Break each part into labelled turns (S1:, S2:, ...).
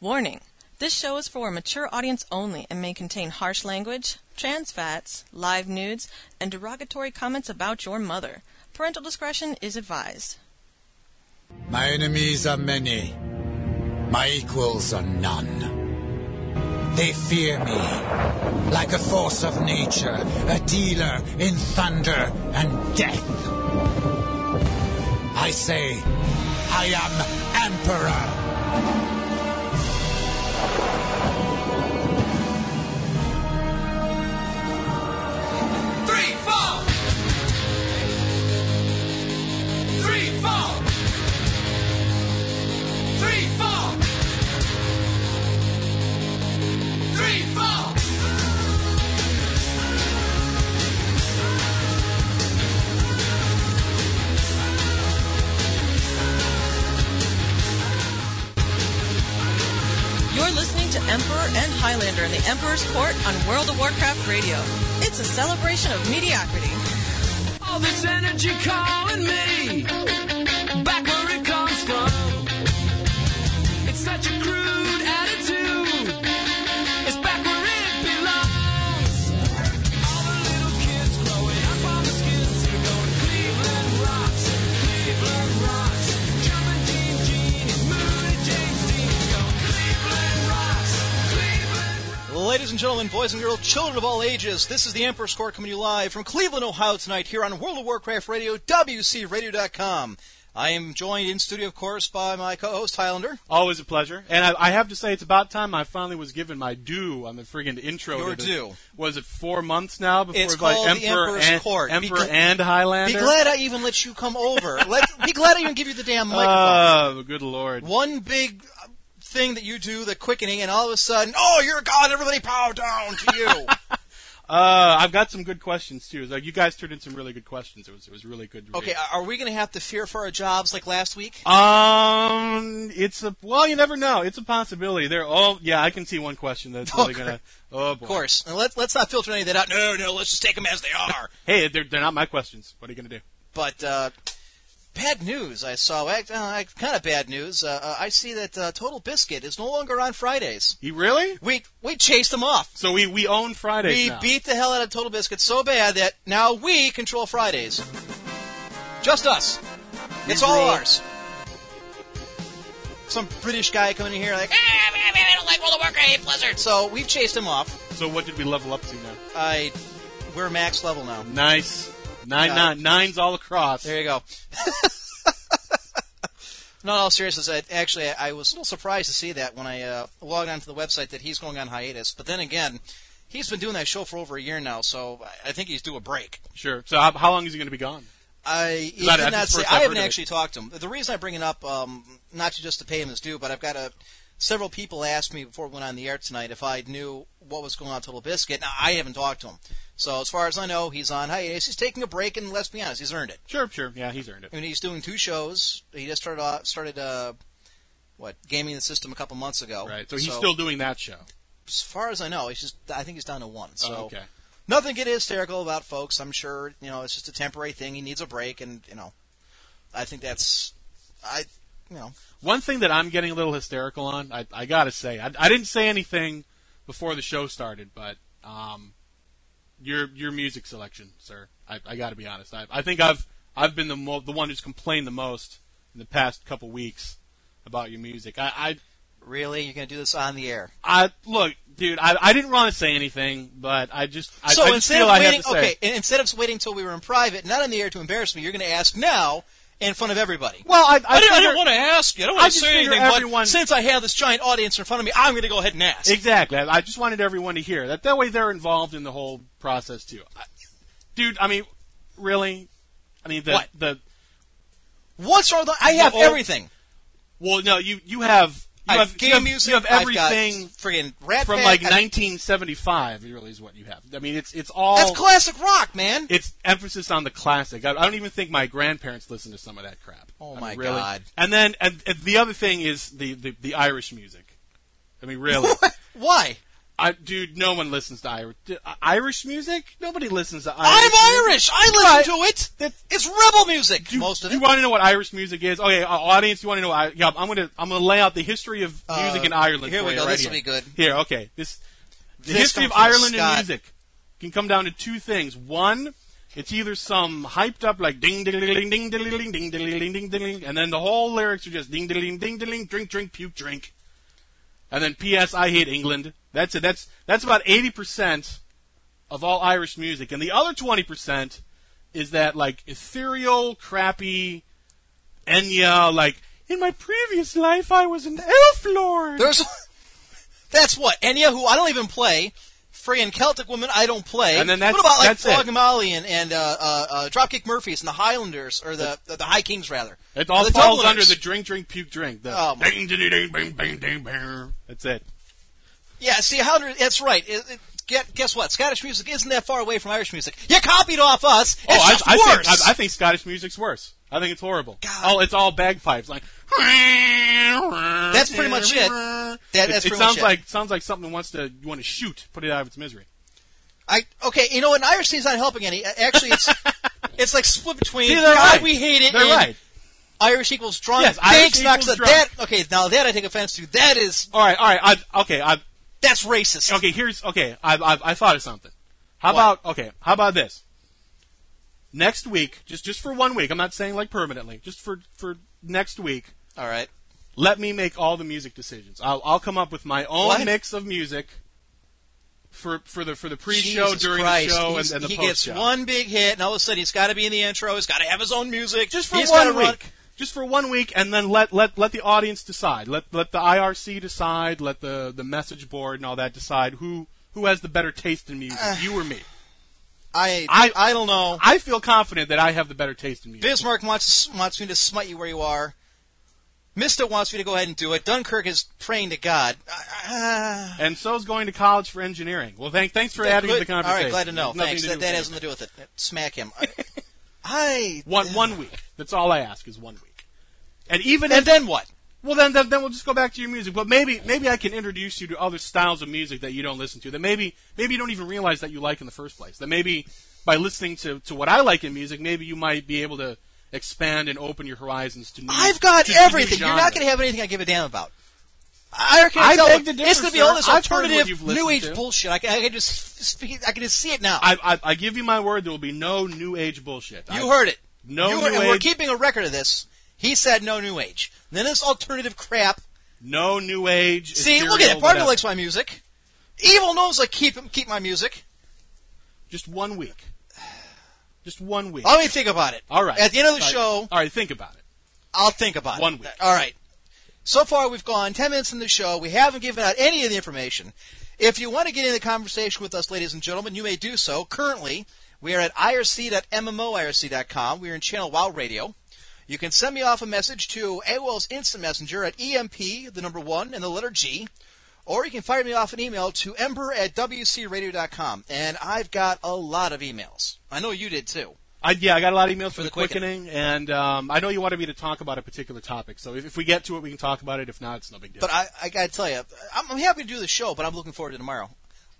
S1: Warning! This show is for a mature audience only and may contain harsh language, trans fats, live nudes, and derogatory comments about your mother. Parental discretion is advised.
S2: My enemies are many. My equals are none. They fear me, like a force of nature, a dealer in thunder and death. I say, I am Emperor.
S3: Three, four. Three, four. Three, four. Three, four.
S1: You're listening to Emperor and Highlander in the Emperor's Court on World of Warcraft Radio. It's a celebration of mediocrity.
S3: All this energy calling me back where it comes from. It's such a crude attitude. It's back where it belongs. All the little kids growing up on the skins are going Cleveland rocks, Cleveland rocks. Jumping Jean Jean and Moody James Dean go Cleveland rocks, Cleveland rocks.
S4: Ladies and gentlemen, boys and girls, children of all ages, this is the Emperor's Court coming to you live from Cleveland, Ohio tonight here on World of Warcraft Radio, WCRadio.com. I am joined in studio, of course, by my co-host Highlander.
S5: Always a pleasure. And I, I have to say, it's about time I finally was given my due on the friggin' intro.
S4: Your
S5: to this.
S4: due.
S5: Was it four months now before
S4: It's
S5: like
S4: called the
S5: Emperor
S4: Emperor's
S5: and,
S4: Court. Be
S5: Emperor
S4: gl-
S5: and
S4: Be
S5: Highlander?
S4: glad I even let you come over. Let, be glad I even give you the damn microphone.
S5: Oh, good lord.
S4: One big uh, thing that you do, the quickening, and all of a sudden, oh, you're God, everybody power down to you.
S5: Uh, I've got some good questions too. Like you guys turned in some really good questions. It was it was really good. reading.
S4: okay, are we going to have to fear for our jobs like last week?
S5: Um, it's a well, you never know. It's a possibility. They're all yeah. I can see one question that's
S4: Oh,
S5: really gonna. Oh
S4: Of
S5: boy.
S4: course. And let's let's not filter any of that out. No, no, let's just take them as they are.
S5: Hey, they're they're not my questions. What are you gonna do?
S4: But uh, bad news I saw. Act- Uh, kind of bad news. Uh, uh, I see that uh, Total Biscuit is no longer on Fridays.
S5: You really?
S4: We we chased them off.
S5: So we we own Fridays
S4: We
S5: now.
S4: beat the hell out of Total Biscuit so bad that now we control Fridays. Just us. It's all
S5: rule.
S4: ours. Some British guy coming in here like, "Ah, I don't like World of Warcraft, I hate Blizzard. So we've chased him off.
S5: so what did we level up to now?
S4: I, we're max level now.
S5: Nice. Nine,
S4: Got
S5: nine, nines all across.
S4: There you go. Not all seriousness. I, actually, I, I was a little surprised to see that when I uh, logged onto the website that he's going on hiatus. But then again, he's been doing that show for over a year now, so I- I think he's due a break.
S5: Sure. So how, how long is he going to be gone?
S4: I he
S5: Is that-
S4: did
S5: that's
S4: not
S5: the
S4: say.
S5: first
S4: I
S5: I've
S4: haven't
S5: heard of it.
S4: actually talked to him. The reason I bring it up, um, not to just to pay him his due, but I've got a several people asked me before we went on the air tonight if I knew what was going on with Total Biscuit. Now I haven't talked to him, so as far as I know, he's on hiatus. He's taking a break, and let's be honest, he's earned it.
S5: Sure, sure. Yeah, he's earned it.
S4: I mean, he's doing two shows. He just started off, started uh, what gaming the system a couple months ago.
S5: Right. So he's still doing that show.
S4: as far as I know, he's just. I think he's down to one. So
S5: oh, okay.
S4: nothing get hysterical about, folks. I'm sure you know it's just a temporary thing. He needs a break, and you know, I think that's I. You know,
S5: One thing that I'm getting a little hysterical on, I, I got to say, I, I didn't say anything before the show started, but um, your your music selection, sir. I, I got to be honest. I, I think I've I've been the mo- the one who's complained the most in the past couple weeks about your music. I, I
S4: really, you're gonna do this on the air?
S5: I look, dude. I, I didn't want to say anything, but I just I,
S4: so
S5: I just
S4: instead
S5: feel
S4: of
S5: I
S4: waiting,
S5: have to say.
S4: okay, and instead of waiting until we were in private, not on the air to embarrass me, you're gonna ask now in front of everybody.
S5: Well, I, I,
S4: I, didn't, I
S5: figure-
S4: didn't want to ask you. I don't
S5: I
S4: want to
S5: just
S4: say
S5: figure
S4: anything, but
S5: everyone-
S4: since I have this giant audience in front of me, I'm going to go ahead and ask.
S5: Exactly. I I just wanted everyone to hear that. That way, they're involved in the whole process too. I, dude, I mean, really? I mean, the
S4: What?
S5: the
S4: What's wrong? With, I have
S5: old-
S4: everything.
S5: well, no, you you have you
S4: I
S5: have
S4: have game
S5: you have,
S4: music.
S5: you have
S4: I've
S5: everything
S4: got friggin' Rat
S5: from
S4: Pack,
S5: like
S4: I-
S5: 1975. Really, is what you have. I mean, it's it's all
S4: That's classic rock, man.
S5: it's emphasis on the classic. I, I don't even think my grandparents listened to some of that crap.
S4: Oh
S5: I mean,
S4: my
S5: really.
S4: God.
S5: And then and, and the other thing is the, the the Irish music. I mean, really.
S4: Why?
S5: I, dude, no one listens to Irish Irish music. Nobody listens to Irish.
S4: I'm
S5: music.
S4: Irish. I listen to it. It's rebel music.
S5: Do,
S4: most of
S5: do
S4: it.
S5: you want to know what Irish music is? Okay, uh, audience, you want to know? I, yeah, I'm gonna I'm gonna lay out the history of
S4: Uh,
S5: music in Ireland.
S4: here
S5: for
S4: we
S5: you
S4: go.
S5: Right
S4: This
S5: here.
S4: will be good.
S5: Here, okay. This the
S4: This
S5: history of
S4: comes from
S5: Ireland
S4: Scott.
S5: and music can come down to two things. One, it's either some hyped up like ding ding ding ding ding ding ding ding ding ding ding, and then the whole lyrics are just ding ding ding ding ding drink drink puke drink, and then P.S. I hate England. That's it. That's that's about eighty percent of all Irish music, and the other twenty percent is that like ethereal, crappy Enya like. In my previous life, I was an elf lord.
S4: There's. that's what Enya, who I don't even play. Free and Celtic woman, I don't play.
S5: And then that's-
S4: what about like
S5: that's it.
S4: Frog Molly and, and uh, uh, uh, Dropkick Murphys and the Highlanders or the the, the High Kings rather?
S5: It
S4: Or
S5: all
S4: the
S5: falls
S4: Dubliners.
S5: under the drink, drink, puke, drink. The
S4: Oh, my-
S5: ding, ding, ding, ding, bing, bing, ding, bing. That's it.
S4: Yeah, see, Highlander. That's right. It, it, get, guess what? Scottish music isn't that far away from Irish music. You copied off us. It's
S5: oh,
S4: just
S5: I, I
S4: worse.
S5: think I, I think Scottish music's worse. I think it's horrible.
S4: God.
S5: Oh, it's all bagpipes. Like that's
S4: pretty much it. That- that's
S5: it,
S4: pretty much
S5: sounds
S4: it.
S5: like sounds like something wants to you want to shoot, put it out of its misery.
S4: I okay, you know, what? Irish scene's not helping any. Actually, it's it's like split between
S5: See, they're
S4: God,
S5: right.
S4: we hate it.
S5: They're
S4: and
S5: right.
S4: Irish equals drunk.
S5: Yes, Irish
S4: Thanks, Knox.
S5: equals drunk.
S4: That okay? Now that I take offense to. That is
S5: All right, all right. I, okay, I
S4: that's racist.
S5: okay. Here's okay. I I, I thought of something. How
S4: What?
S5: about okay? How about this? Next week, just just for one week. I'm not saying like permanently. Just for for next week.
S4: All right.
S5: let me make all the music decisions. I'll, I'll come up with my own
S4: What?
S5: mix of music for for the for the pre-show
S4: Jesus
S5: during
S4: Christ.
S5: the show
S4: He's-
S5: and, and the
S4: he gets
S5: post-show.
S4: one big hit, and all of a sudden he's got to be in the intro. He's got to have his own music.
S5: just for
S4: He's gotta
S5: one
S4: run-
S5: week. Just for one week, and then let, let, let the audience decide. Let let the IRC decide. Let the, the message board and all that decide who who has the better taste in music,
S4: Uh.
S5: you or me.
S4: I, I
S5: I-
S4: don't know.
S5: I feel confident that I have the better taste in music.
S4: Bismarck wants wants me to smite you where you are. Mista wants me to go ahead and do it. Dunkirk is praying to God. Uh,
S5: And so's going to college for engineering. Well, thank thanks for adding to the
S4: All
S5: conversation.
S4: right, glad to know.
S5: Nothing
S4: Thanks.
S5: to do
S4: that
S5: with
S4: that
S5: anything.
S4: has nothing to do with it. Smack him. I. I-
S5: one one week. That's all I ask is one week. And even
S4: And
S5: if
S4: then what?
S5: Well, then, then then we'll just go back to your music. But maybe maybe I can introduce you to other styles of music that you don't listen to. That maybe maybe you don't even realize that you like in the first place. That maybe by listening to, to what I like in music, maybe you might be able to expand and open your horizons to new.
S4: I've got
S5: to new
S4: everything. You're not
S5: genres.
S4: going to have anything I give a damn about. I I can
S5: I
S4: tell
S5: beg
S4: you,
S5: to
S4: It's
S5: differ,
S4: going to be
S5: sir.
S4: all this
S5: I've heard what
S4: alternative
S5: you've
S4: new
S5: listened
S4: age
S5: to.
S4: bullshit. I can, I can just speak, I can just see it now.
S5: I, I I give you my word. There will be no new age bullshit.
S4: you
S5: I,
S4: heard it.
S5: no
S4: You heard-
S5: new
S4: and we're
S5: age.
S4: keeping a record of this. He said no new age. Then this alternative crap.
S5: no new age.
S4: See, look at
S5: ethereal,
S4: it. Barker
S5: whatever.
S4: likes my music. Evil knows I keep him, keep my music.
S5: just one week. Just one week.
S4: Let me think about it.
S5: all right.
S4: At the end of the
S5: All right.
S4: show,
S5: All right. Think about it.
S4: I'll think about it.
S5: One week.
S4: All right. So far, we've gone 10 minutes in the show. We haven't given out any of the information. If you want to get into the conversation with us, ladies and gentlemen, you may do so. Currently, we are at irc.mmoirc.com. We are in Channel Wow Radio. You can send me off a message to AOL's Instant Messenger at EMP, the number one, and the letter G. Or you can fire me off an email to ember at wcradio.com. And I've got a lot of emails. I know you did too.
S5: I, yeah, I got a lot of emails for,
S4: the
S5: the quickening, and um, I know you wanted me to talk about a particular topic. So if, if we get to it, we can talk about it. If not, it's no big deal.
S4: But I, I gotta tell you, I'm, I'm happy to do the show, but I'm looking forward to tomorrow.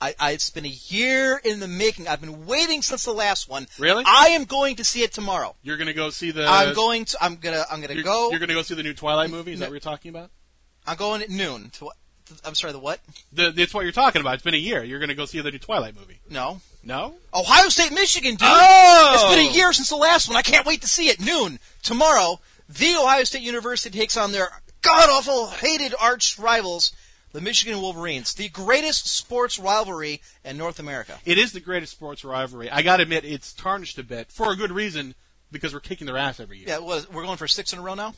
S4: I, I, it's been a year in the making. I've been waiting since the last one.
S5: Really?
S4: I am going to see it tomorrow.
S5: you're gonna go see the.
S4: I'm going to. I'm gonna. I'm gonna
S5: You're,
S4: go.
S5: you're gonna go see the new Twilight movie. Is
S4: No.
S5: that what you're talking about?
S4: I'm going at noon. To what? to- I'm sorry. The what?
S5: The, it's what you're talking about. It's been a year. You're gonna go see the new Twilight movie.
S4: No.
S5: No.
S4: Ohio State, Michigan, dude.
S5: Oh!
S4: It's been a year since the last one. I can't wait to see it. Noon tomorrow. The Ohio State University takes on their god awful, hated arch rivals, the Michigan Wolverines, the greatest sports rivalry in North America.
S5: It is the greatest sports rivalry. I gotta admit, it's tarnished a bit for a good reason because we're kicking their ass every year.
S4: Yeah, what, we're going for six in a row now.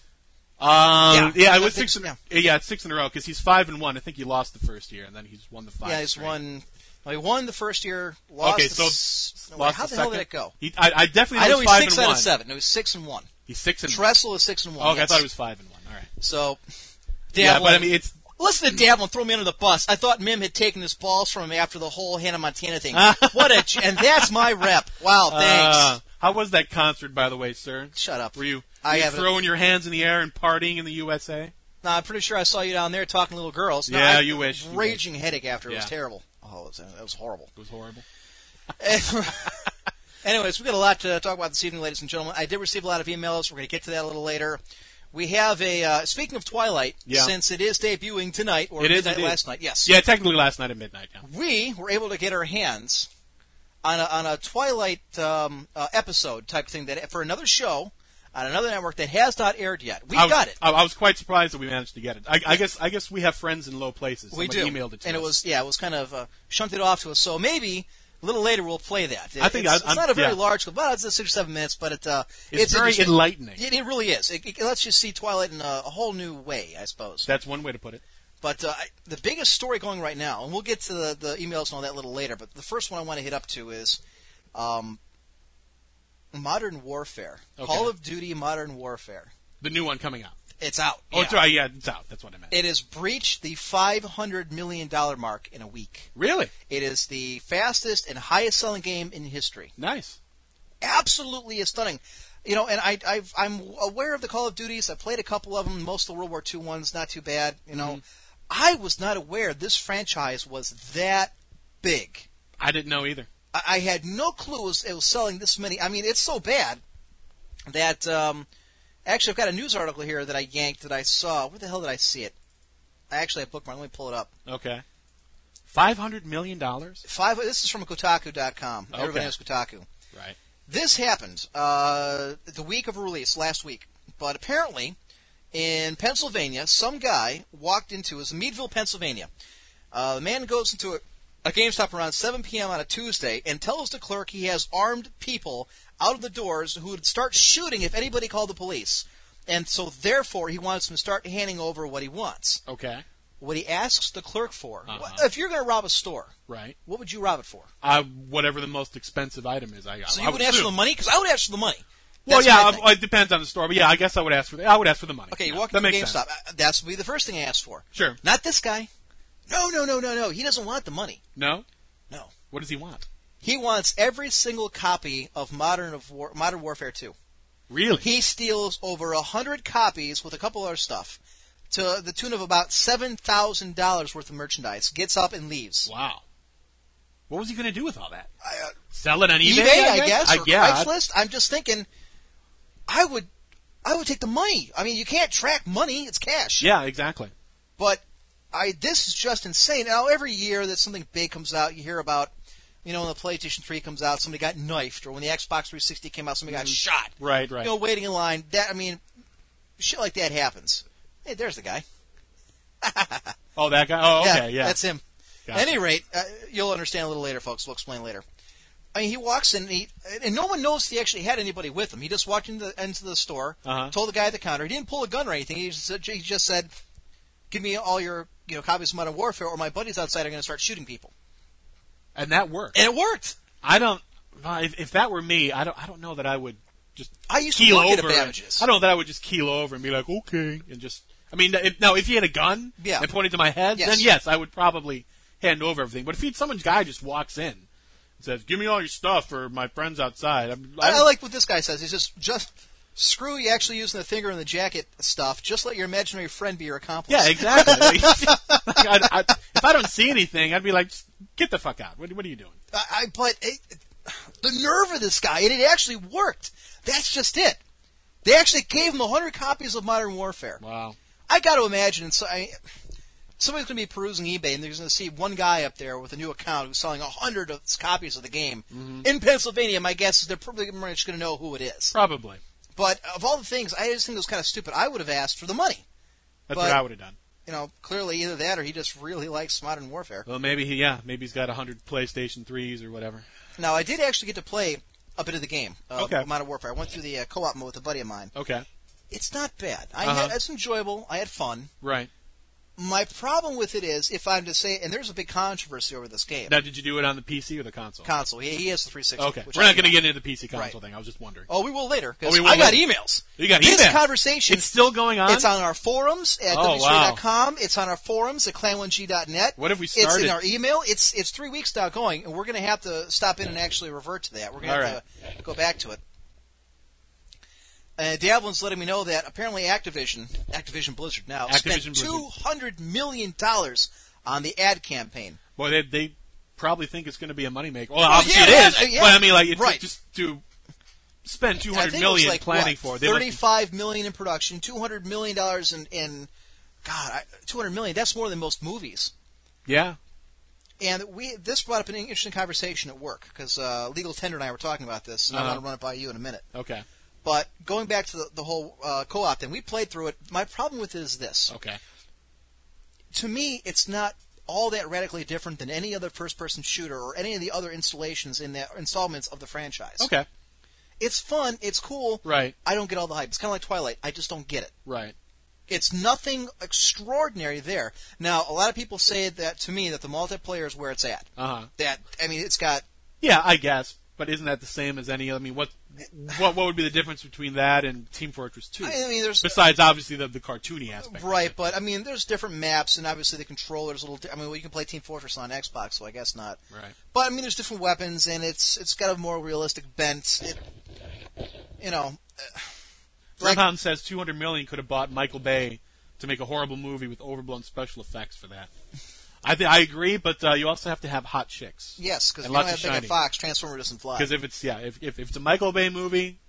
S5: Um,
S4: Yeah.
S5: yeah, it
S4: I
S5: was
S4: think
S5: six. In,
S4: so,
S5: yeah. it's six in a row because he's five and one. I think he lost the first year, and then he's won the five.
S4: yeah, he's
S5: straight.
S4: won. no, he won the first year. Lost
S5: okay,
S4: the
S5: so
S4: s- no, wait,
S5: lost
S4: how the, hell
S5: second.
S4: did it go?
S5: He, I, I definitely
S4: I know
S5: was
S4: he's
S5: five
S4: six
S5: and
S4: out
S5: one.
S4: of seven. No, he's six and one.
S5: He's six and
S4: Trestle is six and one.
S5: Oh, okay, I
S4: yes.
S5: thought it was five and one. All right.
S4: so.
S5: Yeah,
S4: Davlin-
S5: but I mean, it's
S4: listen to Davlin throw me under the bus. I thought Mim had taken his balls from him after the whole Hannah Montana thing. what a j- and that's my rep. Wow, thanks.
S5: Uh, how was that concert, by the way, sir?
S4: Shut up.
S5: Were you,
S4: I
S5: were you
S4: haven't-
S5: throwing your hands in the air and partying in the USA?
S4: Now, I'm pretty sure I saw you down there talking to little girls. No,
S5: Yeah,
S4: I-
S5: you wish, you
S4: Raging headache after. It was
S5: Yeah.
S4: terrible. Oh, it was, it was horrible.
S5: It was horrible.
S4: Anyways, we've got a lot to talk about this evening, ladies and gentlemen. I did receive a lot of emails. We're going to get to that a little later. We have a, uh, speaking of Twilight,
S5: Yeah.
S4: since it is debuting tonight, or
S5: It is,
S4: midnight
S5: it is.
S4: last night, yes.
S5: Yeah, technically last night at midnight. Yeah.
S4: we were able to get our hands on a, on a Twilight um, uh, episode type thing that for another show on another network that has not aired yet. We
S5: I was,
S4: got it.
S5: I, I was quite surprised that we managed to get it. I, I guess I guess we have friends in low places.
S4: we do.
S5: Someone Emailed it to
S4: and
S5: us.
S4: it was yeah, it was kind of uh, shunted off to us. So maybe a little later we'll play that.
S5: I think
S4: it's,
S5: I-
S4: it's
S5: I'm-
S4: not a very
S5: yeah.
S4: large. Well, it's a six or seven minutes, but it, uh,
S5: It's very
S4: interesting.
S5: enlightening.
S4: It, it really is. It, it lets you see Twilight in a, a whole new way, I suppose.
S5: That's one way to put it.
S4: But uh, I- the biggest story going right now, and we'll get to the, the emails and all that a little later, but the first one I want to hit up to is um, Modern Warfare.
S5: Okay.
S4: Call of Duty Modern Warfare.
S5: The new one coming out.
S4: It's out.
S5: Oh,
S4: Yeah.
S5: it's right. Yeah, it's out. That's what I meant.
S4: It has breached the $500 million mark in a week.
S5: really
S4: It is the fastest and highest selling game in history.
S5: nice.
S4: absolutely is stunning. You know, and I, I've, I'm aware of the Call of Duties. I played a couple of them. Most of the World War II ones, not too bad. You know, I was not aware this franchise was that big.
S5: I didn't know either.
S4: I, I had no clue it was, it was selling this many. I mean, it's so bad that um, actually I've got a news article here that I yanked that I saw. Where the hell did I see it? I actually I bookmarked. Let me pull it up.
S5: Okay. Five hundred million dollars.
S4: Five. This is from Kotaku.com. Everybody
S5: Okay.
S4: knows Kotaku.
S5: Right.
S4: This happened uh, the week of release, last week. But apparently, in Pennsylvania, some guy walked into it was in Meadville, Pennsylvania. Uh, the man goes into a, a GameStop around 7 p.m. on a Tuesday and tells the clerk he has armed people out of the doors who would start shooting if anybody called the police. And so, therefore, he wants him to start handing over what he wants.
S5: Okay.
S4: What he asks the clerk for.
S5: Oh. Uh-huh.
S4: If you're going to rob a store,
S5: Right.
S4: what would you rob it for?
S5: Uh, whatever the most expensive item is, I got.
S4: So
S5: I
S4: you would ask
S5: assume.
S4: for the money? Because I would ask for the money.
S5: Well,
S4: That's
S5: yeah,
S4: what I
S5: I-
S4: think.
S5: it depends on the store, but yeah, I guess I would ask for the. I would ask for the money.
S4: Okay, you
S5: Yeah,
S4: walk
S5: that
S4: into
S5: makes
S4: GameStop.
S5: sense.
S4: Uh, That's be the first thing I ask for.
S5: Sure.
S4: Not this guy. No, no, no, no, no. He doesn't want the money.
S5: No.
S4: No.
S5: What does he want?
S4: He wants every single copy of Modern of War, Modern Warfare 2.
S5: Really?
S4: He steals over a hundred copies with a couple other stuff, to the tune of about seven thousand dollars worth of merchandise. Gets up and leaves.
S5: wow. What was he going to do with all that?
S4: I, uh,
S5: Sell it on eBay?
S4: eBay, I guess,
S5: I
S4: or
S5: guess.
S4: Craigslist. I'm just thinking, I would, I would take the money. I mean, you can't track money; it's cash.
S5: Yeah, exactly.
S4: But I this is just insane. Now every year that something big comes out, you hear about, you know, when the PlayStation 3 comes out, somebody got knifed, or when the Xbox 360 came out, somebody got shot.
S5: Right, right.
S4: You know, waiting in line. That I mean, shit like that happens. Hey, there's the guy.
S5: oh, that guy. Oh, okay, yeah.
S4: that's him.
S5: Gotcha.
S4: At any rate, uh, you'll understand a little later, folks. We'll explain later. I mean, he walks in, and, he, and no one knows he actually had anybody with him. He just walked into the, into the store,
S5: Uh-huh.
S4: told the guy at the counter. He didn't pull a gun or anything. He just, said- he just said, "Give me all your you know copies of Modern Warfare, or my buddies outside are going to start shooting people."
S5: and that worked.
S4: And it worked.
S5: I don't. uh, If, if that were me, I don't. I don't know that I would just
S4: I used
S5: keel
S4: to work
S5: over.
S4: at a
S5: and-
S4: Babbage's.
S5: I don't know that I would just keel over and be like, okay, and just. I mean, if, now if he had a gun
S4: Yeah.
S5: and pointed to my head,
S4: Yes.
S5: then yes, I would probably hand over everything. But if he someone's guy just walks in and says, "Give me all your stuff for my friends outside," I'm,
S4: I, I
S5: I'm-
S4: like what this guy says. He's just just screw you actually using the finger in the jacket stuff. Just let your imaginary friend be your accomplice.
S5: Yeah, exactly. Like, I'd- I'd- if I don't see anything, I'd be like, "Just "Get the fuck out! What, what are you doing?"
S4: I, I but it, the nerve of this guy, and it actually worked. That's just it. They actually gave him 100 copies of Modern Warfare.
S5: Wow.
S4: I got to imagine so I, somebody's going to be perusing eBay and they're going to see one guy up there with a new account who's selling 100 of copies of the game in Pennsylvania. My guess is they're probably pretty much going to know who it is.
S5: Probably.
S4: But of all the things, I just think it was kind of stupid. I would have asked for the money.
S5: That's
S4: But-
S5: what I would have done.
S4: You know, clearly either that or he just really likes Modern Warfare.
S5: Well, maybe he, yeah, maybe he's got a hundred PlayStation threes or whatever.
S4: Now, I did actually get to play a bit of the game, uh,
S5: Okay.
S4: Modern Warfare. I went through the uh, co-op mode with a buddy of mine.
S5: Okay.
S4: it's not bad. I
S5: Uh-huh.
S4: had, it's enjoyable. I had fun.
S5: Right.
S4: My problem with it is if I'm to say, and there's a big controversy over this game
S5: Now, did you do it on the PC or the console?
S4: console. He, he has the 360.
S5: okay.
S4: which
S5: We're
S4: I
S5: not
S4: do
S5: going to get into the PC console
S4: Right.
S5: thing. I was just wondering.
S4: Oh, we will later. 'cause
S5: Oh, we will
S4: I got
S5: later.
S4: emails.
S5: You got
S4: this
S5: email.
S4: conversation.
S5: It's still going on.
S4: It's on our forums at
S5: Oh, wow.
S4: WC.com. It's on our forums at clan1g.net.
S5: What have we
S4: It's in
S5: started?
S4: our email. It's it's three weeks now going, and we're going to have to stop in and actually revert to that. We're going
S5: All
S4: to have to go back to it. Uh, Diablo's letting me know that apparently Activision, Activision Blizzard now,
S5: Activision
S4: spent
S5: Blizzard.
S4: two hundred million dollars on the ad campaign.
S5: Boy, they they probably think it's going to be a moneymaker. Well, obviously
S4: Oh, yeah,
S5: it is.
S4: yeah, yeah.
S5: But I mean, like, it's
S4: Right.
S5: just to spend two
S4: And I
S5: hundred
S4: think it
S5: million
S4: was like,
S5: planning
S4: what,
S5: for it. They must be-
S4: thirty-five million in production, two hundred million dollars in, in God, I- two hundred million. That's more than most movies.
S5: yeah,
S4: And we this brought up an interesting conversation at work because uh, legal tender and I were talking about this, and I
S5: Uh-huh.
S4: want to run it by you in a minute.
S5: okay,
S4: But going back to the, the whole uh, co-op thing, we played through it. My problem with it is this:
S5: okay,
S4: to me, it's not all that radically different than any other first-person shooter or any of the other installations in the installments of the franchise.
S5: okay,
S4: It's fun, it's cool.
S5: right,
S4: I don't get all the hype. It's kind of like Twilight. I just don't get it.
S5: right,
S4: It's nothing extraordinary there. Now, a lot of people say that to me that the multiplayer is where it's at.
S5: uh huh.
S4: That I mean, it's got
S5: Yeah, I guess. But isn't that the same as any? I mean, what what what would be the difference between that and Team Fortress Two?
S4: I mean, there's
S5: Besides, obviously, the the cartoony aspect. of
S4: Right,
S5: it.
S4: but I mean, there's different maps, and obviously the controller's a little. Di- I mean, well, you can play Team Fortress on Xbox, so I guess not.
S5: Right.
S4: But I mean, there's different weapons, and it's it's got a more realistic bent. It, you know, uh,
S5: Red
S4: like
S5: Mountain says 200 million could have bought Michael Bay to make a horrible movie with overblown special effects for that. I think I agree, but uh, you also have to have hot chicks
S4: yes, because
S5: And
S4: you don't
S5: lots
S4: have
S5: of
S4: Megan
S5: shiny.
S4: Fox. Transformer doesn't fly.
S5: because if it's yeah, if, if if it's a Michael Bay movie,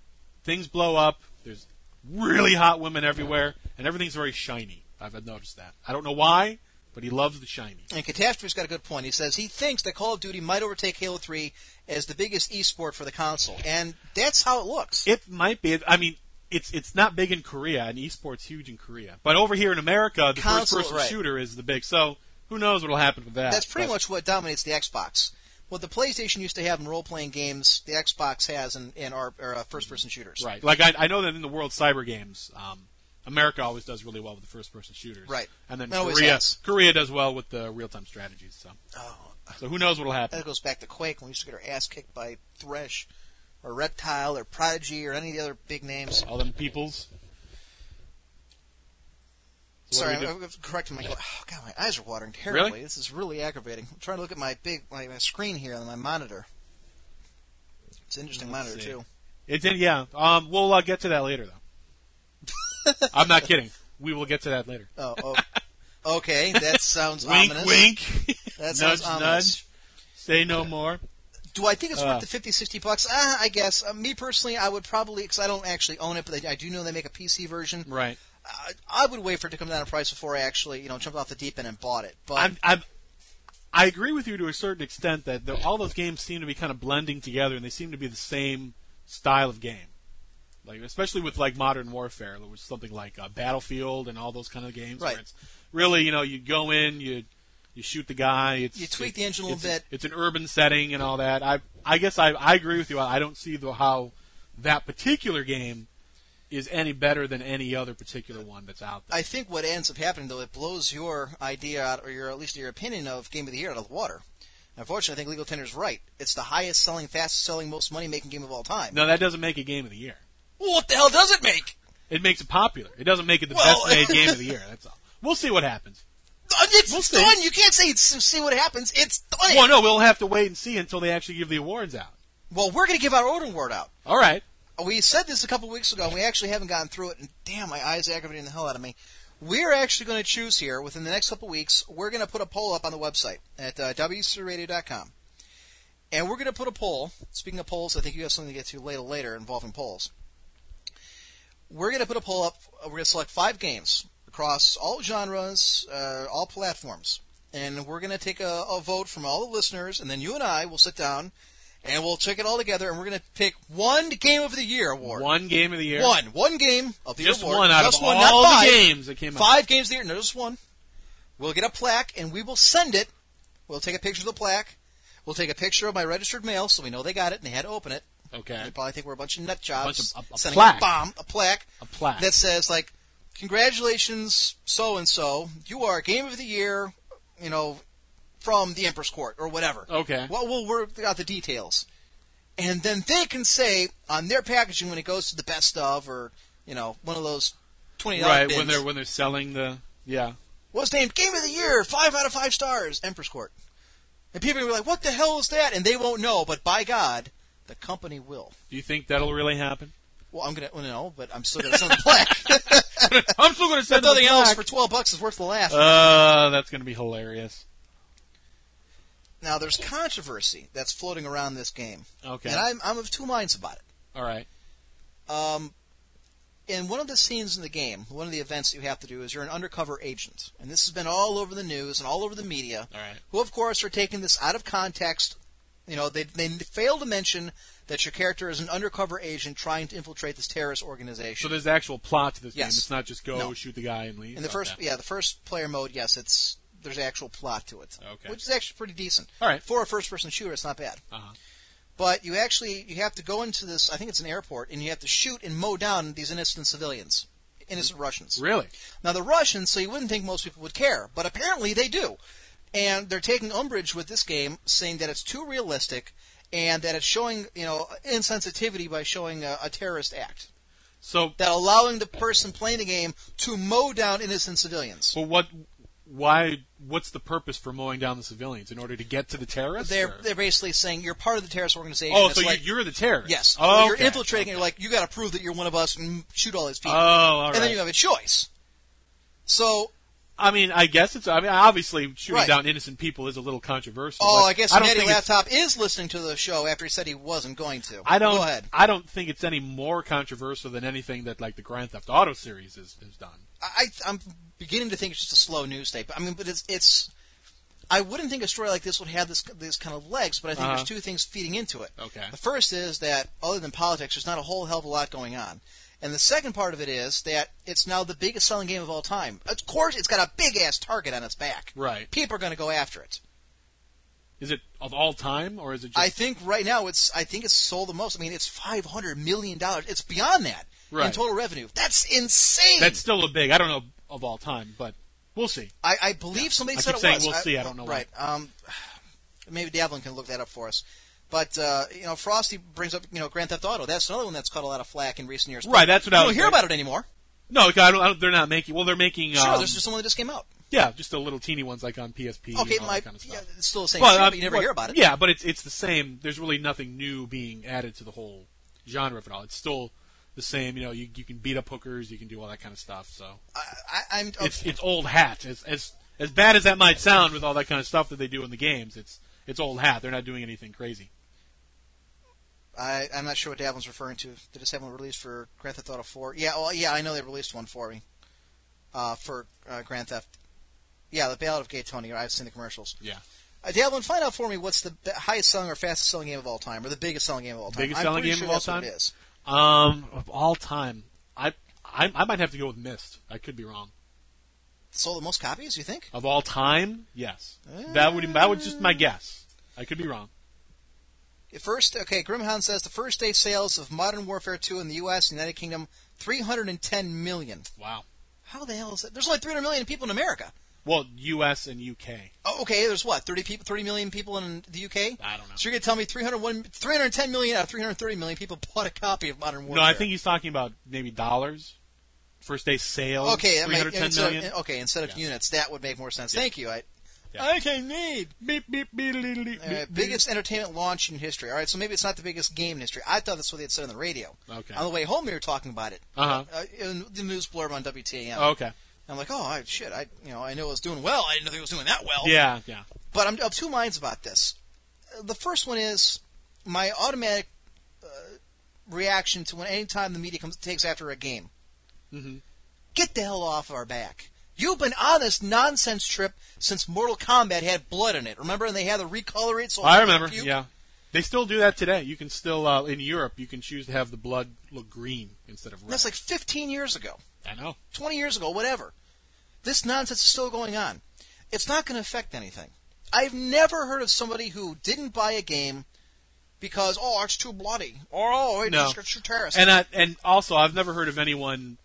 S5: things blow up. There's really hot women everywhere, and everything's very shiny. I've I've noticed that. I don't know why, but he loves the shiny.
S4: And Catastrophe's got a good point. He says he thinks that Call of Duty might overtake Halo 3 as the biggest esport for the console, and that's how it looks.
S5: It might be. I mean, it's it's not big in Korea, and esports huge in Korea. But over here in America, the
S4: Console,
S5: first person
S4: right.
S5: shooter is the big. So who knows what'll happen with that?
S4: That's pretty
S5: but-
S4: much what dominates the Xbox. What the PlayStation used to have in role-playing games, the Xbox has in, in our, our uh, first-person shooters.
S5: Right. Like I, I know that in the world cyber games, um, America always does really well with the first person shooters.
S4: Right.
S5: And then
S4: It always
S5: Korea
S4: has.
S5: Korea does well with the real time strategies. So
S4: Oh,
S5: so who knows what'll happen?
S4: that goes back to Quake when we used to get our ass kicked by Thresh, or Reptile, or Prodigy, or any of the other big names.
S5: All them peoples. So what
S4: Sorry,
S5: do we do?
S4: I'm, I'm correcting my. Oh God, my eyes are watering terribly.
S5: Really?
S4: This is really aggravating. I'm trying to look at my big my, my screen here on my monitor. It's an interesting
S5: Let's
S4: monitor
S5: see.
S4: too.
S5: It did. Yeah. Um. We'll uh, get to that later, though. I'm not kidding. We will get to that later.
S4: Oh, oh. okay, that sounds
S5: wink,
S4: ominous.
S5: wink.
S4: That sounds
S5: nudge,
S4: ominous.
S5: nudge. Say no more.
S4: Do I think it's
S5: Uh.
S4: worth the 50, 60 bucks? Ah, I guess. Uh, me personally, I would probably because I don't actually own it, but I, I do know they make a PC version.
S5: Right.
S4: I, I would wait for it to come down in price before I actually, you know, jumped off the deep end and bought it. But
S5: I'm, I'm, I agree with you to a certain extent that the, all those games seem to be kind of blending together, and they seem to be the same style of game. Like especially with like modern warfare, there was something like uh, Battlefield and all those kind of games.
S4: Right.
S5: Where it's really, you know, you go in, you you shoot the guy. It's,
S4: You tweak
S5: it-
S4: the engine a little
S5: it's-
S4: bit.
S5: It's an urban setting and all that. I I guess I I agree with you. I, I don't see the, how that particular game is any better than any other particular one that's out there.
S4: I think what ends up happening though, it blows your idea out, or your at least your opinion of Game of the Year out of the water. Unfortunately, I think Legal Tender's right. It's the highest selling, fastest selling, most money making game of all time.
S5: no, that doesn't make a game of the year.
S4: Well, what the hell does it make?
S5: It makes it popular. It doesn't make it the
S4: Well-
S5: best made game of the year. That's all. We'll see what happens.
S4: Uh, It's
S5: We'll see.
S4: done. You can't say it's, see what happens. It's done.
S5: Well, no, we'll have to wait and see until they actually give the awards out.
S4: Well, we're gonna give our own award out.
S5: All right.
S4: We said this a couple weeks ago, and we actually haven't gotten through it. And damn, my eyes are aggravating the hell out of me. We're actually going to choose here within the next couple weeks. We're going to put a poll up on the website at uh, wcradio.com, and we're going to put a poll. Speaking of polls, I think you have something to get to later later involving polls. We're going to put a poll up. We're going to select five games across all genres, uh, all platforms, and we're going to take a, a vote from all the listeners, and then you and I will sit down. And we'll check it all together, and we're going to pick one Game of the Year award.
S5: One game of the year.
S4: One. One game of the
S5: Just
S4: year award.
S5: one out
S4: just
S5: of
S4: one,
S5: all
S4: not five.
S5: the games that came out.
S4: Five games of the year. No, just one. We'll get a plaque and we will send it. We'll take a picture of the plaque. We'll take a picture of my registered mail so we know they got it and they had to open it. They
S5: Okay.
S4: probably think we're a bunch of nut jobs.
S5: bunch of- a- a
S4: sending
S5: plaque.
S4: a bomb, a plaque
S5: A plaque.
S4: that says like, "Congratulations, so and so. You are Game of the Year." You know, from the Emperor's Court or whatever.
S5: Okay.
S4: Well, we'll work out the details, and then they can say on their packaging when it goes to the best of or you know one of those twenty dollars
S5: Right when they're when they're selling the yeah.
S4: was named Game of the Year, five out of five stars, Empress Court. And people will be like, what the hell is that? And they won't know, but by God, the company will.
S5: Do you think that'll really happen?
S4: Well, I'm gonna well, no, but I'm still gonna send the plaque.
S5: I'm still going to
S4: If
S5: send
S4: nothing
S5: the
S4: else,
S5: plaque.
S4: for twelve bucks is worth the laugh.
S5: Uh, that's going to be hilarious.
S4: now, there's controversy that's floating around this game,
S5: Okay.
S4: and I'm I'm of two minds about it.
S5: All right.
S4: Um, in one of the scenes in the game, one of the events that you have to do is you're an undercover agent, and this has been all over the news and all over the media.
S5: All right.
S4: Who, of course, are taking this out of context. You know, they they fail to mention that your character is an undercover agent trying to infiltrate this terrorist
S5: So
S4: organization.
S5: there's actual plot to this game.
S4: Yes.
S5: It's not just go
S4: No.
S5: shoot the guy and leave.
S4: in the first,
S5: Okay.
S4: yeah, the first player mode, yes, it's there's actual plot to it,
S5: Okay.
S4: which is actually pretty decent.
S5: All right.
S4: for a first-person shooter, it's not bad.
S5: Uh-huh.
S4: But you actually you have to go into this. I think it's an airport, and you have to shoot and mow down these innocent civilians, innocent Russians.
S5: Really?
S4: Now the Russians, so you wouldn't think most people would care, but apparently they do, and they're taking umbrage with this game, saying that it's too realistic, and that it's showing you know insensitivity by showing a, a terrorist act,
S5: So,
S4: that allowing the person playing the game to mow down innocent civilians.
S5: so what? Why? What's the purpose for mowing down the civilians in order to get to the terrorists?
S4: They're
S5: or-
S4: they're basically saying you're part of the terrorist organization.
S5: oh,
S4: It's
S5: so you-
S4: like-
S5: you're the terrorist?
S4: yes,
S5: Oh,
S4: you're
S5: okay.
S4: infiltrating. and You're like you got to prove that you're one of us and shoot all these
S5: Oh,
S4: people,
S5: all right.
S4: and then you have a choice. So
S5: I mean, I guess it's. I mean, obviously, shooting
S4: Right.
S5: down innocent people is a little controversial.
S4: Oh,
S5: but
S4: I guess
S5: I don't
S4: Natty
S5: think it's-
S4: Laptop is listening to the show after he said he wasn't going to.
S5: I don't.
S4: Go ahead.
S5: I don't think it's any more controversial than anything that like the Grand Theft Auto series has, has done.
S4: I, I- I'm beginning to think it's just a slow news day. But I mean, but it's it's. I wouldn't think a story like this would have this this kind of legs, but I think
S5: Uh-huh.
S4: there's two things feeding into it.
S5: Okay.
S4: The first is that other than politics, there's not a whole hell of a lot going on. And the second part of it is that it's now the biggest selling game of all time. Of course, it's got a big ass target on its back.
S5: Right.
S4: People are going to go after it.
S5: Is it of all time or is it just
S4: I think right now it's I think it's sold the most. I mean, it's five hundred million dollars. It's beyond that in
S5: Right.
S4: total revenue. That's insane.
S5: that's still a big? I don't know of all time, but we'll see.
S4: I, I believe somebody
S5: I
S4: said
S5: keep
S4: it
S5: saying
S4: was.
S5: we'll see. I don't know why.
S4: Right. Um, maybe Davlin can look that up for us. But uh, you know, Frosty brings up you know Grand Theft Auto. That's another one that's caught a lot of flack in recent years.
S5: Right, that's what
S4: you
S5: I
S4: don't
S5: was
S4: hear about it anymore.
S5: No, I don't, I don't- they're not making. Well, they're making.
S4: Sure,
S5: um,
S4: there's just one that just came out.
S5: yeah, just the little teeny ones like on PSP.
S4: Okay,
S5: and all
S4: my
S5: that kind of stuff.
S4: yeah, it's still the same
S5: Well,
S4: shit,
S5: uh,
S4: but you never
S5: well,
S4: hear about it.
S5: Yeah, but it's it's the same. There's really nothing new being added to the whole genre of it all. It's still the same. You know, you you can beat up hookers, you can do all that kind of stuff. So
S4: I, I, I'm.
S5: it's it's old hat. As as as bad as that might sound with all that kind of stuff that they do in the games, it's it's old hat. They're not doing anything crazy.
S4: I, I'm not sure what Davlin's referring to. They just have one released for Grand Theft Auto 4. Yeah, well, yeah, I know they released one for me. Uh, for uh, Grand Theft. Yeah, the Ballad of Gay Tony. I've seen the commercials.
S5: Yeah.
S4: Uh, Davlin, find out for me what's the be- highest selling or fastest selling game of all time, or the biggest selling game of all time.
S5: Biggest
S4: I'm
S5: selling
S4: pretty
S5: game
S4: sure
S5: of all
S4: that's what
S5: time?
S4: It is.
S5: Um, of all time, I I, I might have to go with Mist. I could be wrong.
S4: Sold the most copies, you think?
S5: Of all time, yes. That would that was just my guess. I could be wrong.
S4: At First, okay, Grimhound says the first day sales of Modern Warfare 2 in the U.S. and United Kingdom, 310 million.
S5: Wow.
S4: How the hell is that? There's only 300 million people in America.
S5: Well, U.S. and U.K.
S4: Oh, okay, there's what, 30 people, 30 million people in the UK?
S5: I don't know.
S4: So you're going to tell me 301, 310 million out of 330 million people bought a copy of Modern Warfare?
S5: No, I think he's talking about maybe dollars. First day sales.
S4: Okay, that
S5: three
S4: might- oh,
S5: hundred ten
S4: instead of-
S5: million.
S4: okay, instead of
S5: Yeah.
S4: units, that would make more sense. Thank you. I,
S5: Yeah.
S4: Okay, need.
S5: Beep, beep, beep, beep, beep, beep,
S4: All right,
S5: beep.
S4: uh, biggest entertainment launch in history. All right, so maybe it's not the biggest game in history. I thought that's what they had said on the radio.
S5: Okay.
S4: On the way home, we were talking about it.
S5: Uh-huh.
S4: Uh, in the news blurb on WTAM.
S5: Okay.
S4: I'm like, oh I, shit! I, you know, I know it was doing well. I didn't know it was doing that well.
S5: Yeah, yeah.
S4: But I'm of two minds about this. Uh, The first one is my automatic uh, reaction to when any time the media comes takes after a game.
S5: Mhm.
S4: Get the hell off our back. You've been on this nonsense trip since Mortal Kombat had blood in it. Remember, and they had to recolor it. So
S5: I remember.
S4: You-
S5: Yeah. They still do that today. You can still uh, in Europe, you can choose to have the blood look green instead of red.
S4: That's like 15 years ago,
S5: I know.
S4: 20 years ago, whatever. This nonsense is still going on. It's not going to affect anything. I've never heard of somebody who didn't buy a game because oh it's too bloody or oh it's
S5: No.
S4: just it's too terrorist.
S5: And I, and also, I've never heard of anyone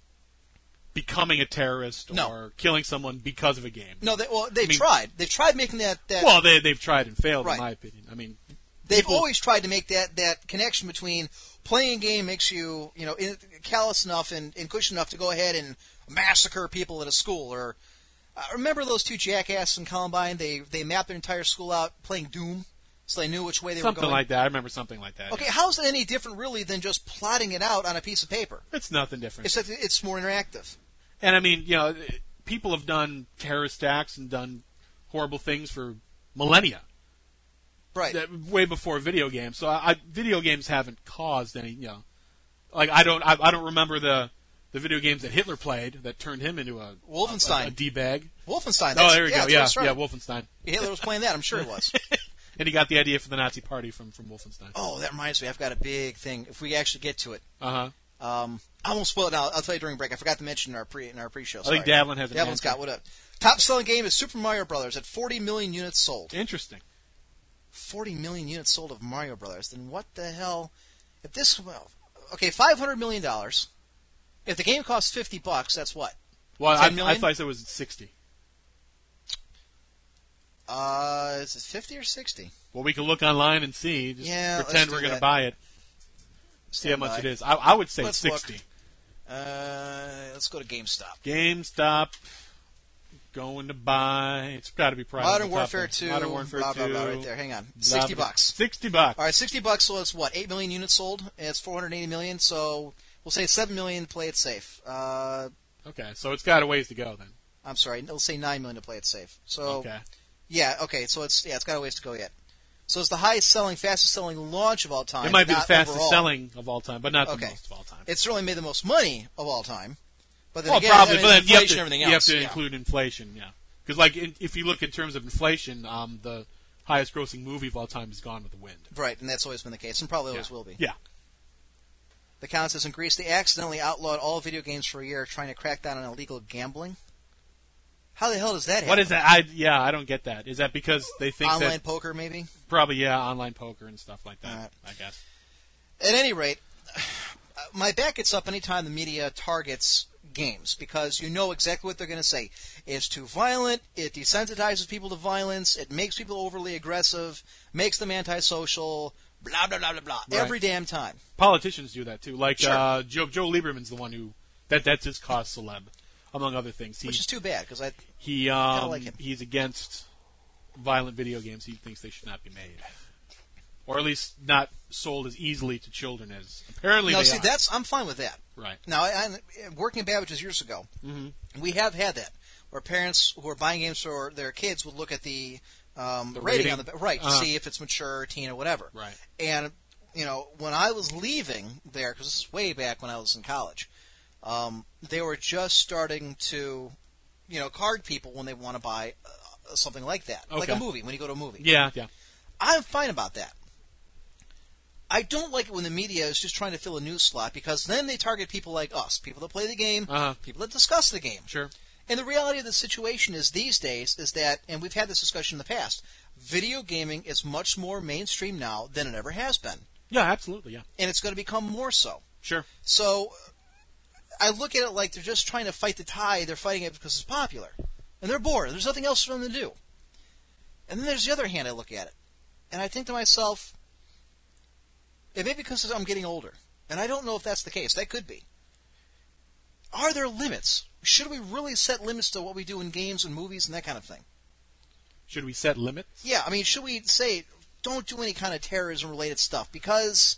S5: becoming a terrorist
S4: No.
S5: or killing someone because of a game.
S4: No, they, well, they
S5: mean-
S4: tried. They tried making that. that
S5: Well, they they've tried and failed,
S4: Right.
S5: in my opinion. I mean,
S4: they've
S5: people-
S4: always tried to make that, that connection between playing a game makes you, you know, in, callous enough and, and cushy enough to go ahead and massacre people at a school. Or uh, remember those two jackasses in Columbine? They they mapped their entire school out playing Doom. so they knew which way they
S5: something
S4: were going.
S5: like that. I remember something like that.
S4: okay, how's it any different really than just plotting it out on a piece of paper?
S5: It's nothing different.
S4: Except it's more interactive.
S5: And I mean, you know, people have done terrorist acts and done horrible things for millennia,
S4: Right.
S5: that, way before video games. So I, I, video games haven't caused any, you know, like I don't, I, I don't remember the the video games that Hitler played that turned him into a
S4: Wolfenstein.
S5: a, a uh, d bag.
S4: Wolfenstein.
S5: Oh,
S4: that's-
S5: there we
S4: yeah,
S5: go.
S4: that's
S5: Yeah,
S4: right.
S5: yeah, Wolfenstein.
S4: Hitler was playing that. I'm sure he was.
S5: And he got the idea for the Nazi Party from from Wolfenstein.
S4: oh, that reminds me. I've got a big thing. If we actually get to it,
S5: Uh huh.
S4: um, I won't spoil it now. I'll tell you during break. I forgot to mention in our pre in our pre-show.
S5: I think
S4: sorry.
S5: Davlin has an
S4: Devlin's
S5: answer.
S4: got what up. Top selling game is Super Mario Brothers at 40 million units sold.
S5: Interesting.
S4: 40 million units sold of Mario Brothers. Then what the hell? If this well, okay, 500 million dollars. If the game costs 50 bucks, that's what.
S5: Well,
S4: 10
S5: I, I
S4: million?
S5: thought it was sixty.
S4: Uh, is it 50 or 60?
S5: Well, we can look online and see. Just
S4: Yeah, let's
S5: pretend
S4: do
S5: we're going to
S4: that.
S5: buy it. See how
S4: Stand
S5: much
S4: by.
S5: it is. I, I would say
S4: Let's look.
S5: sixty.
S4: Uh, let's go to GameStop.
S5: GameStop going to buy. It's got to be probably
S4: Modern
S5: the top
S4: Warfare
S5: there.
S4: 2.
S5: Modern Warfare
S4: blah,
S5: 2.
S4: Blah, blah, right there. Hang on.
S5: Blah,
S4: 60
S5: blah.
S4: bucks.
S5: Sixty bucks.
S4: All right, 60 bucks. So it's what? 8 million units sold. And it's 480 million. So we'll say 7 million to play it safe. Uh,
S5: Okay, so it's got a ways to go then.
S4: I'm sorry. We'll say 9 million to play it safe. So
S5: Okay.
S4: yeah, okay. So it's yeah, it's got a ways to go yet. So it's the highest selling, fastest selling launch of all time.
S5: It might be the
S4: not
S5: fastest
S4: overall.
S5: selling of all time, but not
S4: Okay.
S5: the most of all time.
S4: It certainly made the most money of all time. But then
S5: well,
S4: again,
S5: probably,
S4: I mean,
S5: but then you have
S4: inflation
S5: to,
S4: and everything
S5: you have
S4: else.
S5: to
S4: yeah.
S5: include inflation, yeah. Because like in, if you look in terms of inflation, um, the highest grossing movie of all time is Gone with the Wind.
S4: Right, and that's always been the case, and probably always
S5: yeah.
S4: will be.
S5: Yeah.
S4: The count says in Greece, they accidentally outlawed all video games for a year, trying to crack down on illegal gambling. How the hell does that happen?
S5: What is that? I yeah, I don't get that. Is that because they think
S4: Online
S5: that
S4: poker, maybe?
S5: probably yeah, online poker and stuff like that.
S4: All right.
S5: I guess.
S4: At any rate, my back gets up anytime the media targets games because you know exactly what they're going to say. It's too violent. It desensitizes people to violence. It makes people overly aggressive. Makes them antisocial. Blah blah blah blah blah.
S5: Right.
S4: Every damn time.
S5: politicians do that too. Like
S4: Sure.
S5: uh, Joe Joe Lieberman's the one who that that's his cause celeb, among other things. He
S4: Which is too bad because I
S5: he um,
S4: like him.
S5: he's against violent video games. He thinks they should not be made, or at least not sold as easily to children as apparently
S4: no
S5: they
S4: see
S5: are.
S4: that's I'm fine with that.
S5: right.
S4: Now, I, I, working at Babbage's years ago,
S5: Mm-hmm.
S4: we have had that where parents who are buying games for their kids would look at the, um,
S5: The
S4: rating,
S5: rating?
S4: on the right to
S5: Uh-huh.
S4: see if it's mature, teen, or whatever.
S5: Right.
S4: And you know, when I was leaving there, because this is way back when I was in college, um, they were just starting to, you know, card people when they want to buy uh, something like that, like a
S5: Okay.
S4: movie when you go to a movie.
S5: Yeah, yeah.
S4: I'm fine about that. I don't like it when the media is just trying to fill a news slot because then they target people like us, people that play the game,
S5: Uh-huh.
S4: people that discuss the game.
S5: Sure.
S4: And the reality of the situation is these days is that, and we've had this discussion in the past, video gaming is much more mainstream now than it ever has been,
S5: Yeah, absolutely. Yeah.
S4: and it's going to become more so.
S5: Sure.
S4: So I look at it like they're just trying to fight the tide. They're fighting it because it's popular, and they're bored. There's nothing else for them to do. And then there's the other hand. I look at it, and I think to myself, it may be because I'm getting older, and I don't know if that's the case. That could be. Are there limits? Should we really set limits to what we do in games and movies and that kind of thing?
S5: Should we set limits?
S4: Yeah, I mean, should we say don't do any kind of terrorism-related stuff because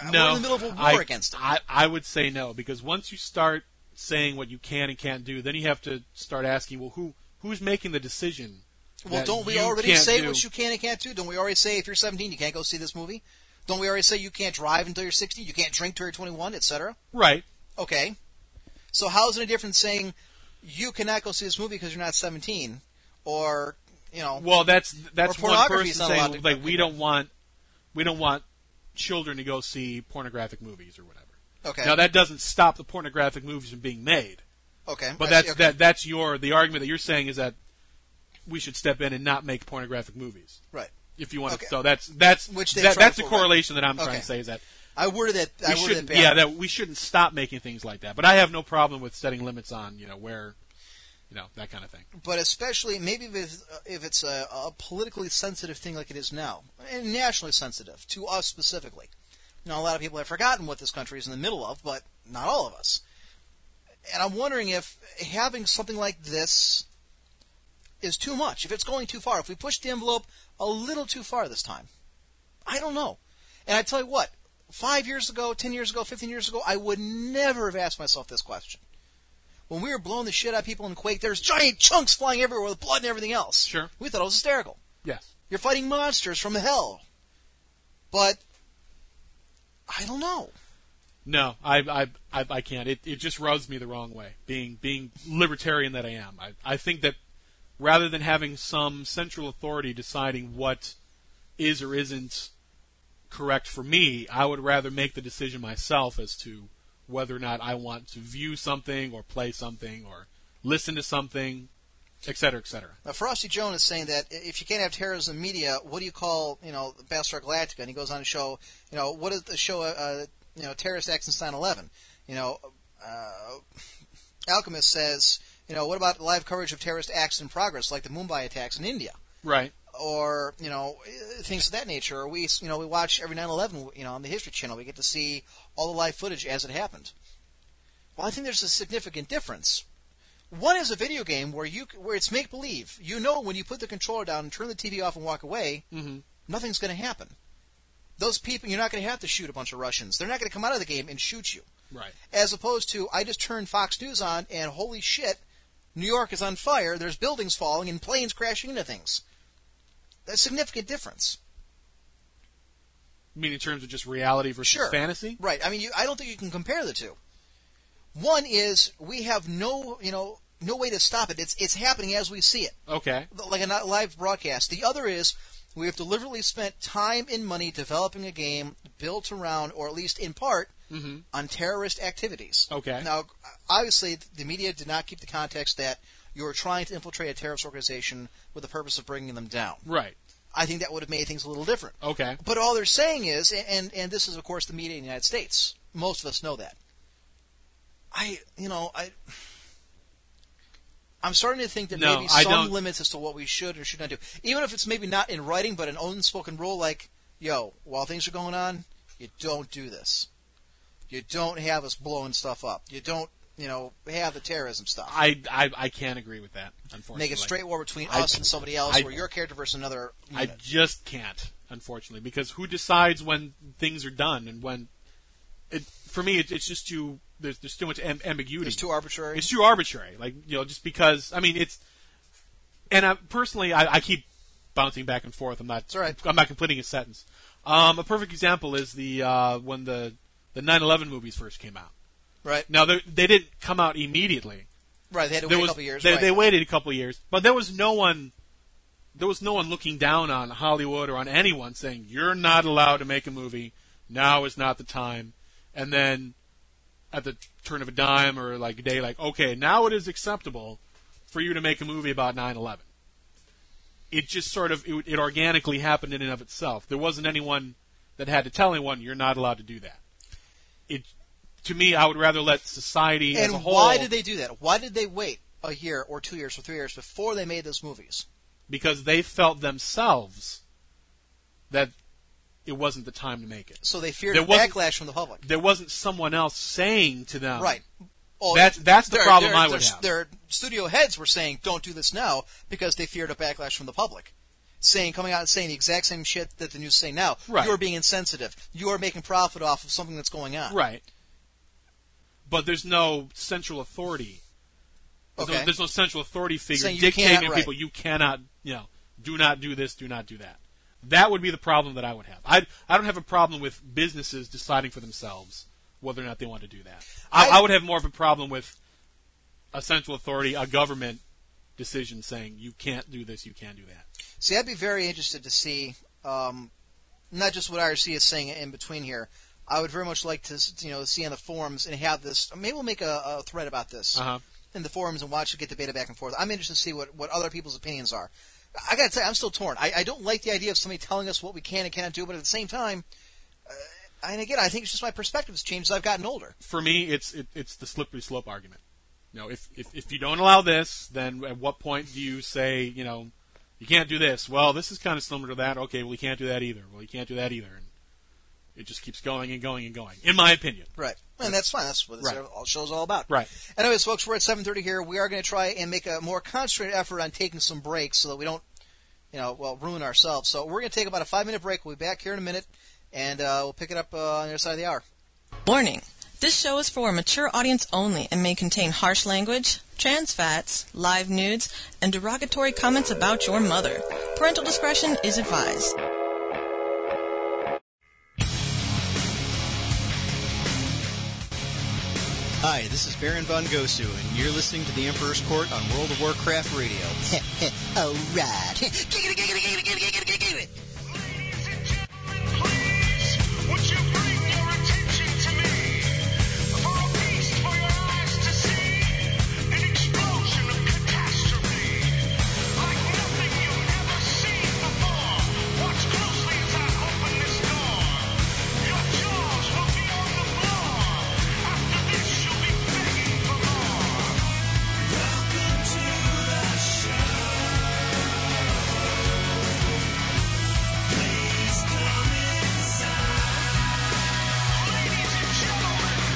S4: uh,
S5: no.
S4: we're in the middle of a war
S5: I,
S4: against it?
S5: I I would say no because once you start saying what you can and can't do, then you have to start asking, well, who who's making the decision?
S4: Well,
S5: that
S4: don't we
S5: you
S4: already
S5: can't
S4: say
S5: do?
S4: what you can and can't do? Don't we already say if you're 17 you can't go see this movie? Don't we already say you can't drive until you're 60, you can't drink till you're 21, etc.?
S5: Right.
S4: Okay. So how is it any different saying you cannot go see this movie because you're not 17 or you know
S5: Well, that's that's
S4: Or
S5: one
S4: pornography
S5: person
S4: is not
S5: saying
S4: allowed to-
S5: like we don't want we don't want children to go see pornographic movies or whatever.
S4: okay
S5: Now that doesn't stop the pornographic movies from being made,
S4: okay I
S5: but
S4: see,
S5: that's
S4: okay.
S5: that that's your the argument that you're saying is that we should step in and not make pornographic movies
S4: right
S5: if you want
S4: Okay.
S5: to. So that's that's
S4: Which they've
S5: that,
S4: tried
S5: that's the
S4: before, right?
S5: correlation that I'm
S4: Okay.
S5: trying to say is that
S4: I worded that
S5: we
S4: I worded it
S5: shouldn't
S4: bad.
S5: yeah that we shouldn't stop making things like that. But I have no problem with setting limits on you know where you know that kind of thing.
S4: but especially maybe if it's, uh, if it's a, a politically sensitive thing like it is now, and nationally sensitive to us specifically. Now, a lot of people have forgotten what this country is in the middle of, but not all of us. And I'm wondering if having something like this is too much. If it's going too far, if we push the envelope a little too far this time, I don't know. And I tell you what, five years ago, ten years ago, fifteen years ago, I would never have asked myself this question. When we were blowing the shit out of people in Quake, there's giant chunks flying everywhere with blood and everything else.
S5: Sure.
S4: We thought it was hysterical.
S5: Yes.
S4: You're fighting monsters from hell. But I don't know.
S5: No, I, I, I, I can't. It, it just rubs me the wrong way. Being, being libertarian that I am, I, I think that rather than having some central authority deciding what is or isn't correct for me, I would rather make the decision myself as to whether or not I want to view something or play something or listen to something, et cetera, et cetera.
S4: Now, Frosty Joan is saying that if you can't have terrorism media, what do you call, you know, Battlestar Galactica? And he goes on to show, you know, what is the show, uh, you know, terrorist acts since 9/11? You know, uh, Alchemist says, you know, what about live coverage of terrorist acts in progress, like the Mumbai attacks in India,
S5: Right.
S4: or you know, eh, things of that nature? Or we, you know, we watch every 9/11, you know, on the History Channel, we get to see all the live footage as it happened. Well, I think there's a significant difference. One is a video game where you where it's make believe. You know when you put the controller down and turn the TV off and walk away,
S5: Mm-hmm.
S4: nothing's going to happen. Those people, you're not going to have to shoot a bunch of Russians. They're not going to come out of the game and shoot you.
S5: Right.
S4: As opposed to, I just turned Fox News on and holy shit, New York is on fire. There's buildings falling and planes crashing into things. That's a significant difference.
S5: I mean, in terms of just reality versus
S4: Sure.
S5: fantasy.
S4: Right. I mean, you, I don't think you can compare the two. One is we have no, you know, no way to stop it. It's it's happening as we see it.
S5: Okay.
S4: like a not live broadcast. The other is we have deliberately spent time and money developing a game built around, or at least in part,
S5: Mhm.
S4: on terrorist activities.
S5: Okay.
S4: Now, obviously, the media did not keep the context that you were trying to infiltrate a terrorist organization with the purpose of bringing them down.
S5: Right.
S4: I think that would have made things a little different.
S5: Okay.
S4: But all they're saying is, and and this is of course the media in the United States. Most of us know that. I, you know, I. I'm starting to think there
S5: No,
S4: may be
S5: I
S4: some
S5: don't-
S4: limits as to what we should or should not do, even if it's maybe not in writing, but an unspoken rule like, "Yo, while things are going on, you don't do this. You don't have us blowing stuff up. You don't, you know, have the terrorism stuff.
S5: I, I, I can't agree with that. Unfortunately.
S4: Make a straight war between
S5: I-
S4: us and somebody else,
S5: I-
S4: where your character versus another."
S5: I
S4: unit.
S5: just can't, unfortunately, because who decides when things are done and when? It, for me, it, it's just too there's there's too much am- ambiguity.
S4: it's too arbitrary.
S5: It's too arbitrary. Like you know, just because I mean it's, and I, personally, I, I keep bouncing back and forth. I'm not.
S4: all right.
S5: I'm not completing a sentence. Um, a perfect example is the uh, when the the 9/11 movies first came out.
S4: right.
S5: Now they they didn't come out immediately.
S4: Right. They had to
S5: There
S4: wait
S5: was-
S4: a couple years.
S5: They,
S4: right.
S5: they waited a couple years, but there was no one. There was no one looking down on Hollywood or on anyone saying you're not allowed to make a movie. Now is not the time. And then, at the turn of a dime or like a day, like okay, now it is acceptable for you to make a movie about 9/11. It just sort of it, it organically happened in and of itself. There wasn't anyone that had to tell anyone you're not allowed to do that. It to me, I would rather let society as
S4: And
S5: a whole.
S4: why did they do that? Why did they wait a year or two years or three years before they made those movies?
S5: because they felt themselves that it wasn't the time to make it.
S4: So they feared
S5: There wasn't-
S4: backlash from the public.
S5: There wasn't someone else saying to them,
S4: right. Oh,
S5: That's that's the
S4: their-
S5: problem
S4: their-
S5: I would
S4: their,
S5: have.
S4: Their studio heads were saying, "Don't do this now," because they feared a backlash from the public. Saying, coming out and saying the exact same shit that the news say now.
S5: Right.
S4: You are being insensitive. You are making profit off of something that's going on.
S5: right? But there's no central authority. There's,
S4: Okay.
S5: no, there's no central authority figure
S4: Saying you
S5: dictating
S4: can't,
S5: to
S4: right.
S5: people you cannot, you know, do not do this, do not do that. That would be the problem that I would have. I I don't have a problem with businesses deciding for themselves whether or not they want to do that. I,
S4: I-
S5: I, would have more of a problem with a central authority, a government decision saying you can't do this, you can do that.
S4: See, I'd be very interested to see um, not just what IRC is saying in between here. I would very much like to, s- you know, see on the forums and have this. Maybe we'll make a, a thread about this
S5: Uh-huh.
S4: in the forums and watch it get debated back and forth. I'm interested to see what, what other people's opinions are. I gotta tell you, I'm still torn. I, I don't like the idea of somebody telling us what we can and cannot do, but at the same time, uh, and again, I think it's just my perspective's changed as I've gotten older.
S5: For me, it's it, it's the slippery slope argument. You know, if, if if you don't allow this, then at what point do you say, you know, you can't do this? Well, this is kind of similar to that. Okay, well, you can't do that either. Well, you can't do that either. And It just keeps going and going and going. In my opinion,
S4: Right. And that's fine. That's what this
S5: Right.
S4: all- show's all about.
S5: Right.
S4: Anyways, folks, we're at 7.30 here. We are going to try and make a more concentrated effort on taking some breaks so that we don't, you know, well, ruin ourselves. So we're going to take about a five-minute break. We'll be back here in a minute, and uh, we'll pick it up uh, on the other side of the hour.
S1: Warning. This show is for a mature audience only and may contain harsh language, trans fats, live nudes, and derogatory comments about your mother. Parental discretion is advised.
S6: Hi, this is Baron Von Gosu, and you're listening to The Emperor's Court on World of Warcraft Radio.
S7: All right. Giggity, giggity, giggity, giggity, giggity, giggity.
S8: Ladies and gentlemen, please, would you bring your attention to me? For a feast for your eyes to see, an explosion of catastrophe. Like nothing you've ever seen before. Watch closely as I open this door. Your jaws will be on the floor. After this, you'll be begging for more. Welcome to the show. Please come inside. Ladies and gentlemen,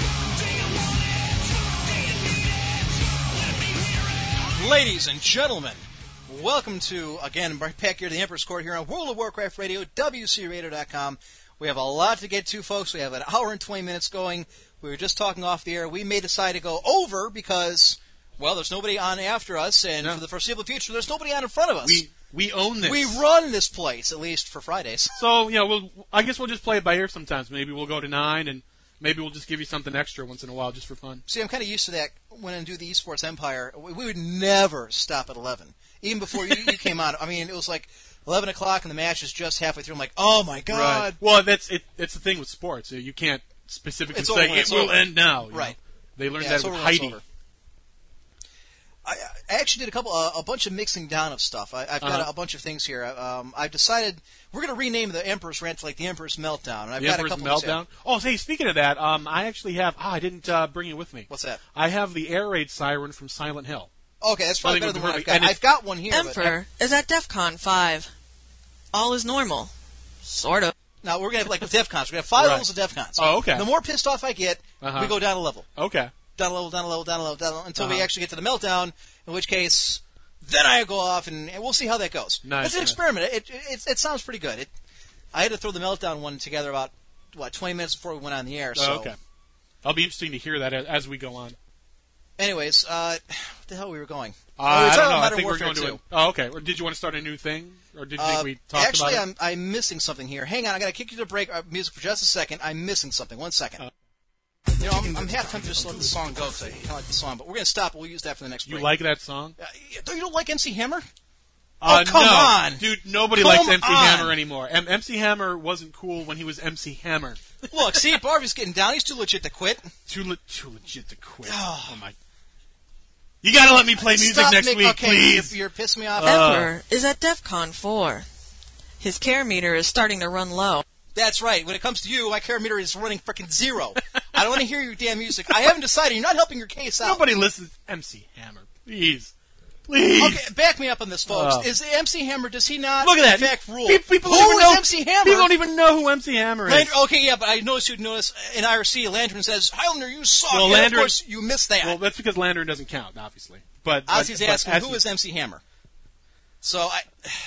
S8: do you want it? Do you need it? Let me hear it.
S4: Ladies and gentlemen, welcome to, again, right back here to the Emperor's Court here on World of Warcraft Radio, WCRadio.com. We have a lot to get to, folks. We have an hour and 20 minutes going. We were just talking off the air. We may decide to go over because, well, there's nobody on after us, and
S5: No.
S4: for the foreseeable future, there's nobody on in front of us.
S5: we we own this.
S4: We run this place, at least for Fridays.
S5: So you know, we'll, I guess we'll just play it by ear sometimes. Maybe we'll go to nine, and maybe we'll just give you something extra once in a while just for fun.
S4: See, I'm kind of used to that when I do the Esports Empire. We we would never stop at 11. Even before you, you came on, I mean, it was like 11 o'clock and the match is just halfway through. I'm like, oh my God.
S5: Right. Well, that's it. That's the thing with sports. You can't specifically
S4: It's
S5: say
S4: over,
S5: it
S4: it's
S5: will
S4: over."
S5: end now. you
S4: Right.
S5: know. They learned
S4: Yeah,
S5: that
S4: it's
S5: with
S4: over, it's
S5: Heidi.
S4: over. I, I actually did a couple, uh, a bunch of mixing down of stuff. I, I've got
S5: Uh-huh.
S4: a, a bunch of things here. Um, I've decided we're going to rename the Emperor's Rant to like the Emperor's Meltdown. And I've
S5: The
S4: got
S5: Emperor's
S4: a couple of
S5: meltdown. Oh, hey, speaking of that, um, I actually have. Ah, I didn't uh, bring it with me.
S4: What's that?
S5: I have the air raid siren from Silent Hill.
S4: Okay, that's probably
S5: I think
S4: better
S5: it
S4: than
S5: would
S4: what
S5: be
S4: I've
S5: perfect.
S4: got.
S5: And it's-
S4: I've got one here. but-
S1: Emperor is at DEF CON 5. All is normal. Sort of.
S4: Now we're going to have like with DEF CONs. We're going to have five
S5: Right.
S4: levels of DEF CONs.
S5: Oh, okay.
S4: The more pissed off I get,
S5: Uh-huh.
S4: we go down a level.
S5: Okay.
S4: down a level, down a level, down a level, down a level, until we
S5: Uh-huh.
S4: actually get to the meltdown. In which case, then I go off, and, and we'll see how that goes.
S5: Nice,
S4: it's an
S5: yeah.
S4: experiment. It, it it it sounds pretty good. It, I had to throw the meltdown one together about what 20 minutes before we went on the air. So,
S5: Oh, okay. I'll be interesting to hear that as, as we go on.
S4: anyways, uh, what the hell we were going?
S5: Uh,
S4: we were
S5: I
S4: talking
S5: don't know.
S4: about
S5: I
S4: Oh, Modern
S5: think we're
S4: Warfare
S5: going to. A, oh, okay. Or did you want to start a new thing, or did you
S4: Uh,
S5: think we talked
S4: actually,
S5: about
S4: I'm
S5: it?
S4: I'm missing something here. Hang on, I gotta kick you to break our music for just a second. I'm missing something. One second.
S5: Uh.
S4: you know, I'm, I'm half tempted to just let the song go because I kinda like the song, but we're gonna stop. We'll use that for the next
S5: You
S4: break.
S5: like that song?
S4: Uh, don't you don't like MC Hammer?
S5: Uh,
S4: Oh, come
S5: no.
S4: on.
S5: dude! Nobody
S4: Come
S5: likes MC
S4: on.
S5: Hammer anymore. M- MC Hammer wasn't cool when he was MC Hammer.
S4: Look, see, Barbie's getting down. He's too legit to quit.
S5: Too le- too legit to quit. Oh my! You gotta let me play music
S4: Stop
S5: next
S4: make-
S5: week,
S4: okay,
S5: please. Uh.
S4: If you're pissing me off,
S1: Emperor is at DEF CON 4. His care meter is starting to run low.
S4: that's right. When it comes to you, my care meter is running freaking zero. I don't want to hear your damn music. I haven't decided. You're not helping your case out.
S5: Nobody listens. MC Hammer, please, please.
S4: Okay, back me up on this, folks.
S5: Oh.
S4: Is MC Hammer? Does he not?
S5: Look at that.
S4: In fact, rule.
S5: Pe- People
S4: Who
S5: don't even
S4: is
S5: know,
S4: MC Hammer? oh,
S5: People don't even know who MC Hammer is.
S4: Land- okay, yeah, but I noticed you'd notice in IRC, Landrum says, Highlander, you suck.
S5: Well,
S4: and
S5: Landrum-
S4: of course, you missed that.
S5: Well, that's because Landrin doesn't count, obviously. But but-
S4: Ozzy's
S5: but
S4: asking,
S5: Ozzy-
S4: who is MC Hammer? So I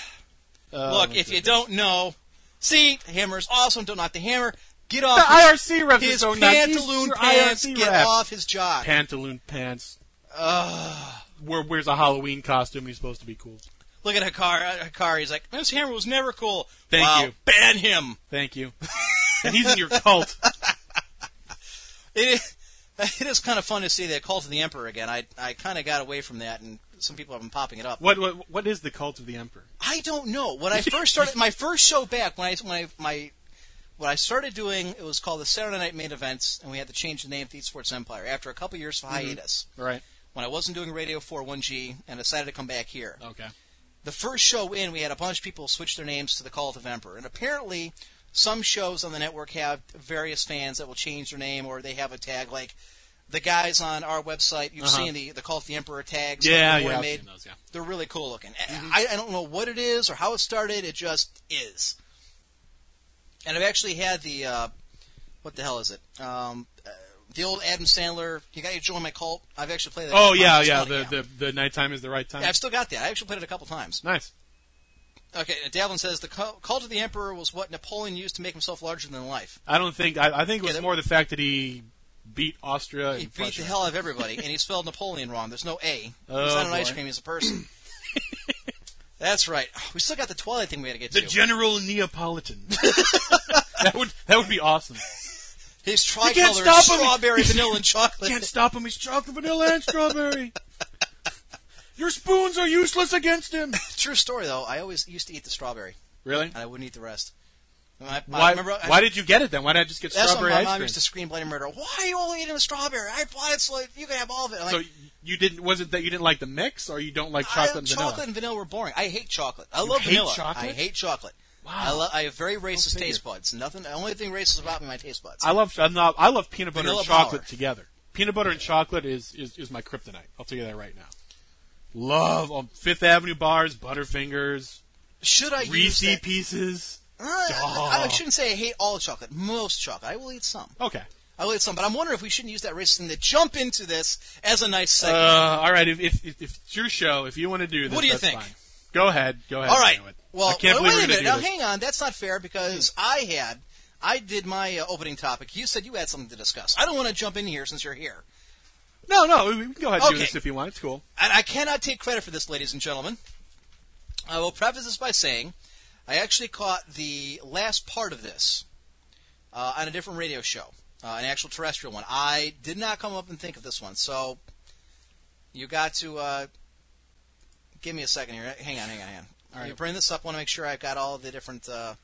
S5: uh,
S4: look. If you don't know, see, Hammer's awesome. Don't knock the Hammer. Get off
S5: the
S4: his-
S5: IRC rep
S4: his
S5: is so nice. He's
S4: pantaloon
S5: your
S4: pants
S5: IRC
S4: get
S5: rep.
S4: off his jock.
S5: pantaloon pants. Where wears a Halloween costume and he's supposed to be cool.
S4: Look at Hikari. Hikari. He's like, this hammer was never cool.
S5: Thank
S4: Wow,
S5: you.
S4: Ban him.
S5: Thank you. and he's in your cult.
S4: It is, it is kind of fun to see the cult of the emperor again. I I kind of got away from that, and some people have been popping it up.
S5: What what what is the cult of the emperor?
S4: I don't know. When I first started my first show back, when I when I my what I started doing, it was called the Saturday Night Main Events, and we had to change the name to Esports Empire after a couple years of hiatus.
S5: Right.
S4: When I wasn't doing Radio 41G and decided to come back here.
S5: Okay.
S4: the first show in, we had a bunch of people switch their names to the Cult of Emperor, and apparently some shows on the network have various fans that will change their name or they have a tag like the guys on our website. You've
S5: Uh-huh.
S4: seen the the Cult of the Emperor tags.
S5: Yeah,
S4: that Leroy
S5: yeah. Mm-hmm. I've
S4: made.
S5: seen those, yeah.
S4: They're really cool looking. I, I don't know what it is or how it started. It just is. And I've actually had the uh, what the hell is it? Um, uh, the old Adam Sandler. You got to join my cult. I've actually played that. a
S5: Oh
S4: couple
S5: yeah,
S4: times.
S5: yeah.
S4: It's funny,
S5: The, the the nighttime is the right time.
S4: Yeah, I've still got that. I actually played it a couple times.
S5: nice.
S4: Okay, Davlin says the cul- cult of the emperor was what Napoleon used to make himself larger than life.
S5: I don't think I, I think it
S4: Yeah,
S5: was
S4: that-
S5: more the fact that he beat Austria.
S4: He
S5: and
S4: beat
S5: Prussia.
S4: the hell out of everybody, and he spelled Napoleon wrong. There's no A.
S5: Oh,
S4: he's not an ice
S5: boy.
S4: cream. He's a person. That's right. Oh, We still got the Twilight thing we had to get
S5: The
S4: to.
S5: General Neapolitan. that would that would be awesome.
S4: He's
S5: can't
S4: tricolor,
S5: stop him.
S4: strawberry, vanilla, and chocolate.
S5: Can't stop him. He's chocolate, vanilla, and strawberry. Your spoons are useless against him.
S4: True story though. I always used to eat the strawberry,
S5: Really?
S4: and I wouldn't eat the rest. And I- I
S5: Why?
S4: remember- I-
S5: why did you get it then? Why did I just get
S4: that's
S5: strawberry
S4: when my
S5: ice
S4: mom
S5: cream?
S4: used to scream bloody murder. Why are you only eating the strawberry? I bought it so you can have all of it. I'm
S5: so
S4: like,
S5: you didn't? Was it that you didn't like the mix, or you don't like
S4: I-
S5: chocolate and vanilla?
S4: chocolate and vanilla were boring. I hate chocolate. I love
S5: hate
S4: vanilla.
S5: chocolate?
S4: I hate chocolate.
S5: Wow.
S4: I, lo- I have very racist
S5: figure.
S4: taste buds. Nothing. The only thing racist about me, my taste buds.
S5: I love I'm not, I love peanut butter
S4: Vanilla
S5: and chocolate
S4: power.
S5: together. Peanut butter and chocolate is, is, is my kryptonite. I'll tell you that right now. Love um, Fifth Avenue bars, Butterfingers,
S4: Should I use
S5: Reese
S4: that?
S5: pieces.
S4: Uh, I, I shouldn't say I hate all chocolate. Most chocolate. I will eat some.
S5: Okay.
S4: I will eat some. But I'm wondering if we shouldn't use that racist thing to jump into this as a nice
S5: Uh,
S4: segment.
S5: all right. If, if, if, if it's your show, if you want to do this,
S4: What do you
S5: that's
S4: think?
S5: fine. Go ahead. Go ahead.
S4: all right.
S5: do it.
S4: Well,
S5: Uh, I can't
S4: well, wait
S5: believe we're
S4: a
S5: going
S4: minute.
S5: to do
S4: Now,
S5: this. Hmm.
S4: hang on. That's not fair because I had, I did my uh, opening topic. You said you had something to discuss. I don't want to jump in here since you're here.
S5: No, no. We we can go ahead and do
S4: Okay.
S5: this if you want. It's cool.
S4: and I cannot take credit for this, ladies and gentlemen. I will preface this by saying I actually caught the last part of this uh, on a different radio show, uh, an actual terrestrial one. I did not come up and think of this one, so you got to uh, give me a second here. Hang on, hang on, hang on. All right.
S5: right.
S4: You bring this up. I want to make sure I've got all the different. Uh,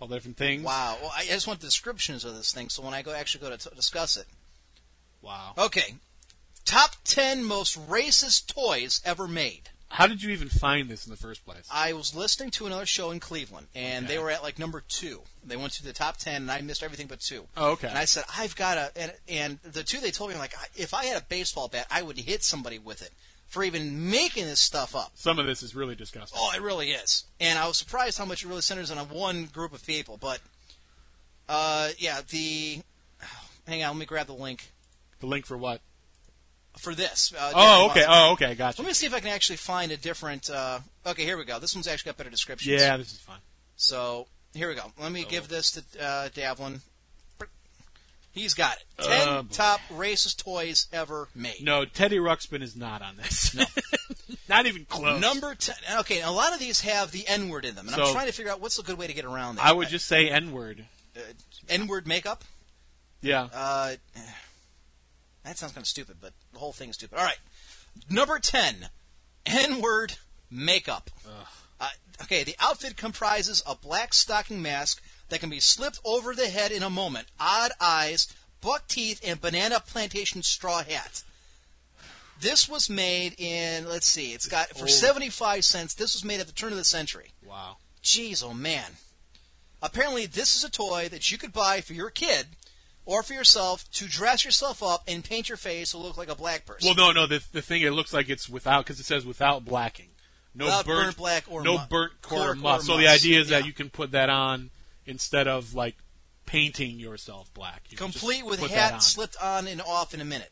S5: All the different things.
S4: wow. Well, I I just want the descriptions of this thing, so when I go actually go to t- discuss it.
S5: Wow.
S4: Okay. Top 10 most racist toys ever made.
S5: How did you even find this in the first place?
S4: I was listening to another show in Cleveland, and
S5: Okay.
S4: they were at like number two. They went to the top ten, and I missed everything but two.
S5: Oh, okay.
S4: And I said, I've got a, and, and the two they told me, I'm like, "I- if I had a baseball bat, I would hit somebody with it for even making this stuff up.
S5: Some of this is really disgusting.
S4: Oh, it really is. And I was surprised how much it really centers on one group of people. But, uh, yeah, the, hang on, let me grab the link
S5: The link for what?
S4: for this. Uh,
S5: Oh,
S4: different ones.
S5: okay. Oh, okay. Gotcha.
S4: Let me see if I can actually find a different, uh, okay, here we go. This one's actually got better descriptions.
S5: Yeah, this is fun.
S4: So here we go. Let me give this to uh, Davlin. He's got it. Ten
S5: Oh, boy.
S4: top racist toys ever made.
S5: No, Teddy Ruxpin is not on this. No. not even close.
S4: Number ten. Okay, a lot of these have the N word in them, and
S5: So-
S4: I'm trying to figure out what's a good way to get around that.
S5: I would just say N word.
S4: N word makeup.
S5: Yeah.
S4: Uh, that sounds kind of stupid, but the whole thing is stupid. All right, number ten, N-word makeup. Uh, okay, the outfit comprises a black stocking mask that can be slipped over the head in a moment, odd eyes, buck teeth, and banana plantation straw hat. This was made in let's see, it's got for seventy-five cents. This was made at the turn of the century.
S5: Wow.
S4: Jeez, oh man. Apparently, this is a toy that you could buy for your kid or for yourself to dress yourself up and paint your face to look like a black person.
S5: Well, no, no. The, the thing it looks like it's without because it says without blacking. No
S4: Without
S5: burnt,
S4: burnt black or
S5: no
S4: mu-
S5: burnt
S4: cork
S5: core
S4: or
S5: must. So the
S4: must.
S5: idea is that
S4: Yeah.
S5: you can put that on instead of like painting yourself black. You can
S4: Complete
S5: just
S4: with
S5: put
S4: hat
S5: that on.
S4: slipped on and off in a minute.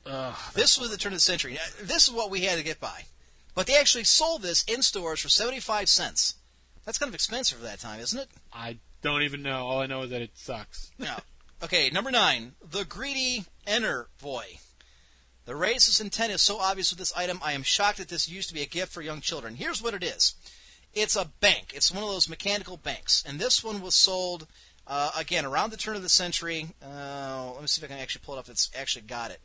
S4: this was the turn of the century. Uh, This is what we had to get by. But they actually sold this in stores for 75 cents. That's kind of expensive for that time, isn't it?
S5: I don't even know. All I know is that it sucks.
S4: No. Okay, number nine, the greedy enter boy. The racist intent is so obvious with this item, I am shocked that this used to be a gift for young children. Here's what it is it's a bank, it's one of those mechanical banks. And this one was sold, uh, again, around the turn of the century. Uh, let me see if I can actually pull it up if it's actually got it.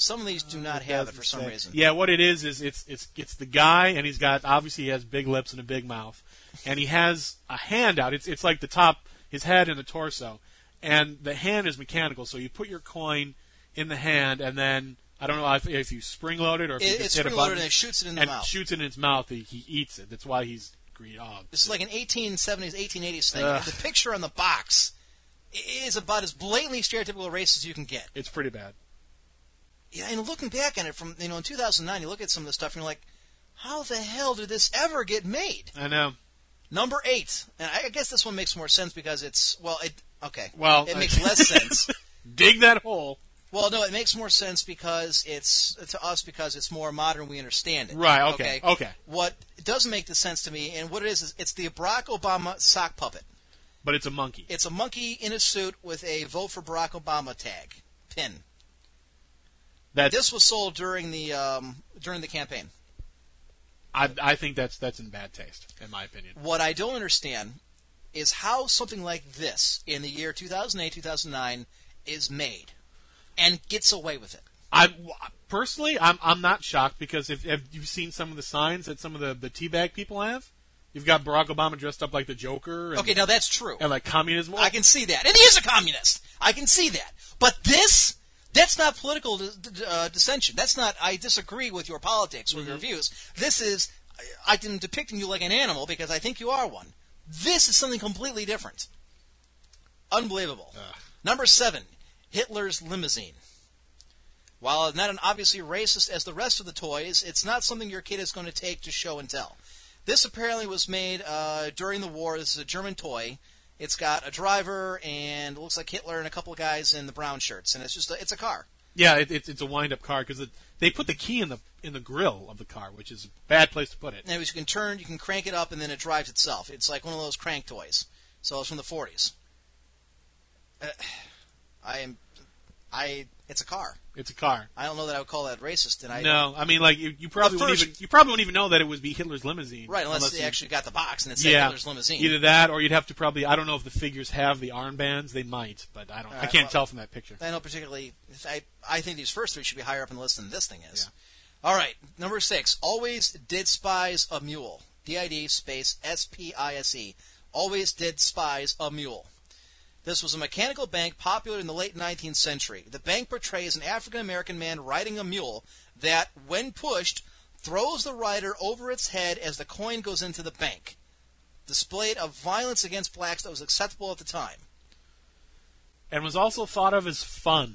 S4: Some of these do not have it for some
S5: Say-
S4: reason.
S5: Yeah, what it is is it's it's it's the guy, and he's got obviously he has big lips and a big mouth, and he has a hand out. It's it's like the top, his head and the torso, and the hand is mechanical. So you put your coin in the hand, and then I don't know if, if you spring load it or if you
S4: It-
S5: just
S4: it's
S5: hit a
S4: spring
S5: button
S4: loaded and it shoots it in the
S5: and
S4: mouth.
S5: shoots it in his mouth. He, he eats it. That's why he's green. Oh,
S4: This is like an 1870s, 1880s thing.
S5: Ugh.
S4: The picture on the box is about as blatantly stereotypical race as you can get.
S5: it's pretty bad.
S4: yeah, and looking back on it from you know in 2009, you look at some of the stuff and you're like, how the hell did this ever get made?
S5: I know.
S4: Number eight, and I guess this one makes more sense because it's well, it okay.
S5: Well,
S4: it
S5: I-
S4: makes less sense.
S5: Dig that hole.
S4: Well, no, it makes more sense because it's to us because it's more modern. We understand it.
S5: Right, okay, okay.
S4: What doesn't make the sense to me, and what it is, is it's the Barack Obama sock puppet.
S5: But it's a monkey.
S4: It's a monkey in a suit with a "Vote for Barack Obama" tag pin.
S5: That's
S4: This was sold during the um, during the campaign.
S5: I, I think that's that's in bad taste, in my opinion.
S4: What I don't understand is how something like this in the year 2008 2009 is made and gets away with it.
S5: I personally, I'm I'm not shocked because if, if you've seen some of the signs that some of the the teabag people have, you've got Barack Obama dressed up like the Joker and,
S4: Okay, now that's true.
S5: and like communism.
S4: I can see that. And he is a communist. I can see that. But this, that's not political d- d- uh, dissension. That's not, I disagree with your politics or your views. This is, I- I am depicting you like an animal because I think you are one. This is something completely different. Unbelievable. Number seven, Hitler's limousine. While not an obviously racist as the rest of the toys, it's not something your kid is going to take to show and tell. This apparently was made uh, during the war. This is a German toy. It's got a driver and it looks like Hitler and a couple of guys in the brown shirts, and it's just a, it's a car.
S5: Yeah, it, it's it's a wind up car because they put the key in the in the grill of the car, which is a bad place to put it.
S4: And you can turn, you can crank it up, and then it drives itself. It's like one of those crank toys. So it's from the 40s. Uh, I am, I it's a car.
S5: It's a car.
S4: I don't know that I would call that racist, and I
S5: no, I mean like you, you probably
S4: The
S5: wouldn't
S4: first-
S5: even you probably wouldn't even know that it would be Hitler's limousine,
S4: right unless, they
S5: you-
S4: actually got the box and it said
S5: yeah,
S4: Hitler's limousine.
S5: Either that, or you'd have to probably I don't know if the figures have the armbands. They might, but I don't. I
S4: right,
S5: can't
S4: well-
S5: tell from that picture.
S4: I know particularly. I I think these first three should be higher up in the list than this thing is. All right, number six. Always did spies a mule. D I D space S P I S E. Always did spies a mule. This was a mechanical bank popular in the late 19th century. The bank portrays an African American man riding a mule that, when pushed, throws the rider over its head as the coin goes into the bank. Displayed of violence against blacks that was acceptable at the time.
S5: And was also thought of as fun.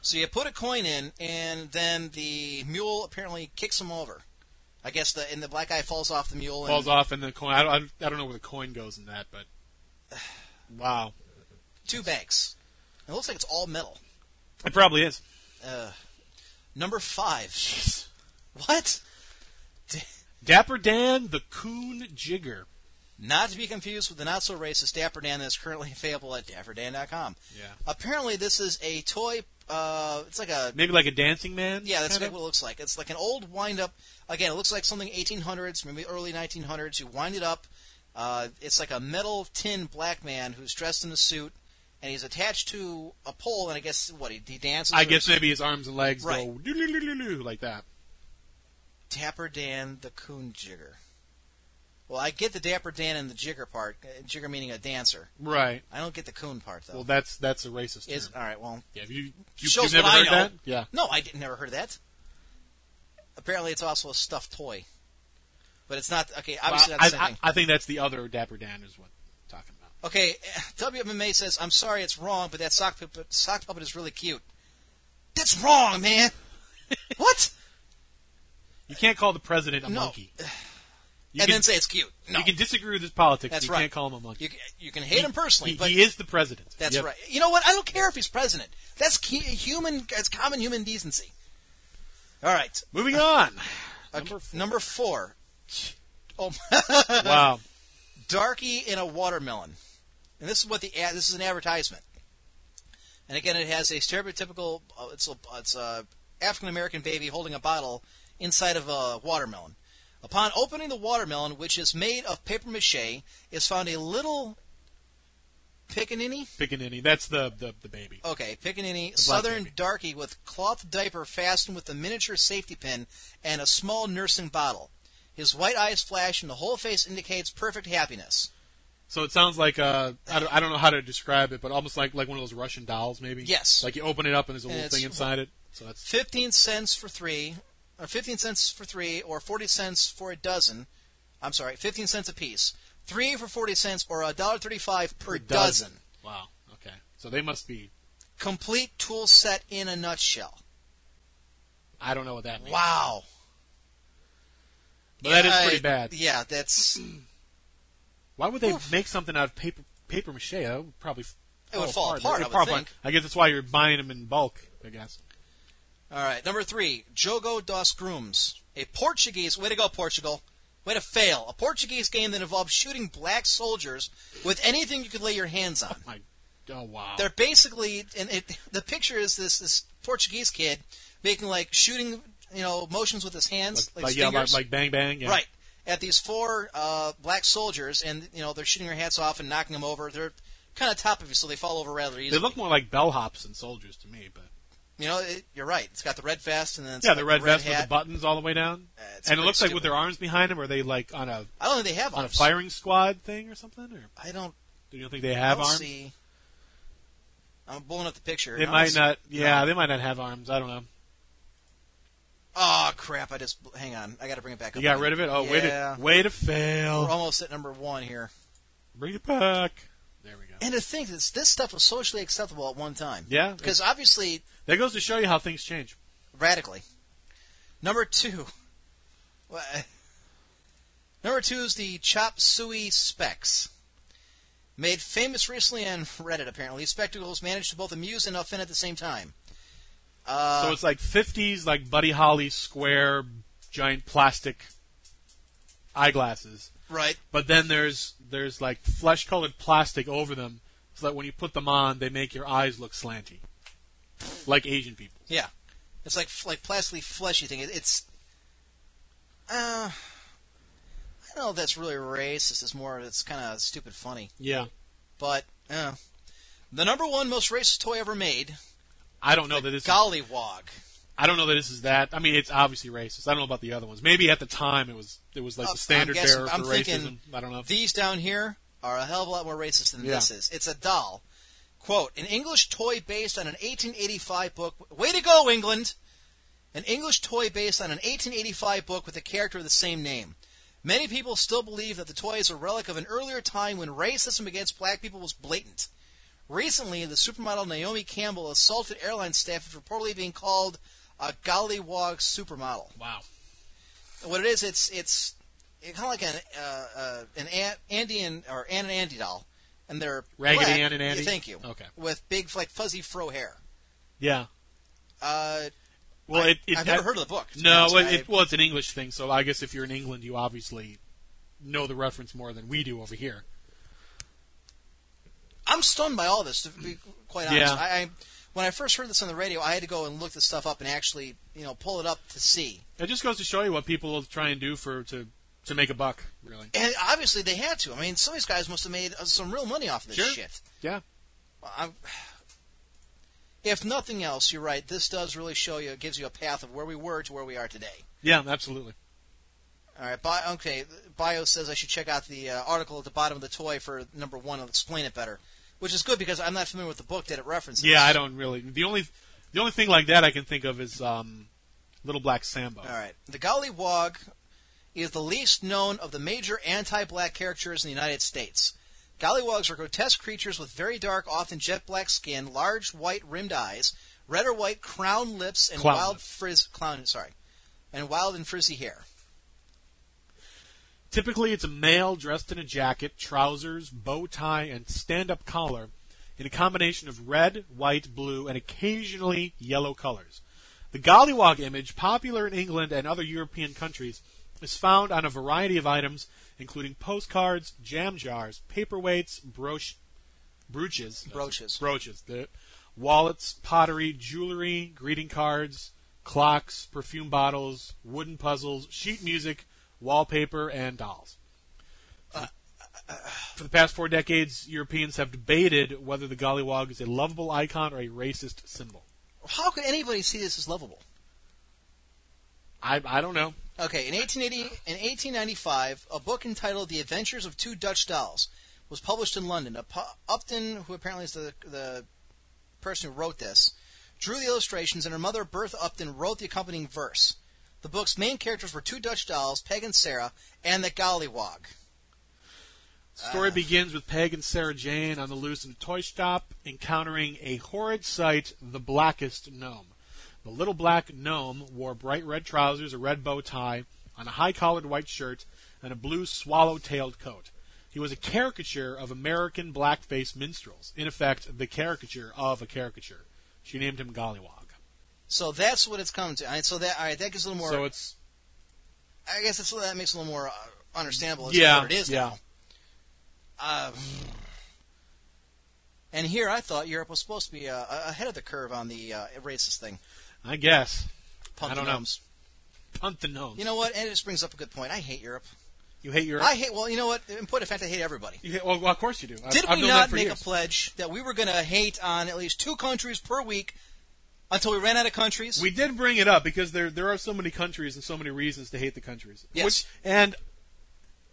S4: So you put a coin in, and then the mule apparently kicks him over. I guess the and the black guy falls off the mule. And,
S5: Falls off and the coin. I don't, I don't know where the coin goes in that, but wow,
S4: Two banks. It looks like it's all metal. Uh,
S5: it probably is.
S4: Number five. What?
S5: Dapper Dan the Coon Jigger.
S4: Not to be confused with the not so racist Dapper Dan that's currently available at dapperdan.com.
S5: Yeah.
S4: Apparently, this is a toy. Uh, it's like a
S5: Maybe like a dancing man.
S4: Yeah, that's
S5: kinda?
S4: what it looks like. It's like an old wind up. Again, it looks like something 1800s, maybe early 1900s. You wind it up. Uh, it's like a metal tin black man who's dressed in a suit, and he's attached to a pole. And I guess what he, he dances.
S5: I
S4: or
S5: guess maybe his arms and legs
S4: Right.
S5: go doo-doo-doo-doo-doo, like that.
S4: Dapper Dan the Coon Jigger. Well, I get the Dapper Dan and the Jigger part. uh, Jigger meaning a dancer.
S5: Right.
S4: I don't get the Coon part though.
S5: Well, that's that's a racist
S4: is
S5: term.
S4: all right. Well,
S5: Yeah, have you, you
S4: shows
S5: you've never
S4: what I
S5: heard
S4: know.
S5: that? Yeah.
S4: No, I didn't, never heard of that. Apparently, it's also a stuffed toy, but it's not okay. Obviously,
S5: Well,
S4: not the
S5: I,
S4: same
S5: I-
S4: thing.
S5: I think that's the other Dapper Dan is what I'm talking about.
S4: Okay, eh, WMMA says, I'm sorry it's wrong, but that sock puppet, sock puppet is really cute. That's wrong, man! what?
S5: You can't call the president a
S4: No.
S5: monkey. You
S4: and
S5: can,
S4: then say it's cute. No.
S5: you can disagree with his politics.
S4: That's
S5: but you
S4: right.
S5: can't call him a monkey.
S4: You, can- you can hate him personally,
S5: he,
S4: but
S5: he is the president.
S4: that's
S5: Yep.
S4: right. You know what? I don't care if he's president. That's key, human. That's common human decency. All right.
S5: Moving on.
S4: Okay, Number four. Oh,
S5: wow.
S4: Darky in a watermelon. And this is what the ad, this is an advertisement. And again, it has a stereotypical uh, it's a, it's a African American baby holding a bottle inside of a watermelon. Upon opening the watermelon, which is made of paper mache, is found a little pickaninny.
S5: Pickaninny. That's the, the, the baby.
S4: Okay, pickaninny,
S5: black
S4: southern
S5: baby.
S4: darky with cloth diaper fastened with a miniature safety pin and a small nursing bottle. His white eyes flash, and the whole face indicates perfect happiness.
S5: So it sounds like uh, I don't, I don't know how to describe it, but almost like like one of those Russian dolls, maybe.
S4: Yes.
S5: Like you open it up and there's a little
S4: it's-
S5: thing inside it. So that's
S4: 15 cents for three, or 15 cents for three, or 40 cents for a dozen. I'm sorry, 15 cents apiece. Three for 40 cents, or $1.35 per dozen.
S5: Wow. Okay. So they must be.
S4: Complete tool set in a nutshell.
S5: I don't know what that means.
S4: Wow.
S5: But that is
S4: I-
S5: pretty bad.
S4: Yeah, that's.
S5: Why would they make something out of paper paper mache? That would probably
S4: It would fall apart,
S5: It would
S4: I would
S5: fall
S4: think.
S5: I guess that's why you're buying them in bulk. I guess.
S4: All right, number three, Jogo dos Grooms, a Portuguese. Way to go, Portugal! Way to fail. A Portuguese game that involves shooting black soldiers with anything you could lay your hands on.
S5: My, oh wow.
S4: They're basically, and it, the picture is this this Portuguese kid making like shooting, you know, motions with his hands, like, his
S5: yeah, like,
S4: fingers.
S5: like bang bang. Yeah.
S4: Right. At these four uh, black soldiers, and you know they're shooting their hats off and knocking them over. They're kind of top of you, so they fall over rather
S5: They
S4: easily.
S5: look more like bellhops than soldiers to me, but
S4: you know, it, you're right. It's got the red vest, and then it's
S5: yeah,
S4: got
S5: the
S4: the
S5: red, vest with
S4: hat.
S5: the buttons all the way down,
S4: Uh, it's
S5: and it
S4: pretty
S5: looks like
S4: stupid.
S5: with their arms behind them, are they like on a
S4: I don't think they have
S5: on a
S4: arms.
S5: firing squad thing or something? Or
S4: I don't.
S5: do you think they
S4: I
S5: have
S4: don't
S5: arms?
S4: see. I'm blowing up the picture.
S5: They
S4: I don't
S5: might
S4: see-
S5: not. Yeah, they might not have arms. I don't know.
S4: Oh crap! I just hang on. I got to bring it back
S5: You
S4: up.
S5: got rid of it. Oh, way
S4: Yeah.
S5: to way to
S4: We're
S5: fail.
S4: almost at number one here.
S5: Bring it back. There we go.
S4: And to think that this stuff was socially acceptable at one time.
S5: Yeah,
S4: Because obviously,
S5: that goes to show you how things change.
S4: radically. Number two. Wha- Number two is the Chop Suey Specs. Made famous recently on Reddit, apparently, spectacles managed to both amuse and offend at the same time. Uh,
S5: so it's like 50s, like Buddy Holly square, giant plastic eyeglasses.
S4: right.
S5: But then there's there's like flesh-colored plastic over them, so that when you put them on, they make your eyes look slanty, like Asian people.
S4: Yeah, it's like like plastically fleshy thing. It, it's, uh, I don't know if that's really racist. It's more it's kind of stupid funny.
S5: Yeah,
S4: But uh, the number one most racist toy ever made,
S5: I don't know that this. Is,
S4: Gollywog.
S5: I don't know that this is that. I mean, it's obviously racist. I don't know about the other ones. Maybe at the time it was it was like
S4: Uh, I'm
S5: the standard
S4: guessing-
S5: bearer for
S4: I'm
S5: racism.
S4: thinking
S5: I don't know.
S4: These down here are a hell of a lot more racist than
S5: Yeah.
S4: this is. It's a doll. Quote, an English toy based on an 1885 book. Way to go, England! An English toy based on an 1885 book with a character of the same name. Many people still believe that the toy is a relic of an earlier time when racism against black people was blatant. Recently, the supermodel Naomi Campbell assaulted airline staff for reportedly being called a gollywog supermodel
S5: wow.
S4: what it is, it's it's kind of like an uh, uh, an An- Andy and or Ann and Andy doll, and they're
S5: Raggedy
S4: black.
S5: Ann and Andy?
S4: Yeah, thank you.
S5: Okay.
S4: With big like fuzzy fro hair.
S5: Yeah.
S4: Uh,
S5: Well,
S4: I,
S5: it, it
S4: I've
S5: that-
S4: never heard of the book. to be
S5: No,
S4: honest.
S5: well,
S4: I-
S5: it, well, it's an English thing, so I guess if you're in England, you obviously know the reference more than we do over here.
S4: I'm stunned by all this. To be quite honest,
S5: Yeah.
S4: I, I when I first heard this on the radio, I had to go and look this stuff up and actually you know pull it up to see.
S5: It just goes to show you what people will try and do for to to make a buck, really.
S4: And obviously they had to. I mean, some of these guys must have made uh, some real money off of this
S5: Sure.
S4: shit.
S5: Yeah.
S4: I'm, if nothing else, you're right. This does really show you, it gives you a path of where we were to where we are today.
S5: Yeah, absolutely.
S4: All right, Bi- okay. Bio says I should check out the uh, article at the bottom of the toy for number one. It'll explain it better, which is good because I'm not familiar with the book that it references.
S5: Yeah, I don't really. The only the only thing like that I can think of is um, Little Black Sambo.
S4: All right. The Gollywog is the least known of the major anti-black characters in the United States. Gollywogs are grotesque creatures with very dark, often jet black skin, large white rimmed eyes, red or white crown lips, and
S5: Clown
S4: wild
S5: lips.
S4: frizz clown. Sorry, and wild and frizzy hair.
S5: Typically, it's a male dressed in a jacket, trousers, bow tie, and stand up collar in a combination of red, white, blue, and occasionally yellow colors. The Gollywog image, popular in England and other European countries, is found on a variety of items, including postcards, jam jars, paperweights, brooch, brooches,
S4: Brooches.
S5: brooches, the wallets, pottery, jewelry, greeting cards, clocks, perfume bottles, wooden puzzles, sheet music, wallpaper, and dolls. For the past four decades, Europeans have debated whether the Gollywog is a lovable icon or a racist symbol.
S4: How could anybody see this as lovable?
S5: I, I don't know.
S4: Okay, in 1880, in 1895, a book entitled "The Adventures of Two Dutch Dolls" was published in London. Up- Upton, who apparently is the the person who wrote this, drew the illustrations, and her mother Bertha Upton wrote the accompanying verse. The book's main characters were two Dutch dolls, Peg and Sarah, and the Gollywog.
S5: Story begins with Peg and Sarah Jane on the loose in a toy shop, encountering a horrid sight, the blackest gnome. The little black gnome wore bright red trousers, a red bow tie, on a high collared white shirt, and a blue swallow tailed coat. He was a caricature of American blackface minstrels. In effect, the caricature of a caricature. She named him Gollywog.
S4: So that's what it's come to. All right, so that all right, that gives a little more.
S5: so it's
S4: I guess that's, that makes it a little more uh, understandable. As to
S5: yeah,
S4: what it is
S5: yeah.
S4: now. Uh, and here I thought Europe was supposed to be uh, a- ahead of the curve on the uh, racist thing.
S5: I guess.
S4: Punk
S5: I don't
S4: the
S5: know.
S4: gnomes.
S5: Punt the gnomes.
S4: You know what? And it just brings up a good point. I hate Europe.
S5: you hate your.
S4: I hate. Well, you know what? In point of fact, I hate everybody.
S5: you hate, well, well, of course you do. I've,
S4: Did
S5: I've
S4: we
S5: known
S4: not
S5: that for
S4: make
S5: years.
S4: a pledge that we were going to hate on at least two countries per week until we ran out of countries?
S5: We did bring it up because there there are so many countries and so many reasons to hate the countries.
S4: Yes.
S5: Which, and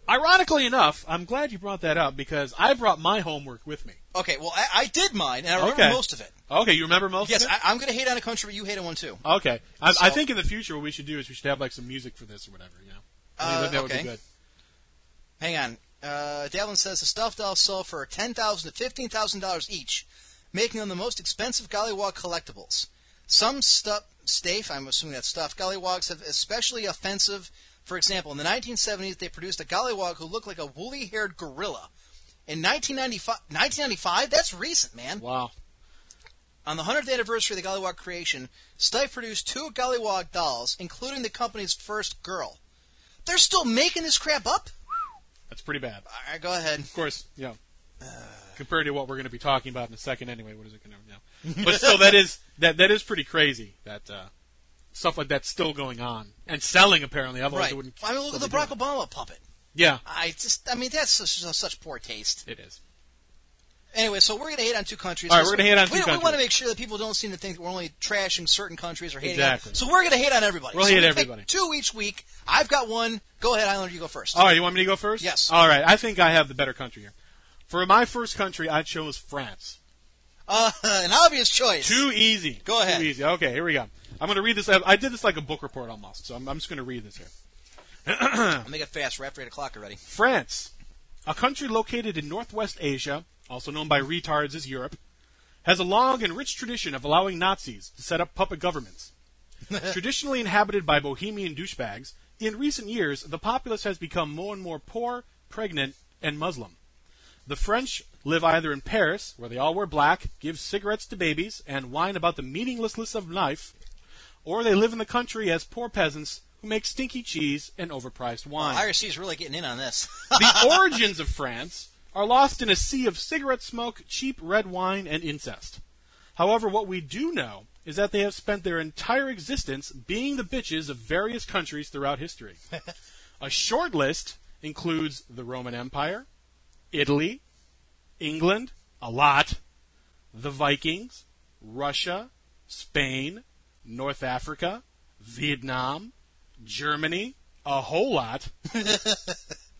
S5: ironically enough, I'm glad you brought that up because I brought my homework with me.
S4: okay. Well, I, I did mine, and I remember
S5: Okay.
S4: most of it.
S5: Okay, you remember most?
S4: Yes,
S5: of it?
S4: I, I'm going to hate on a country, but you hate on one too.
S5: okay. I, I
S4: So-
S5: think in the future what we should do is we should have like some music for this or whatever. You know. I
S4: Uh,
S5: think that, that would
S4: okay.
S5: be good.
S4: Hang on. Uh, Dallin says the stuffed dolls sell for ten thousand to fifteen thousand dollars each, making them the most expensive gollywog collectibles. Some stuff stafe, I'm assuming that's stuffed gollywogs have especially offensive. For example, in the 1970s, they produced a gollywog who looked like a woolly-haired gorilla. In 1995, 1995, that's recent, man.
S5: Wow.
S4: On the 100th anniversary of the Gollywog creation, Stipe produced two Gollywog dolls, including the company's first girl. They're still making this crap up.
S5: That's pretty bad.
S4: All right, go ahead.
S5: Of course, you know, compared to what we're going to be talking about in a second anyway, what is it going to know? But still, that is that that is pretty crazy that uh, stuff like that's still going on and selling apparently. Otherwise,
S4: Right.
S5: it wouldn't.
S4: I mean, look at
S5: still
S4: the
S5: be doing
S4: Barack Obama puppet.
S5: it. Yeah,
S4: I just, I mean, that's such, such poor taste.
S5: it is.
S4: Anyway, so we're going to hate on two countries.
S5: All right, we're gonna hate on
S4: we, We
S5: two
S4: want to
S5: countries.
S4: make sure that people don't seem to think that we're only trashing certain countries or hating.
S5: Exactly.
S4: On, so we're going to hate on everybody.
S5: We'll
S4: So
S5: hate
S4: we pick
S5: everybody.
S4: Two each week. I've got one. Go ahead, Islander. You go first.
S5: All right, you want me to go first?
S4: Yes.
S5: All right, I think I have the better country here. For my first country, I chose France.
S4: Uh, an obvious choice.
S5: Too easy.
S4: Go ahead.
S5: Too easy. Okay, here we go. I'm going to read this. I I did this like a book report almost, so I'm, I'm just going to read this here.
S4: I'll make it fast. We're after eight o'clock already.
S5: France, a country located in northwest Asia, also known by retards as Europe, has a long and rich tradition of allowing Nazis to set up puppet governments. Traditionally inhabited by bohemian douchebags, in recent years the populace has become more and more poor, pregnant, and Muslim. The French live either in Paris, where they all wear black, give cigarettes to babies, and whine about the meaninglessness of life, or they live in the country as poor peasants who make stinky cheese and overpriced wine
S4: IRC is really getting in on this.
S5: the origins of France are lost in a sea of cigarette smoke, cheap red wine, and incest. However, what we do know is that they have spent their entire existence being the bitches of various countries throughout history. a short list includes the Roman Empire, Italy, England, a lot, the Vikings, Russia, Spain, North Africa, Vietnam, Germany, a whole lot,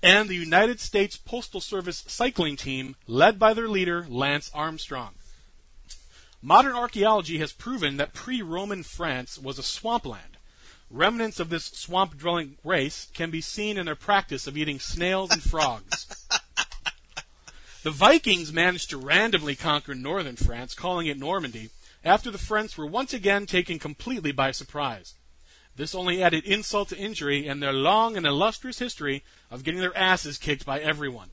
S5: and the United States Postal Service cycling team led by their leader, Lance Armstrong. Modern archaeology has proven that pre Roman France was a swampland. Remnants of this swamp dwelling race can be seen in their practice of eating snails and frogs. the Vikings managed to randomly conquer northern France, calling it Normandy, after the French were once again taken completely by surprise. This only added insult to injury in their long and illustrious history of getting their asses kicked by everyone.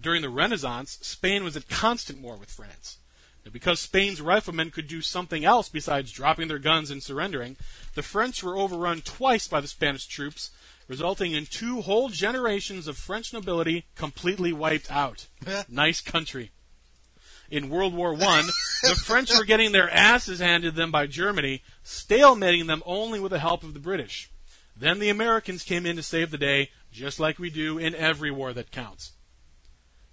S5: During the Renaissance, Spain was at constant war with France. And because Spain's riflemen could do something else besides dropping their guns and surrendering, the French were overrun twice by the Spanish troops, resulting in two whole generations of French nobility completely wiped out. nice country. In World War I, the French were getting their asses handed to them by Germany, stalemating them only with the help of the British. Then the Americans came in to save the day, just like we do in every war that counts.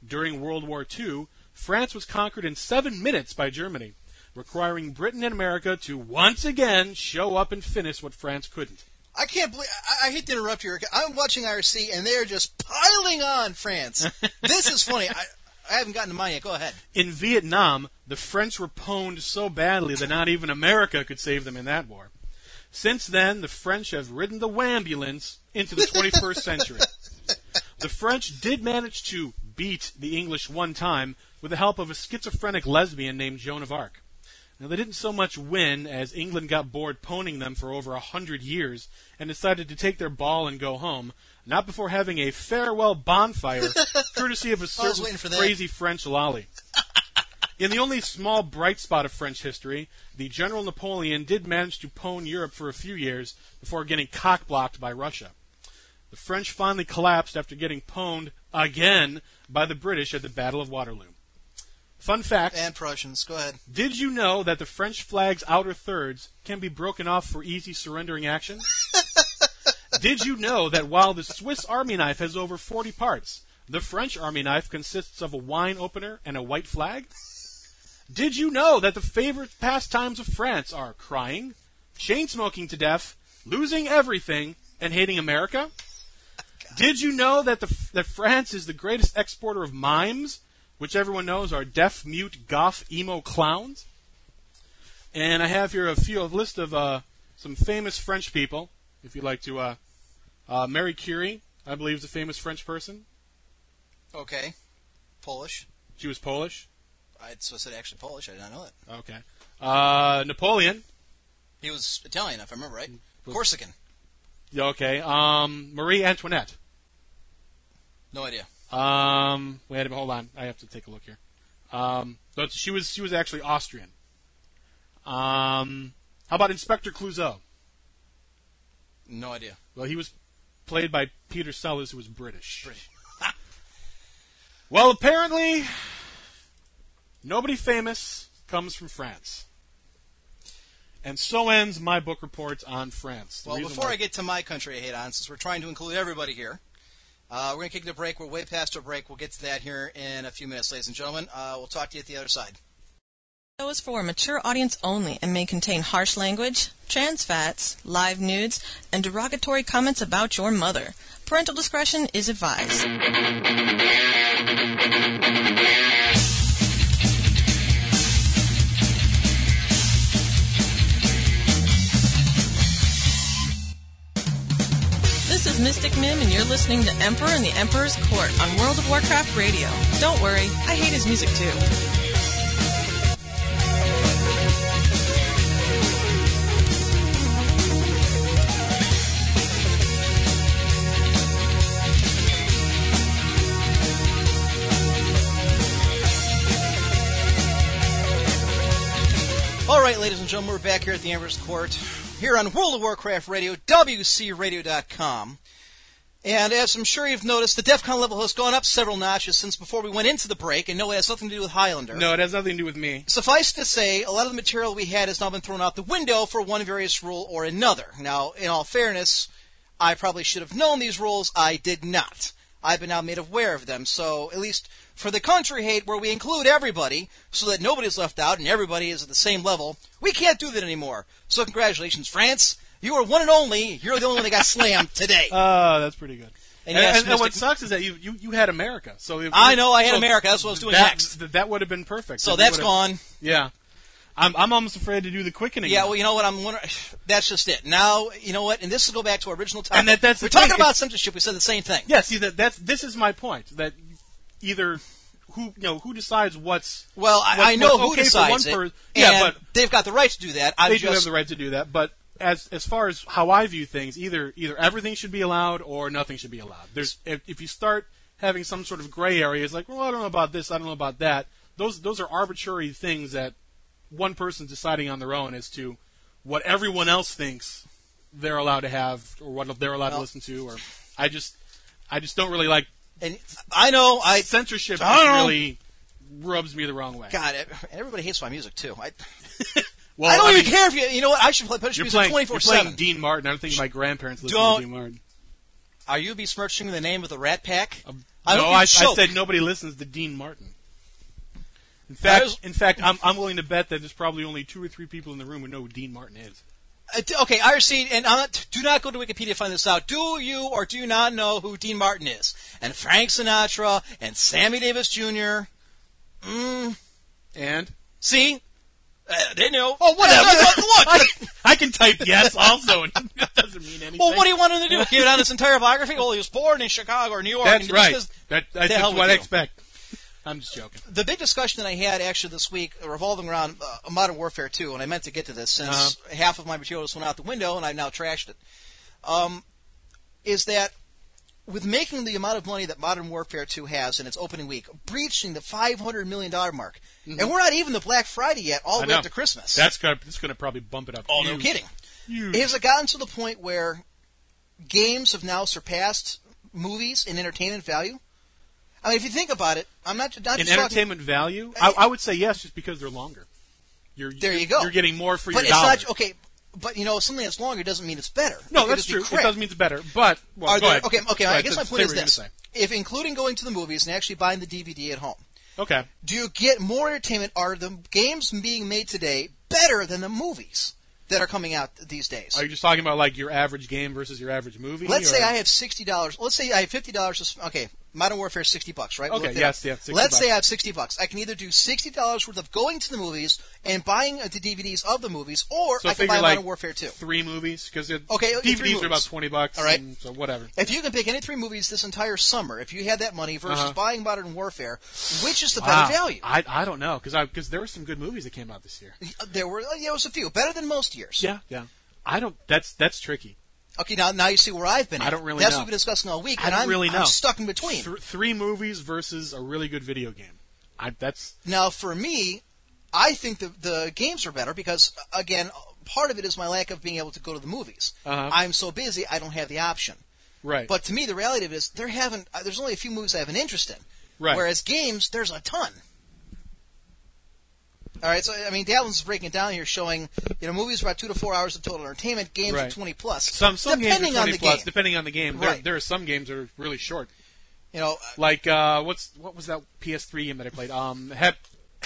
S5: During World War II, France was conquered in seven minutes by Germany, requiring Britain and America to once again show up and finish what France couldn't.
S4: I can't believe. I, I hate to interrupt you. Rick. I'm watching IRC, and they're just piling on France. this is funny. I, I haven't gotten to mine yet. Go ahead.
S5: In Vietnam, the French were pwned so badly that not even America could save them in that war. Since then, the French have ridden the wambulance into the 21st century. The French did manage to beat the English one time with the help of a schizophrenic lesbian named Joan of Arc. Now, they didn't so much win as England got bored poning them for over a hundred years and decided to take their ball and go home, not before having a farewell bonfire courtesy of a certain
S4: waiting for that.
S5: crazy French lolly. In the only small bright spot of French history, the General Napoleon did manage to pwn Europe for a few years before getting cockblocked by Russia. The French finally collapsed after getting pwned again by the British at the Battle of Waterloo. Fun fact
S4: And Prussians. Go ahead.
S5: Did you know that the French flag's outer thirds can be broken off for easy surrendering action? Did you know that while the Swiss Army knife has over 40 parts, the French Army knife consists of a wine opener and a white flag? Did you know that the favorite pastimes of France are crying, chain smoking to death, losing everything, and hating America? Did you know that the, that France is the greatest exporter of mimes, which everyone knows are deaf, mute, goth, emo clowns? And I have here a few a list of uh, some famous French people, if you'd like to. Uh, uh, Mary Curie, I believe, is a famous French person.
S4: Okay. Polish.
S5: She was Polish.
S4: I so I said actually Polish. I did not know that.
S5: Okay. Uh, Napoleon.
S4: He was Italian, if I remember right. Corsican.
S5: Yeah, Okay. Um, Marie Antoinette.
S4: No idea.
S5: Um, wait a minute, hold on. I have to take a look here. Um, but she was she was actually Austrian. Um, how about Inspector Clouseau?
S4: No idea.
S5: Well, he was played by Peter Sellers, who was British. British. well, apparently, nobody famous comes from France. And so ends my book report on France. The
S4: Well,
S5: reason
S4: before
S5: why-
S4: I get to my country I hate on, since we're trying to include everybody here, uh, we're going to kick the break. We're way past our break. We'll get to that here in a few minutes, ladies and gentlemen. Uh, we'll talk to you at the other side.
S1: show is for a mature audience only and may contain harsh language, trans fats, live nudes, and derogatory comments about your mother. Parental discretion is advised. This is Mystic Mim, and you're listening to Emperor and the Emperor's Court on World of Warcraft Radio. Don't worry, I hate his music too.
S4: All right, ladies and gentlemen, we're back here at the Amber's Court, here on World of Warcraft Radio, WCRadio.com. And as I'm sure you've noticed, the DEF CON level has gone up several notches since before we went into the break, and no, it has nothing to do with Highlander.
S5: No, it has nothing to do with me.
S4: Suffice to say, a lot of the material we had has now been thrown out the window for one various rule or another. Now, in all fairness, I probably should have known these rules. I did not. I've been now made aware of them. So, at least for the country hate, where we include everybody so that nobody's left out and everybody is at the same level, we can't do that anymore. So, congratulations, France. You are one and only. You're the only one that got slammed today.
S5: Uh, that's pretty good.
S4: And
S5: And,
S4: yes,
S5: and- and what
S4: Mystic-
S5: sucks is that you, you, you had America. So if,
S4: I know I had
S5: so
S4: America. That's what I was doing
S5: that,
S4: next.
S5: th- that would have been perfect.
S4: So,
S5: If we
S4: that's
S5: would've-
S4: gone.
S5: Yeah, I'm I'm almost afraid to do the quickening.
S4: Yeah,
S5: now.
S4: well, you know what? I'm wondering. That's just it. Now, you know what? And this will go back to our original topic.
S5: And that- that's the
S4: we're talking
S5: thing,
S4: about
S5: it's-
S4: censorship. We said the same thing.
S5: yeah. See that that's this is my point that either who you know who decides what's
S4: Well, I,
S5: what's-
S4: I know
S5: what's
S4: who
S5: okay for
S4: decides
S5: one
S4: it.
S5: per- yeah,
S4: and
S5: but
S4: they've got the right to do that. I
S5: they
S4: just
S5: do have the right to do that. But as as far as how I view things, either either everything should be allowed or nothing should be allowed. There's if, if you start having some sort of gray areas, like well, I don't know about this, I don't know about that. Those those are arbitrary things that one person's deciding on their own as to what everyone else thinks they're allowed to have or what they're allowed to
S4: Well-
S5: listen to. Or I just I just don't really like
S4: And I know. I
S5: censorship.
S4: I don't know.
S5: really rubs me the wrong way.
S4: God, e-, and everybody hates my music too. I,
S5: Well,
S4: I don't even
S5: Oh, mean,
S4: care if you. You know what? I should play Push
S5: You're
S4: music
S5: playing,
S4: twenty four
S5: you're playing
S4: seven.
S5: Dean Martin. I don't think my grandparents listen
S4: Don't-
S5: to Dean Martin.
S4: Are you besmirching the name of the Rat Pack?
S5: Um, no,
S4: hope you
S5: I, I
S4: choke.
S5: said nobody listens to Dean Martin. In fact, in fact, I'm, I'm willing to bet that there's probably only two or three people in the room who know who Dean Martin is.
S4: Uh, d- okay, IRC, and I'm not, do not go to Wikipedia to find this out. Do you or do you not know who Dean Martin is? And Frank Sinatra and Sammy Davis Jr.
S5: And
S4: See? Uh, they know.
S5: oh, whatever.
S4: Look,
S5: I, can, I can type yes also, and it doesn't mean anything.
S4: Well, what do you want him to do? Give down his entire biography? Well, he was born in Chicago or New York.
S5: That's
S4: and
S5: right.
S4: just 'cause-
S5: That, that,
S4: the hell
S5: that's
S4: with
S5: what I
S4: you.
S5: expect. I'm just joking.
S4: the big discussion that I had actually this week revolving around uh, Modern Warfare 2, and I meant to get to this since
S5: Uh-huh.
S4: half of my material just went out the window and I've now trashed it, um, is that with making the amount of money that Modern Warfare 2 has in its opening week, breaching the $500 million mark, and we're not even the Black Friday yet, all
S5: Mm-hmm. I
S4: the way
S5: know.
S4: up to Christmas.
S5: That's gonna that's gonna probably bump it up.
S4: oh, no
S5: huge.
S4: kidding.
S5: Huge.
S4: Has it gotten to the point where games have now surpassed movies in entertainment value? I mean, if you think about it, I'm not, not
S5: in
S4: just talking
S5: entertainment value, I, I would say yes, just because they're longer. You're,
S4: There
S5: you're-
S4: you go.
S5: You're getting more for
S4: but
S5: your
S4: it's
S5: dollar.
S4: not okay. But you know, something that's longer doesn't mean it's better. It
S5: No,
S4: could
S5: that's
S4: just be
S5: true. It
S4: crap.
S5: doesn't mean it's better, but well,
S4: Are
S5: go
S4: there-
S5: ahead.
S4: okay, okay.
S5: Go
S4: I
S5: ahead.
S4: guess
S5: Say-
S4: my point
S5: say
S4: is
S5: what you're
S4: this:
S5: gonna
S4: if including going to the movies and actually buying the DVD at home,
S5: say. Okay.
S4: do you get more entertainment? Are the games being made today better than the movies that are coming out these days?
S5: Are you just talking about like your average game versus your average movie?
S4: Let's
S5: or-
S4: say I have sixty dollars. Let's say I have fifty dollars. Okay, Modern Warfare is sixty bucks, right? We
S5: Okay,
S4: looked it
S5: yes,
S4: up.
S5: yeah, 60
S4: Let's say
S5: bucks.
S4: I have sixty bucks. I can either do sixty dollars worth of going to the movies and buying uh, the DVDs of the movies, or
S5: so
S4: I can
S5: figure
S4: buy
S5: like
S4: Modern Warfare Two.
S5: Three movies because
S4: Okay, okay, three
S5: DVDs are about
S4: movies.
S5: twenty bucks.
S4: All right.
S5: and so whatever.
S4: If you can pick any three movies this entire summer, if you had that money versus
S5: Uh-huh.
S4: buying Modern Warfare, which is the
S5: Wow.
S4: better value?
S5: Ah, I I don't know because I because there were some good movies that came out this year.
S4: uh, There were there was a few better than most years.
S5: Yeah, yeah. I don't. That's that's tricky.
S4: Okay, now now you see where I've been.
S5: I
S4: at.
S5: don't really
S4: That's
S5: know.
S4: what we've been discussing all week,
S5: I
S4: and
S5: don't
S4: am
S5: really know.
S4: I'm stuck in between.
S5: Th- three movies versus a really good video game. I that's
S4: Now, for me, I think the the games are better because again, part of it is my lack of being able to go to the movies.
S5: Uh-huh.
S4: I'm so busy, I don't have the option.
S5: right.
S4: But to me, the reality of it is there haven't. uh, There's only a few movies I have an interest in.
S5: right.
S4: Whereas games, there's a ton. All right, so I mean, Dalvin's breaking it down here, showing you know movies are about two to four hours of total entertainment, games are
S5: Right.
S4: twenty plus.
S5: some some
S4: depending
S5: games are
S4: on
S5: 20
S4: the
S5: plus
S4: game,
S5: depending on the game. There,
S4: Right.
S5: there are some games that are really short.
S4: you know. uh,
S5: Like uh, what's what was that PS3 game that I played? Um, he-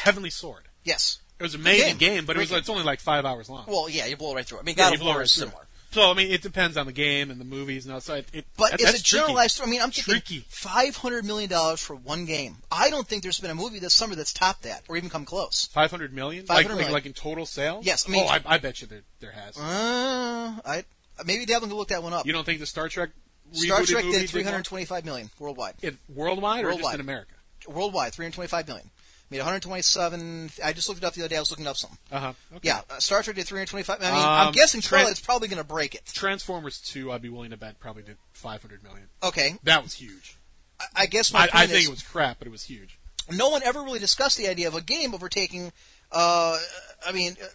S5: Heavenly Sword.
S4: yes.
S5: It was an amazing
S4: Good game.
S5: game, but it was
S4: Great game.
S5: it's only like five hours long.
S4: Well, yeah, you blow right through. it. I mean,
S5: Yeah,
S4: God
S5: you
S4: of
S5: blow
S4: War
S5: right
S4: is
S5: through it.
S4: similar.
S5: So I mean, it depends on the game and the movies and all. So it, it
S4: But
S5: that-
S4: is
S5: that's
S4: it
S5: tricky.
S4: generalized? I mean, I'm thinking
S5: Tricky.
S4: five hundred million dollars for one game. I don't think there's been a movie this summer that's topped that, or even come close.
S5: Five hundred million,
S4: 500
S5: like,
S4: million.
S5: like like in total sales.
S4: Yes, I mean-
S5: oh, I, I bet you there there has.
S4: Uh, I maybe Dalvin can look that one up.
S5: You don't think the Star Trek
S4: Star
S5: rebooted
S4: Trek
S5: movie
S4: did
S5: more?
S4: 325 million worldwide.
S5: it, worldwide or just
S4: Worldwide.
S5: in America?
S4: worldwide, 325 million. Made 127. I just looked it up the other day. I was looking up some.
S5: Uh huh. Okay.
S4: Yeah, uh, Star Trek did 325. I mean, I'm
S5: Um,
S4: guessing
S5: Trans-
S4: Twilight's probably going to break it.
S5: Transformers Two, I'd be willing to bet probably did five hundred million.
S4: Okay,
S5: That was huge.
S4: I, I guess my
S5: I,
S4: point
S5: I think
S4: is
S5: it was crap, but it was huge.
S4: no one ever really discussed the idea of a game overtaking. Uh, I mean, uh,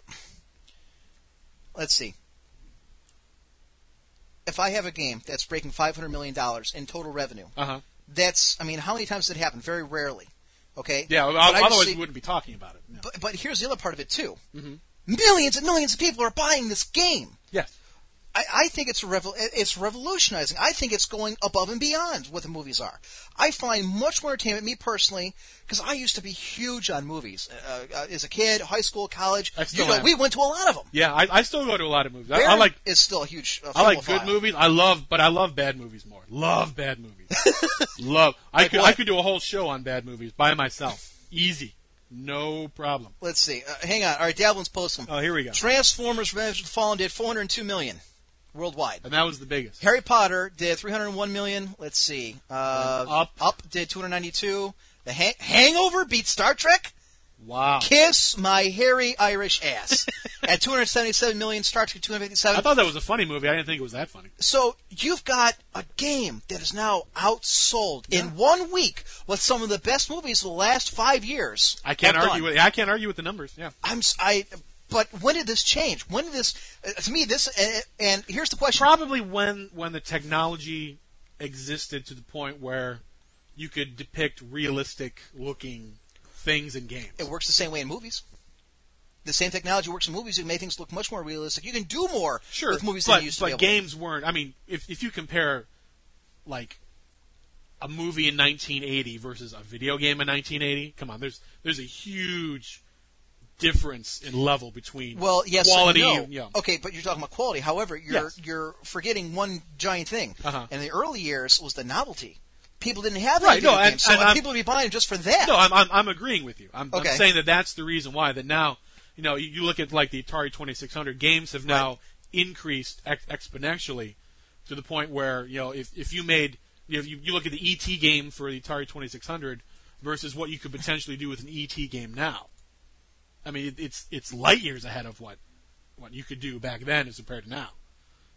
S4: let's see. If I have a game that's breaking 500 million dollars in total revenue,
S5: Uh huh.
S4: that's I mean, how many times does it happen? Very rarely. Okay.
S5: Yeah.
S4: But
S5: well,
S4: I just
S5: Otherwise,
S4: see-
S5: we wouldn't be talking about it. Mm-hmm. No.
S4: But, but here's the other part of it too. Millions and millions of people are buying this game.
S5: yes.
S4: I, I think it's revol- it's revolutionizing. I think it's going above and beyond what the movies are. I find much more entertainment, me personally, because I used to be huge on movies uh, uh, as a kid, high school, college.
S5: I still
S4: you know,
S5: am.
S4: we went to a lot of them.
S5: Yeah. I, I still go to a lot of movies. I, I
S4: Barry
S5: like
S4: is still a huge. Uh,
S5: I like
S4: filmophile.
S5: good movies. I love, but I love bad movies more. Love bad movies. love. I could I could do a whole show on bad movies by myself. Easy. No problem.
S4: Let's see. Uh, hang on. All right, Davlin's posting.
S5: Oh, here we go.
S4: Transformers: Revenge of the Fallen did 402 million worldwide.
S5: And that was the biggest.
S4: Harry Potter did 301 million. Let's see. Uh,
S5: And Up.
S4: did 292. The hang- Hangover beat Star Trek.
S5: Wow.
S4: Kiss my hairy Irish ass at 277 million. Star Trek
S5: I
S4: 257.
S5: thought that was a funny movie. I didn't think it was that funny.
S4: so you've got a game that is now outsold in one week with some of the best movies of the last five years.
S5: I can't
S4: have
S5: argue
S4: done.
S5: with I can't argue with the numbers. Yeah.
S4: I'm s- I. But when did this change? When did this? Uh, to me, this and, and here's the question.
S5: Probably when when the technology existed to the point where you could depict realistic looking things in games.
S4: it works the same way in movies. The same technology works in movies. It make things look much more realistic. You can do more
S5: sure,
S4: with movies
S5: but,
S4: than you used to
S5: but
S4: be able
S5: games weren't. I mean, if if you compare like a movie in 1980 versus a video game in 1980, come on, there's there's a huge difference in level between
S4: to. Well, yes, and
S5: quality.
S4: no.
S5: yeah.
S4: Okay, but you're talking about quality. However, you're
S5: Yes.
S4: you're forgetting one giant thing.
S5: Uh-huh.
S4: In the early years, was the novelty. People didn't have any
S5: Right,
S4: video
S5: no, and-
S4: games, so
S5: and
S4: uh,
S5: I'm-
S4: people would be buying them just for that.
S5: No, I'm, I'm I'm agreeing with you. I'm,
S4: Okay.
S5: I'm saying that that's the reason why that now you know you, you look at like the Atari 2600 games have now increased ex- exponentially to the E point where you know if if you made if you, you look at the ET game for the Atari 2600 versus what you could potentially do with an ET game now. I mean, it, it's it's light years ahead of what what you could do back then as compared to now.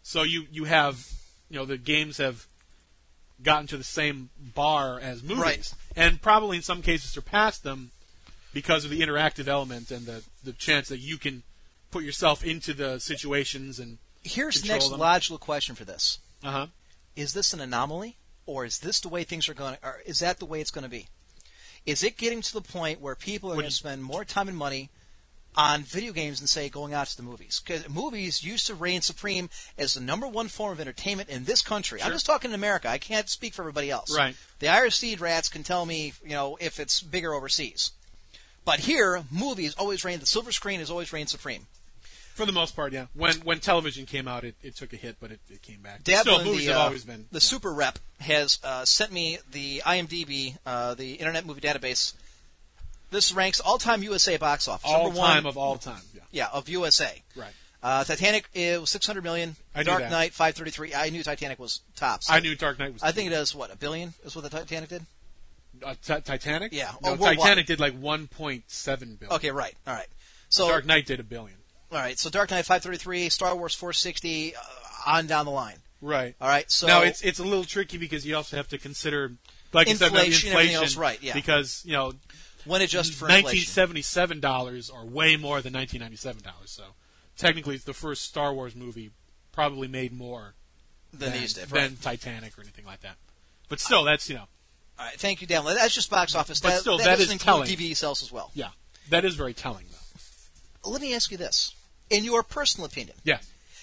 S5: So you you have you know the games have gotten to the same bar as movies,
S4: Right.
S5: and probably in some cases surpassed them because of the interactive element and the the chance that you can put yourself into the situations and
S4: Here's the
S5: Control
S4: next
S5: them.
S4: logical question for this:
S5: uh huh
S4: Is this an anomaly, or is this the way things are going? Or is that the way it's going to be? Is it getting to the point where people are
S5: What
S4: going to
S5: do you-
S4: spend more time and money on video games than say going out to the movies? Because movies used to reign supreme as the number one form of entertainment in this country. I'm
S5: Sure.
S4: just talking in America. I can't speak for everybody else.
S5: Right.
S4: The Irish seed rats can tell me, you know, if it's bigger overseas. But here, movies always reigned. The silver screen has always reigned supreme.
S5: for the most part yeah when when television came out it, it took a hit but it, it came back still
S4: Devlin,
S5: movies
S4: the,
S5: have
S4: uh,
S5: always been
S4: the super rep has uh, sent me the IMDb, uh, the Internet Movie Database. This ranks all-time USA box office.
S5: all
S4: number one,
S5: time of all time yeah
S4: yeah of USA.
S5: right
S4: Uh, Titanic it was 600 million.
S5: I knew
S4: Dark
S5: that.
S4: Knight 533. I knew Titanic was tops.
S5: I knew Dark Knight was
S4: I think it does what a billion is what the Titanic did.
S5: Uh, Ti- Titanic?
S4: Yeah. Oh,
S5: No,
S4: worldwide.
S5: Titanic did like 1.7 billion.
S4: Okay, right. All right. So
S5: Dark Knight did a billion.
S4: all right. So Dark Knight 533, Star Wars 460, uh, on down the line.
S5: Right.
S4: All right. So
S5: now it's it's a little tricky because you also have to consider like you said, about the
S4: Inflation, everything
S5: inflation,
S4: else, right, yeah.
S5: Because you know,
S4: when adjusted for inflation.
S5: 1977 dollars are way more than 1997 dollars. So technically, it's the first Star Wars movie probably made more
S4: than
S5: than,
S4: these did. Right.
S5: than Titanic or anything like that. But still, that's you know,
S4: All right, thank you, Dan. That's just box office.
S5: But
S4: that,
S5: still,
S4: that,
S5: that
S4: doesn't
S5: is
S4: include
S5: telling.
S4: DVD sales as well.
S5: yeah, that is very telling though.
S4: Let me ask you this: In your personal opinion,
S5: Yeah.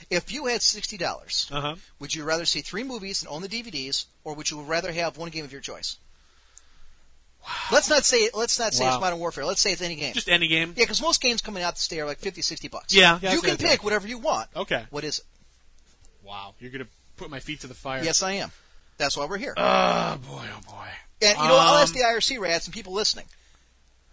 S4: if you had sixty dollars,
S5: Uh huh.
S4: would you rather see three movies and own the DVDs, or would you rather have one game of your choice? Let's not say let's not say it's
S5: Wow.
S4: Modern Warfare. Let's say it's any game.
S5: Just any game.
S4: yeah, because most games coming out this day are like 50, 60 bucks.
S5: Yeah, yeah,
S4: you
S5: that's
S4: can
S5: what I
S4: pick whatever you want.
S5: Okay.
S4: What is it?
S5: Wow, you're gonna put my feet to the fire.
S4: Yes, I am. That's why we're here.
S5: Oh boy, oh boy.
S4: And you know, I'll ask
S5: Um,
S4: the IRC rats and people listening.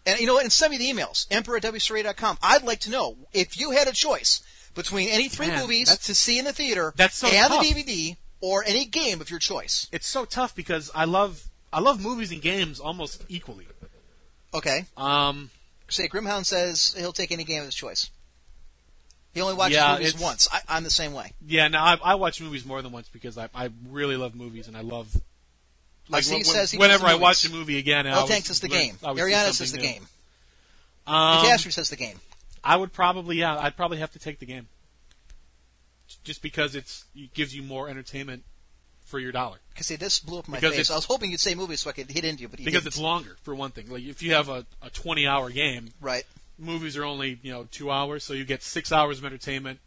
S4: And you know what? And send me the emails, emperor at wsra.com. I'd like to know if you had a choice between any three
S5: Man,
S4: movies
S5: that's-
S4: to see in the theater
S5: that's so
S4: and
S5: tough.
S4: the DVD or any game of your choice.
S5: It's so tough because I love I love movies and games almost equally.
S4: Okay.
S5: Um,
S4: Say Grimhound says he'll take any game of his choice. He only watches
S5: Yeah,
S4: movies
S5: it's-
S4: once. I, I'm the same way.
S5: yeah, now I, I watch movies more than once because I I really love movies and I love like
S4: Steve
S5: when-
S4: says he
S5: whenever
S4: loves
S5: I
S4: the
S5: watch a
S4: movies.
S5: movie again. I
S4: Well,
S5: always
S4: Tank says the
S5: learn-
S4: game.
S5: I always see
S4: Ariana says the
S5: something new.
S4: game.
S5: Um,
S4: Catastrophe says the game.
S5: I would probably yeah, I'd probably have to take the game. Just because it's it gives you more entertainment for your dollar.
S4: Because see, this blew up in my
S5: Because
S4: face.
S5: it's-
S4: I was hoping you'd say movies so I could hit into you, but you
S5: Because
S4: didn't.
S5: it's longer for one thing. Like if you have a, a 20 hour game,
S4: right.
S5: movies are only you know two hours, so you get six hours of entertainment.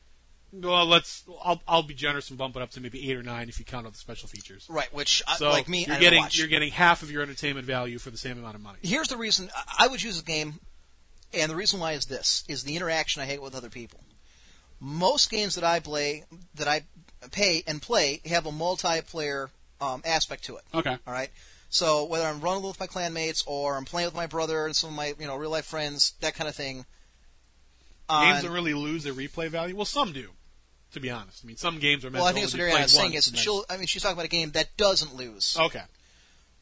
S5: Well, let's. I'll I'll be generous and bump it up to maybe eight or nine if you count all the special features.
S4: Right, which I-
S5: So
S4: Uh, like me, I
S5: you're
S4: don't
S5: getting
S4: watch.
S5: you're getting half of your entertainment value for the same amount of money.
S4: here's the reason I- I would choose this game, and the reason why is this: is the interaction I hate with other people. Most games that I play, that I pay and play, have a multiplayer um, aspect to it.
S5: Okay.
S4: All right. So whether I'm running with my clanmates or I'm playing with my brother and some of my you know real life friends, that kind of thing.
S5: Games
S4: on-
S5: don't really lose their replay value. Well, some do, to be honest. I mean, some games are meant
S4: well, I
S5: to
S4: think that's what
S5: only be played
S4: Ariana's saying
S5: once
S4: is
S5: and then-
S4: she'll. I mean, she's talking about a game that doesn't lose.
S5: Okay.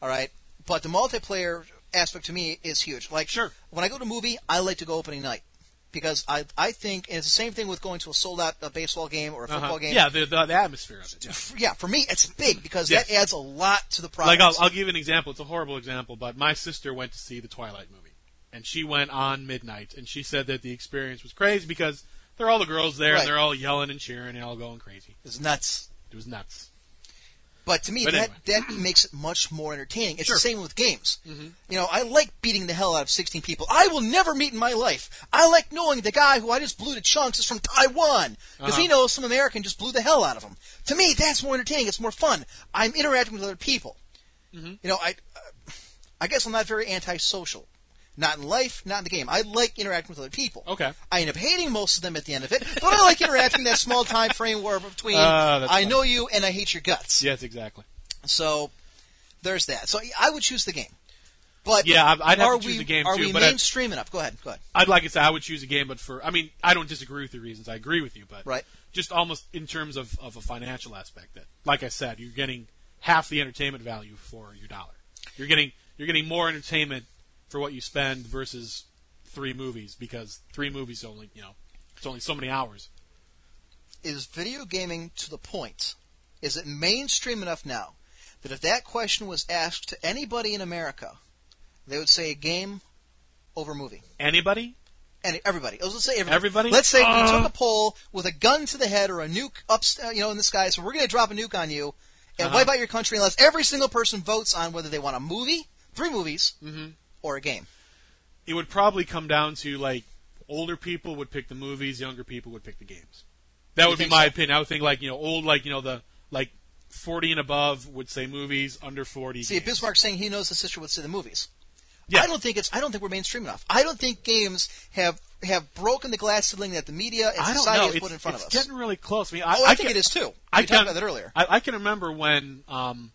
S4: All right. But the multiplayer aspect to me is huge. Like
S5: Sure.
S4: when I go to a movie, I like to go opening night because I I think and it's the same thing with going to a sold out uh, baseball game or a football
S5: Uh-huh.
S4: game.
S5: Yeah, the, the the atmosphere of it. yeah.
S4: F- yeah, for me it's big because that
S5: Yes.
S4: adds a lot to the product.
S5: Like I'll I'll give you an example. It's a horrible example, but my sister went to see the Twilight movie, and she went on midnight, and she said that the experience was crazy because there are all the girls there,
S4: Right.
S5: and they're all yelling and cheering and all going crazy.
S4: it's nuts.
S5: It was nuts.
S4: But to me,
S5: But
S4: that that makes it much more entertaining. It's
S5: Sure. Mm-hmm.
S4: the same with games. You know, I like beating the hell out of 16 people. I will never meet in my life. I like knowing the guy who I just blew to chunks is from Taiwan because
S5: Uh-huh.
S4: he knows some American just blew the hell out of him. To me, that's more entertaining. It's more fun. I'm interacting with other people.
S5: Mm-hmm.
S4: You know, I I guess I'm not very antisocial. Not in life, not in the game. I like interacting with other people.
S5: Okay.
S4: I end up hating most of them at the end of it, but I like interacting in that small time frame where between
S5: Ah, that's
S4: I
S5: fun.
S4: know you and I hate your guts.
S5: Yes, exactly.
S4: So there's that. So I would choose the game. But
S5: Yeah, I- I'd have
S4: are
S5: to choose
S4: we,
S5: the game
S4: are
S5: too,
S4: we
S5: but I-
S4: mainstream enough? Go ahead. Go ahead.
S5: I'd like to say I would choose a game, but for I mean I don't disagree with your reasons. I agree with you, but
S4: Right.
S5: just almost in terms of of a financial aspect. That, like I said, you're getting half the entertainment value for your dollar. You're getting you're getting more entertainment for what you spend versus three movies because three movies only you know it's only so many hours.
S4: is video gaming to the point? Is it mainstream enough now that if that question was asked to anybody in America, they would say game over movie?
S5: Anybody?
S4: And everybody. Let's say everybody.
S5: Everybody?
S4: Let's say we
S5: Uh.
S4: took a poll with a gun to the head or a nuke up, uh, you know, in the sky. So we're going to drop a nuke on you and
S5: Uh-huh.
S4: wipe out your country unless every single person votes on whether they want a movie, three movies,
S5: Mm-hmm.
S4: or a game.
S5: It would probably come down to like older people would pick the movies, younger people would pick the games. That would be
S4: think
S5: my
S4: so?
S5: opinion. I would think like you know old like you know the like forty and above would say movies, under forty.
S4: See,
S5: games.
S4: Bismarck's saying he knows his sister would see the movies.
S5: Yeah.
S4: I don't think it's. I don't think we're mainstream enough. I don't think games have have broken the glass ceiling that the media and
S5: I don't
S4: society
S5: know.
S4: has
S5: It's,
S4: put in front
S5: it's
S4: of us.
S5: getting really close. I mean, I,
S4: oh, I,
S5: I
S4: think
S5: can-
S4: it is too. We
S5: I
S4: talked
S5: can-
S4: about that earlier.
S5: I, I can remember when um,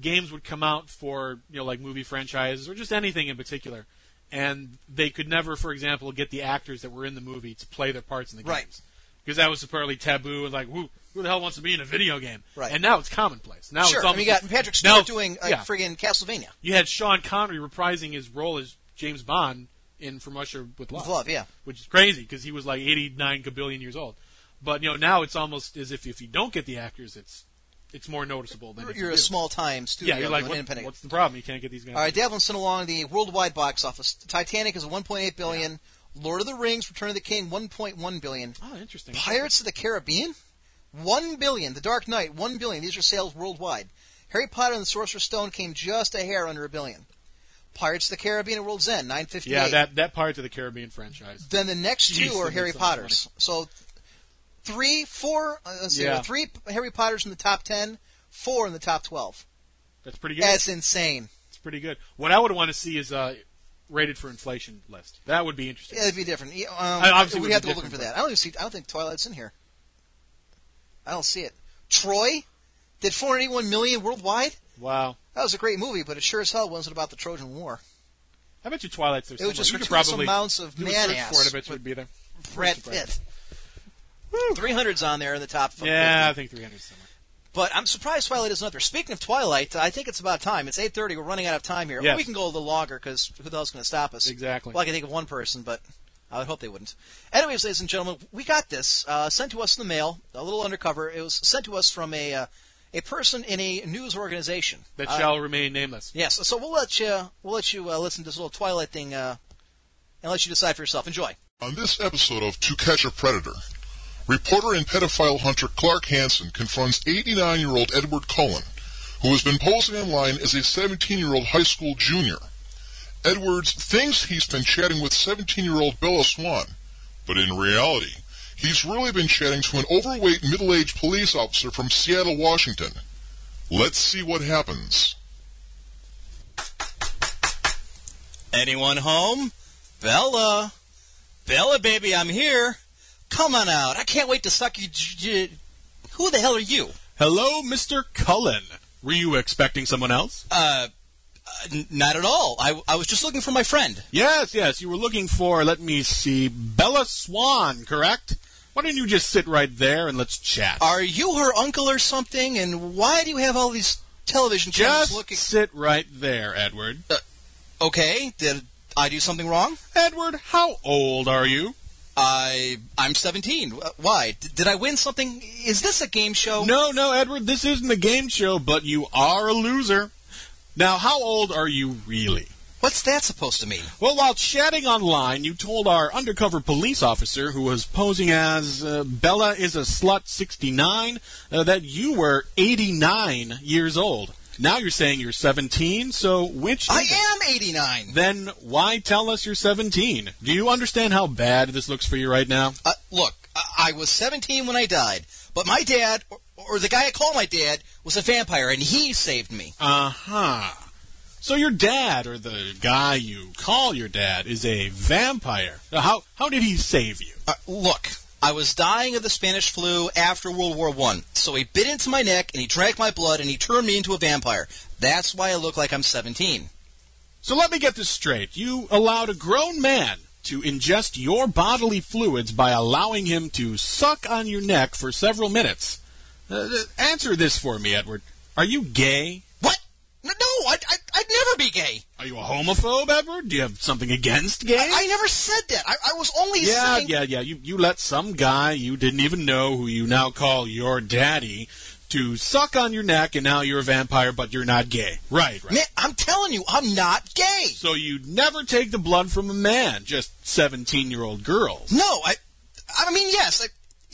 S5: games would come out for you know like movie franchises or just anything in particular, and they could never, for example, get the actors that were in the movie to play their parts in the
S4: Right.
S5: games because that was apparently taboo and like who who the hell wants to be in a video game?
S4: Right.
S5: And now it's commonplace. Now
S4: sure,
S5: it's
S4: I mean,
S5: almost
S4: you got Patrick Stewart
S5: now,
S4: doing uh,
S5: yeah.
S4: friggin' Castlevania
S5: You had Sean Connery reprising his role as James Bond in From Russia with Love
S4: with love. Yeah,
S5: which is crazy because he was like 89 billion years old. But you know now it's almost as if if you don't get the actors, it's it's more noticeable than if
S4: you're
S5: you
S4: a
S5: do.
S4: small time studio.
S5: Yeah, you're like
S4: doing
S5: what,
S4: independent.
S5: what's the problem? You can't get these guys.
S4: All right, Devlin sent along the worldwide box office. Titanic is 1.8 billion. Lord of the Rings: Return of the King 1.1 billion.
S5: Oh, interesting.
S4: Pirates of the Caribbean, one billion. The Dark Knight, one billion. These are sales worldwide. Harry Potter and the Sorcerer's Stone came just a hair under a billion. Pirates of the Caribbean at World's End, nine fifty-eight.
S5: Yeah, that that Pirates of the Caribbean franchise.
S4: Then the next
S5: Jeez,
S4: two are
S5: that
S4: Harry
S5: makes a lot of
S4: Potter's. So three, four. Uh, let's see,
S5: Yeah.
S4: three Harry Potter's in the top ten, four in the top twelve.
S5: That's pretty good.
S4: That's insane.
S5: That's pretty good. What I would want to see is uh, rated for inflation list. That would be interesting.
S4: Yeah, it'd be different. Yeah, Um,
S5: I- obviously
S4: we'd
S5: it
S4: have to
S5: would be
S4: go looking for
S5: different,
S4: that. I don't even see. I don't think Twilight's in here. I don't see it. Troy did 481 million worldwide.
S5: Wow.
S4: That was a great movie, but it sure as hell wasn't about the Trojan War.
S5: I bet you Twilight's there.
S4: It was just
S5: you could
S4: gratuitous
S5: probably
S4: amounts of
S5: do a
S4: man
S5: search
S4: ass
S5: for it. I bet you would be there.
S4: Brad Pitt.
S5: Surprised.
S4: Three hundreds on there in the top. f-
S5: Yeah, I
S4: 50.
S5: think 300 somewhere.
S4: but I'm surprised Twilight isn't up there. Speaking of Twilight, I think it's about time. It's 8:30. We're running out of time here.
S5: Yes.
S4: We can go a little longer because who the hell's going to stop us?
S5: Exactly.
S4: Well, I can think of one person, but I would hope they wouldn't. Anyways, ladies and gentlemen, we got this uh, sent to us in the mail. A little undercover. It was sent to us from a uh, a person in a news organization.
S5: That
S4: Uh,
S5: shall remain nameless.
S4: Yes. So we'll let you we'll let you uh, listen to this little Twilight thing uh, and let you decide for yourself. Enjoy.
S9: On this episode of To Catch a Predator, reporter and pedophile hunter Clark Hansen confronts 89 year old Edward Cullen, who has been posing online as a 17 year old high school junior. Edwards thinks he's been chatting with 17 year old Bella Swan, but in reality, he's really been chatting to an overweight middle aged police officer from Seattle, Washington. Let's see what happens.
S4: Anyone home? Bella. Bella, baby, I'm here. Come on out. I can't wait to suck you. J- j- Who the hell are you? Uh,
S5: Hello, Mr. Cullen. Were you expecting someone else?
S4: Uh, uh, n- not at all. I, I was just looking for my friend.
S5: Yes, yes. You were looking for, let me see, Bella Swan, correct? Why don't you just sit right there and let's chat?
S4: Are you her uncle or something? And why do you have all these television cameras
S5: just
S4: looking?
S5: sit right there, Edward.
S4: Okay, did I do something wrong?
S5: Edward, how old are you?
S4: I I'm 17. Uh, Why? D- did I win something? Is this a game show?
S5: No, no, Edward, this isn't a game show, but you are a loser. Now, how old are you really?
S4: What's that supposed to mean?
S5: Well, while chatting online, you told our undercover police officer, who was posing as uh, Bella is a slut 69, uh, that you were 89 years old. Now you're saying you're 17, so which.
S4: I
S5: is it?
S4: am 89.
S5: Then why tell us you're 17? Do you understand how bad this looks for you right now?
S4: Uh, look, I, I was 17 when I died, but my dad, or, or the guy I call my dad, was a vampire, and he saved me.
S5: Uh huh. So your dad, or the guy you call your dad, is a vampire. Now, How how did he save you?
S4: Uh, look, I was dying of the Spanish flu after World War One, so he bit into my neck, and he drank my blood, and he turned me into a vampire. That's why I look like I'm 17.
S5: So let me get this straight. You allowed a grown man to ingest your bodily fluids by allowing him to suck on your neck for several minutes. Uh, th- answer this for me, Edward. Are you gay?
S4: What? No, no I, I, I've never be gay.
S5: Are you a homophobe, Edward? Do you have something against gays?
S4: I, I never said that. I, I was only
S5: yeah,
S4: saying.
S5: yeah, yeah. You you let some guy you didn't even know, who you now call your daddy, to suck on your neck, and now you're a vampire, but you're not gay. Right, right.
S4: Man, I'm telling you, I'm not gay.
S5: So you never take the blood from a man, just seventeen-year-old girls.
S4: No, I. I mean, yes. I,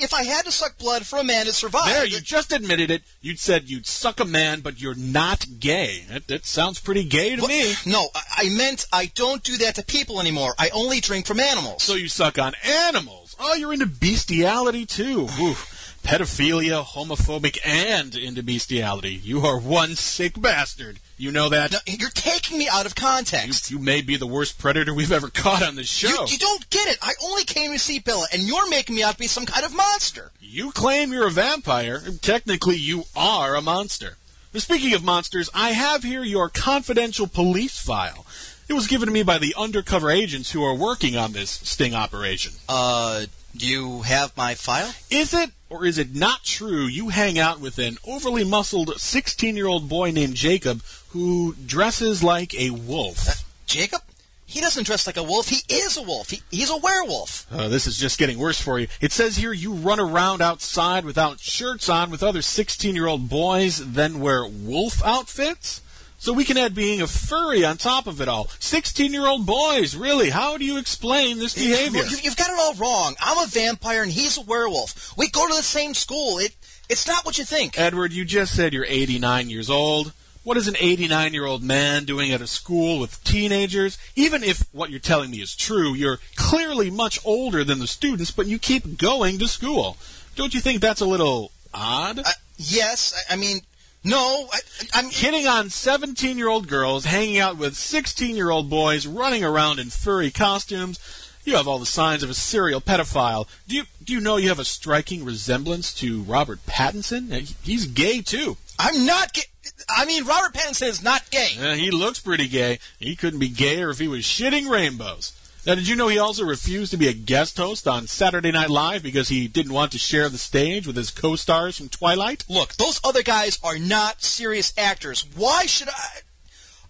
S4: if I had to suck blood from a man to survive,
S5: There, you just admitted it. You said you'd suck a man, but you're not gay. That, that sounds pretty gay to
S4: What-
S5: me.
S4: No, I- I meant I don't do that to people anymore. I only drink from animals.
S5: So you suck on animals. Oh, you're into bestiality too. Oof. Pedophilia, homophobic, and into bestiality. You are one sick bastard. You know that.
S4: No, you're taking me out of
S5: You,
S4: context.
S5: you may be the worst predator we've ever caught on this show.
S4: You, you don't get it. I only came to see Bella, and you're making me out to be some kind of monster.
S5: You claim you're a vampire. Technically, you are a monster. Speaking of monsters, I have here your confidential police file. It was given to me by the undercover agents who are working on this sting operation.
S4: Uh, do you have my file?
S5: Is it or is it not true you hang out with an overly muscled 16 year old boy named Jacob who dresses like a wolf?
S4: Jacob? He doesn't dress like a wolf. He is a wolf. He, he's a werewolf.
S5: Uh, this is just getting worse for you. It says here you run around outside without shirts on with other 16 year old boys, then wear wolf outfits? So we can add being a furry on top of it all. 16 year old boys, really? How do you explain this behavior?
S4: You, have got it all wrong. I'm a vampire, and he's a werewolf. We go to the same school. It, it's not what you think.
S5: Edward, you just said you're 89 years old. What is an 89 year old man doing at a school with teenagers? Even if what you're telling me is true, you're clearly much older than the students, but you keep going to school. Don't you think that's a little odd?
S4: I, yes, I, I mean, no. I, I'm.
S5: Hitting on 17 year old girls, hanging out with 16 year old boys, running around in furry costumes. You have all the signs of a serial pedophile. Do you, do you know you have a striking resemblance to Robert Pattinson? Uh, He- He's gay too.
S4: I'm not gay. I mean, Robert Pattinson is not gay.
S5: Yeah, Uh, he looks pretty gay. He couldn't be gayer if he was shitting rainbows. Now, did you know he also refused to be a guest host on Saturday Night Live because he didn't want to share the stage with his co-stars from Twilight?
S4: Look, those other guys are not serious actors. Why should I?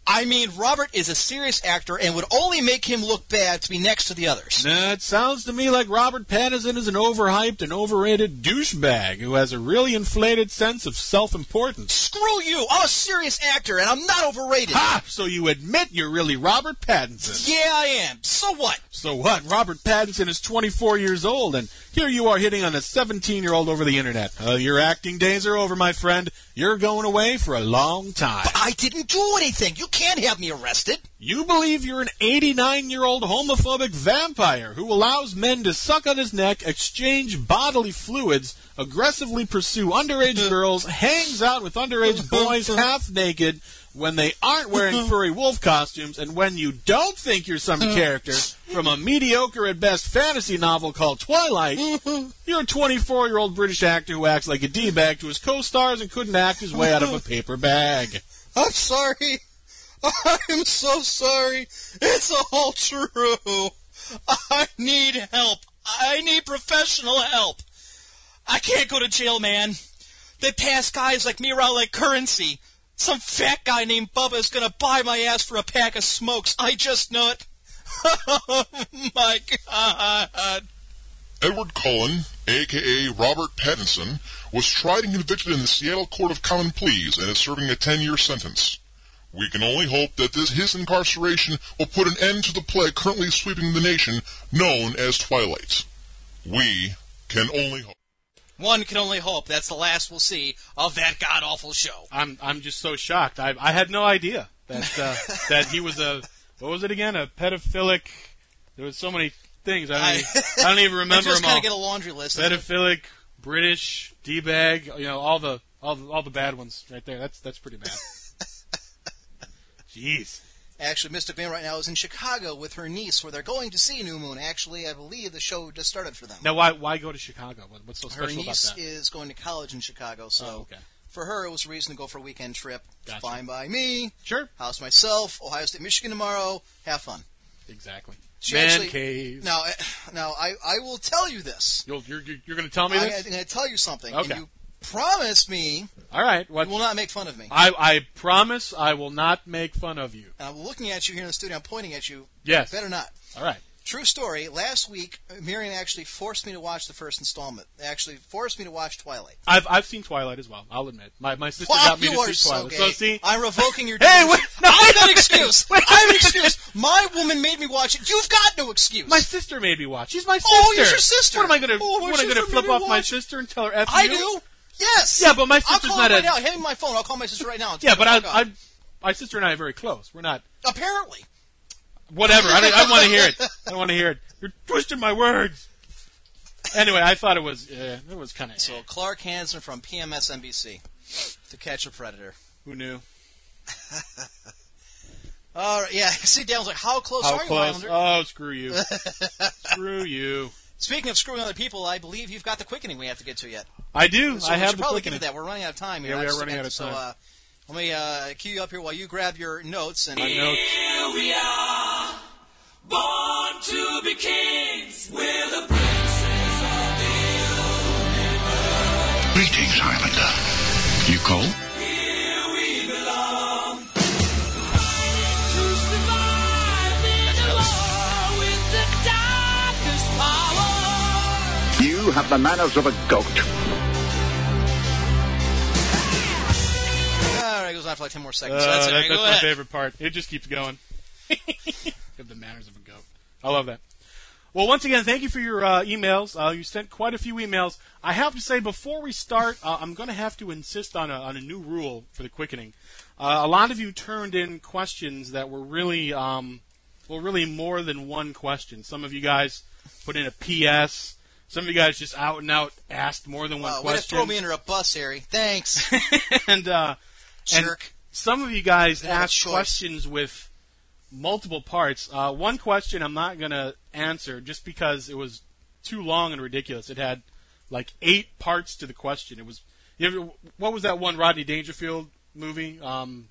S4: I mean, Robert is a serious actor and would only make him look bad to be next to the others.
S5: Nah, it sounds to me like Robert Pattinson is an overhyped and overrated douchebag who has a really inflated sense of self-importance.
S4: Screw you! I'm a serious actor and I'm not overrated.
S5: Ha! So you admit you're really Robert Pattinson.
S4: Yeah, I am. So what?
S5: So what? Robert Pattinson is 24 years old, and here you are hitting on a 17 year old over the internet. Uh, your acting days are over, my friend. You're going away for a long time.
S4: I didn't do anything. You can't have me arrested.
S5: You believe you're an 89 year old homophobic vampire who allows men to suck on his neck, exchange bodily fluids, aggressively pursue underage girls, hangs out with underage boys half naked when they aren't wearing furry wolf costumes, and when you don't think you're some character from a mediocre at best fantasy novel called Twilight, you're a 24 year old British actor who acts like a D bag to his co stars and couldn't act his way out of a paper bag.
S4: I'm sorry. I'm so sorry. It's all true. I need help. I need professional help. I can't go to jail, man. They pass guys like me around like currency. Some fat guy named Bubba is gonna buy my ass for a pack of smokes. I just know it. oh my god.
S9: Edward Cullen, aka Robert Pattinson, was tried and convicted in the Seattle Court of Common Pleas and is serving a 10-year sentence. We can only hope that this, his incarceration will put an end to the plague currently sweeping the nation known as Twilight. We can only hope.
S4: One can only hope that's the last we'll see of that god awful show.
S5: I'm I'm just so shocked. I I had no idea that uh, that he was a what was it again? A pedophilic. There was so many things. I don't, even, I don't even remember
S4: just
S5: them
S4: kind
S5: all.
S4: of get a laundry list.
S5: pedophilic, British, d bag. You know all the all the, all the bad ones right there. That's that's pretty bad. Jeez.
S4: Actually, Mystic Van right now is in Chicago with her niece, where they're going to see New Moon. Actually, I believe the show just started for them.
S5: Now why why go to Chicago? What- What's so
S4: her
S5: special about
S4: niece
S5: that?
S4: is going to college in Chicago, so
S5: Oh, okay.
S4: for her it was a reason to go for a weekend trip.
S5: Gotcha.
S4: Fine by me.
S5: Sure.
S4: House myself. Ohio State, Michigan tomorrow. Have fun.
S5: Exactly.
S4: She
S5: Man
S4: actually-
S5: caves.
S4: Now, eh, now I I will tell you this.
S5: You'll, you're you're, you're going to tell me
S4: I,
S5: this?
S4: am going to tell you something.
S5: Okay.
S4: And you promise me
S5: All right. What?
S4: you will not make fun of me.
S5: I, I promise I will not make fun of you.
S4: And I'm looking at you here in the studio. I'm pointing at you.
S5: Yes.
S4: Better not.
S5: All right.
S4: True story. Last week, Miriam actually forced me to watch the first installment. Actually, forced me to watch Twilight.
S5: I've I've seen Twilight as well. I'll admit. My my sister
S4: Wow,
S5: got me
S4: you
S5: to
S4: are
S5: see
S4: so
S5: Twilight.
S4: gay.
S5: So see.
S4: I'm revoking your.
S5: Hey, wait, no,
S4: I'm
S5: wait a
S4: an
S5: minute.
S4: excuse.
S5: Wait a
S4: I'm an
S5: minute.
S4: excuse. My woman made me watch it. You've got no excuse.
S5: My sister made me watch. She's my sister.
S4: Oh, you're your sister.
S5: What am I gonna?
S4: Oh, my
S5: what am I gonna
S4: sister
S5: flip
S4: made me
S5: off my
S4: watch.
S5: sister and tell her F
S4: I
S5: you?
S4: do. Yes.
S5: Yeah, but my
S4: I'll
S5: sister's
S4: call
S5: not
S4: her right
S5: a-
S4: now. Hand me my phone. I'll call Oh my sister right now. and
S5: Yeah, but I,
S4: fuck off.
S5: I, my sister and I are very close. We're not.
S4: apparently.
S5: Whatever. I, don't- I want to hear it. I don't want to hear it. You're twisting my words. Anyway, I thought it was. Uh, it was kind of.
S4: So Clark Hansen from PMSNBC to catch a predator.
S5: who knew?
S4: All right, yeah. See, Dale's like, how close
S5: How
S4: are you,
S5: close?
S4: Islander?
S5: Oh, screw you. screw you.
S4: Speaking of screwing other people, I believe you've got the quickening we have to get to yet.
S5: I do.
S4: So
S5: I
S4: we
S5: have
S4: should
S5: the
S4: probably
S5: click in
S4: get
S5: it.
S4: to that. We're running out of time here.
S5: Yeah, we
S4: I
S5: are
S4: just-
S5: running out of
S4: so,
S5: time.
S4: uh, let me uh, cue you up here while you grab your notes and.
S5: My notes.
S3: Born to be kings, we're the princes of the
S8: Greetings, Highlander. You call?
S3: year we belong. To survive in a war with the darkest power.
S10: You have the manners of a goat.
S4: All right, it goes on for like ten more seconds. so that's
S5: Uh,
S4: it. Go
S5: that- that's my
S4: ahead.
S5: favorite part. It just keeps going. You have the manners of a goat. I love that. Well, once again, thank you for your uh, emails. Uh, you sent quite a few emails. I have to say, before we start, uh, I'm going to have to insist on a, on a new rule for the quickening. Uh, a lot of you turned in questions that were really, um, well, really more than one question. Some of you guys put in a PS. Some of you guys just out and out asked more than one
S4: Uh, way to
S5: question.
S4: throw me under a bus, Harry. Thanks,
S5: and uh, and
S4: jerk.
S5: some of you guys
S4: They have a
S5: asked
S4: choice.
S5: questions with multiple parts. Uh, one question I'm not going to answer just because it was too long and ridiculous. It had like eight parts to the question. It was you ever, what was that one Rodney Dangerfield movie? Um,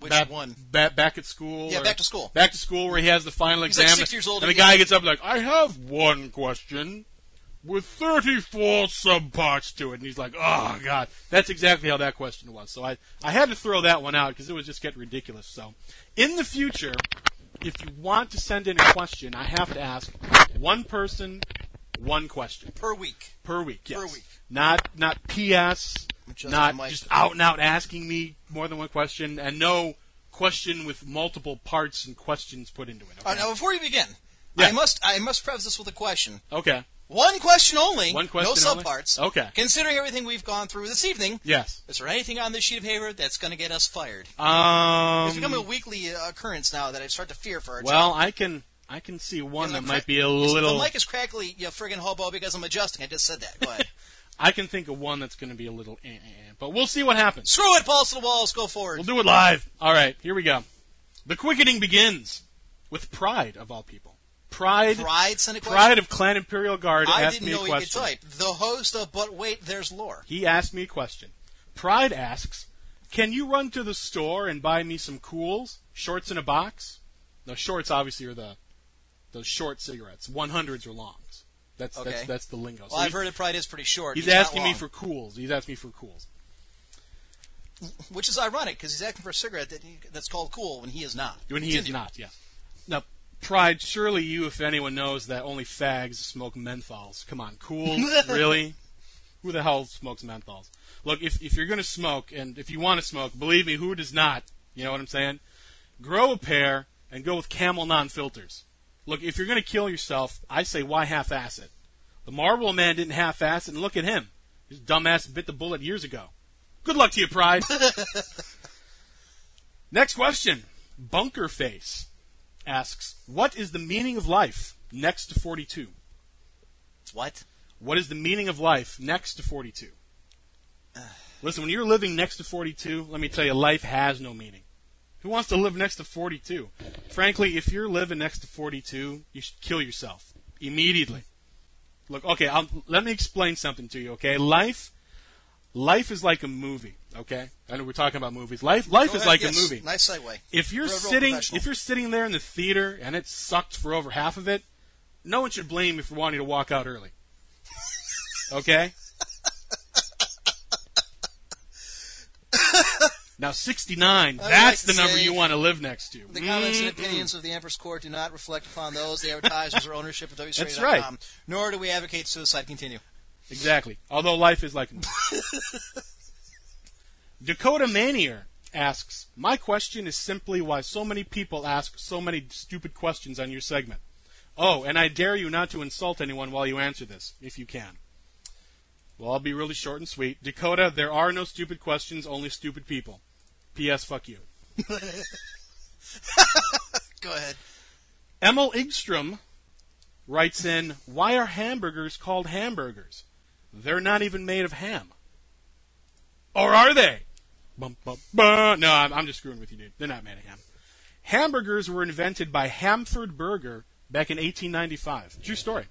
S4: Which
S5: back,
S4: one?
S5: Ba- back at school.
S4: Yeah,
S5: or-
S4: Back to School.
S5: Back to school, where he has the final
S4: He's like
S5: exam.
S4: six years old
S5: and the
S4: again.
S5: guy gets up like, I have one question with 34 subparts to it, and he's like, Oh God, that's exactly how that question was. So I I had to throw that one out because it was just getting ridiculous. So in the future, if you want to send in a question, I have to ask one person, one question
S4: Per week.
S5: per week. Yes.
S4: Per week.
S5: Not not PS.
S4: Just
S5: not
S4: Mike.
S5: just out and out asking me more than one question, and no question with multiple parts and questions put into it.
S4: All right,
S5: Okay.
S4: now before you begin,
S5: Yeah.
S4: I must I must preface this with a question.
S5: okay.
S4: One question only.
S5: One question.
S4: No
S5: only?
S4: subparts.
S5: Okay.
S4: Considering everything we've gone through this evening,
S5: Yes.
S4: is there anything on this sheet of paper that's going to get us fired?
S5: Um.
S4: it's becoming a weekly uh, occurrence now that I start to fear for it.
S5: well, I can I can see one
S4: Yeah,
S5: that
S4: the
S5: might
S4: cra-
S5: be a
S4: The
S5: little.
S4: mic is crackly, you friggin' hobo, because I'm adjusting. I just said that. Go ahead.
S5: I can think of one that's going to be a little. Eh, eh, eh, but we'll see what happens.
S4: Screw it, balls to the walls, go forward.
S5: We'll do it live. All right, here we go. The quickening begins with pride of all people. Pride,
S4: Pride sent a question.
S5: pride of Clan Imperial Guard
S4: I
S5: asked
S4: didn't
S5: me a
S4: know you could
S5: question.
S4: type. The host of But Wait, There's Lore.
S5: He asked me a question. Pride asks, "Can you run to the store and buy me some cools, shorts in a box?" Now, shorts obviously are the those short cigarettes. One hundreds or longs. That's
S4: Okay.
S5: that's that's the lingo. So
S4: Well, I've
S5: he-
S4: heard that Pride is pretty short.
S5: he's
S4: not
S5: asking me
S4: long.
S5: for cools. He's asking me for cools.
S4: Which is ironic, because he's asking for a cigarette that he, that's called cool when he is not.
S5: When he
S4: Continue.
S5: is not, yeah. Now, Pride, surely you, if anyone knows that only fags smoke menthols. Come on, cool, really? Who the hell smokes menthols? Look, if, if you're going to smoke, and if you want to smoke, believe me, who does not? You know what I'm saying? Grow a pair and go with camel non filters. Look, if you're going to kill yourself, I say why half ass it? The Marvel man didn't half ass it, and look at him. His dumbass bit the bullet years ago. Good luck to you, Pride. Next question. Bunkerface asks, "What is the meaning of life next to 42?
S4: What?
S5: What is the meaning of life next to 42?" Listen, when you're living next to 42, let me tell you, life has no meaning. Who wants to live next to 42? Frankly, if you're living next to 42, you should kill yourself immediately. Look, okay, I'll, let me explain something to you. Okay, life, life is like a movie. Okay, I know we're talking about movies. Life, life
S4: Go
S5: is
S4: ahead,
S5: like
S4: yes,
S5: a movie
S4: Nice segue.
S5: if you're
S4: Real
S5: sitting
S4: professional.
S5: if you're sitting there in the theater and it sucked for over half of it, no one should blame you for wanting to walk out early. Okay? Now 69,
S4: I would
S5: that's
S4: like to
S5: the number
S4: say
S5: you want to live next to.
S4: The comments and
S5: Mm-mm.
S4: opinions of the Empress Court do not reflect upon those, the advertisers, or ownership of WSRadio.com.
S5: That's right.
S4: Nor do we advocate suicide. Continue.
S5: Exactly. Although life is like. Dakota Manier asks, My question is simply why so many people ask so many stupid questions on your segment. Oh, and I dare you not to insult anyone while you answer this, if you can. Well, I'll be really short and sweet. Dakota, there are no stupid questions, only stupid people. P.S. Fuck you.
S4: Go ahead.
S5: Emil Igstrom writes in, Why are hamburgers called hamburgers? They're not even made of ham. Or are they? Bum, bum, bum. No, I'm, I'm just screwing with you, dude. They're not made of ham. Hamburgers were invented by Hamford Burger back in 1895. True story.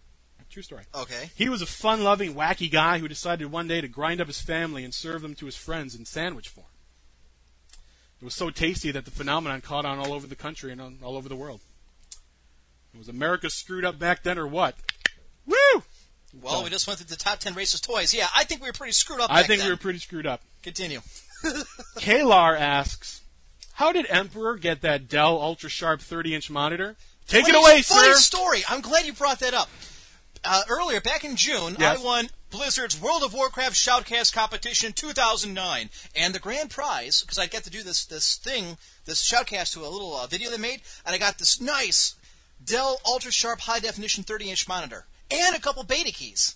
S5: True story.
S4: Okay.
S5: He was a fun loving, wacky guy who decided one day to grind up his family and serve them to his friends in sandwich form. It was so tasty that the phenomenon caught on all over the country and on, all over the world. Was America screwed up back then or what? Woo!
S4: Well, we just went through the top 10 racist toys. Yeah, I think we were pretty screwed up.
S5: I
S4: back
S5: think
S4: then.
S5: we were pretty screwed up.
S4: Continue.
S5: Kalar asks, How did Emperor get that Dell Ultra Sharp 30 inch monitor? Take it
S4: Funny-
S5: away,
S4: funny
S5: sir!
S4: story. I'm glad you brought that up. Uh, earlier, back in June,
S5: Yes.
S4: I won Blizzard's World of Warcraft Shoutcast Competition 2009, and the grand prize because I got to do this this thing, this shoutcast to a little uh, video they made, and I got this nice Dell Ultra Sharp High Definition 30 inch monitor and a couple beta keys.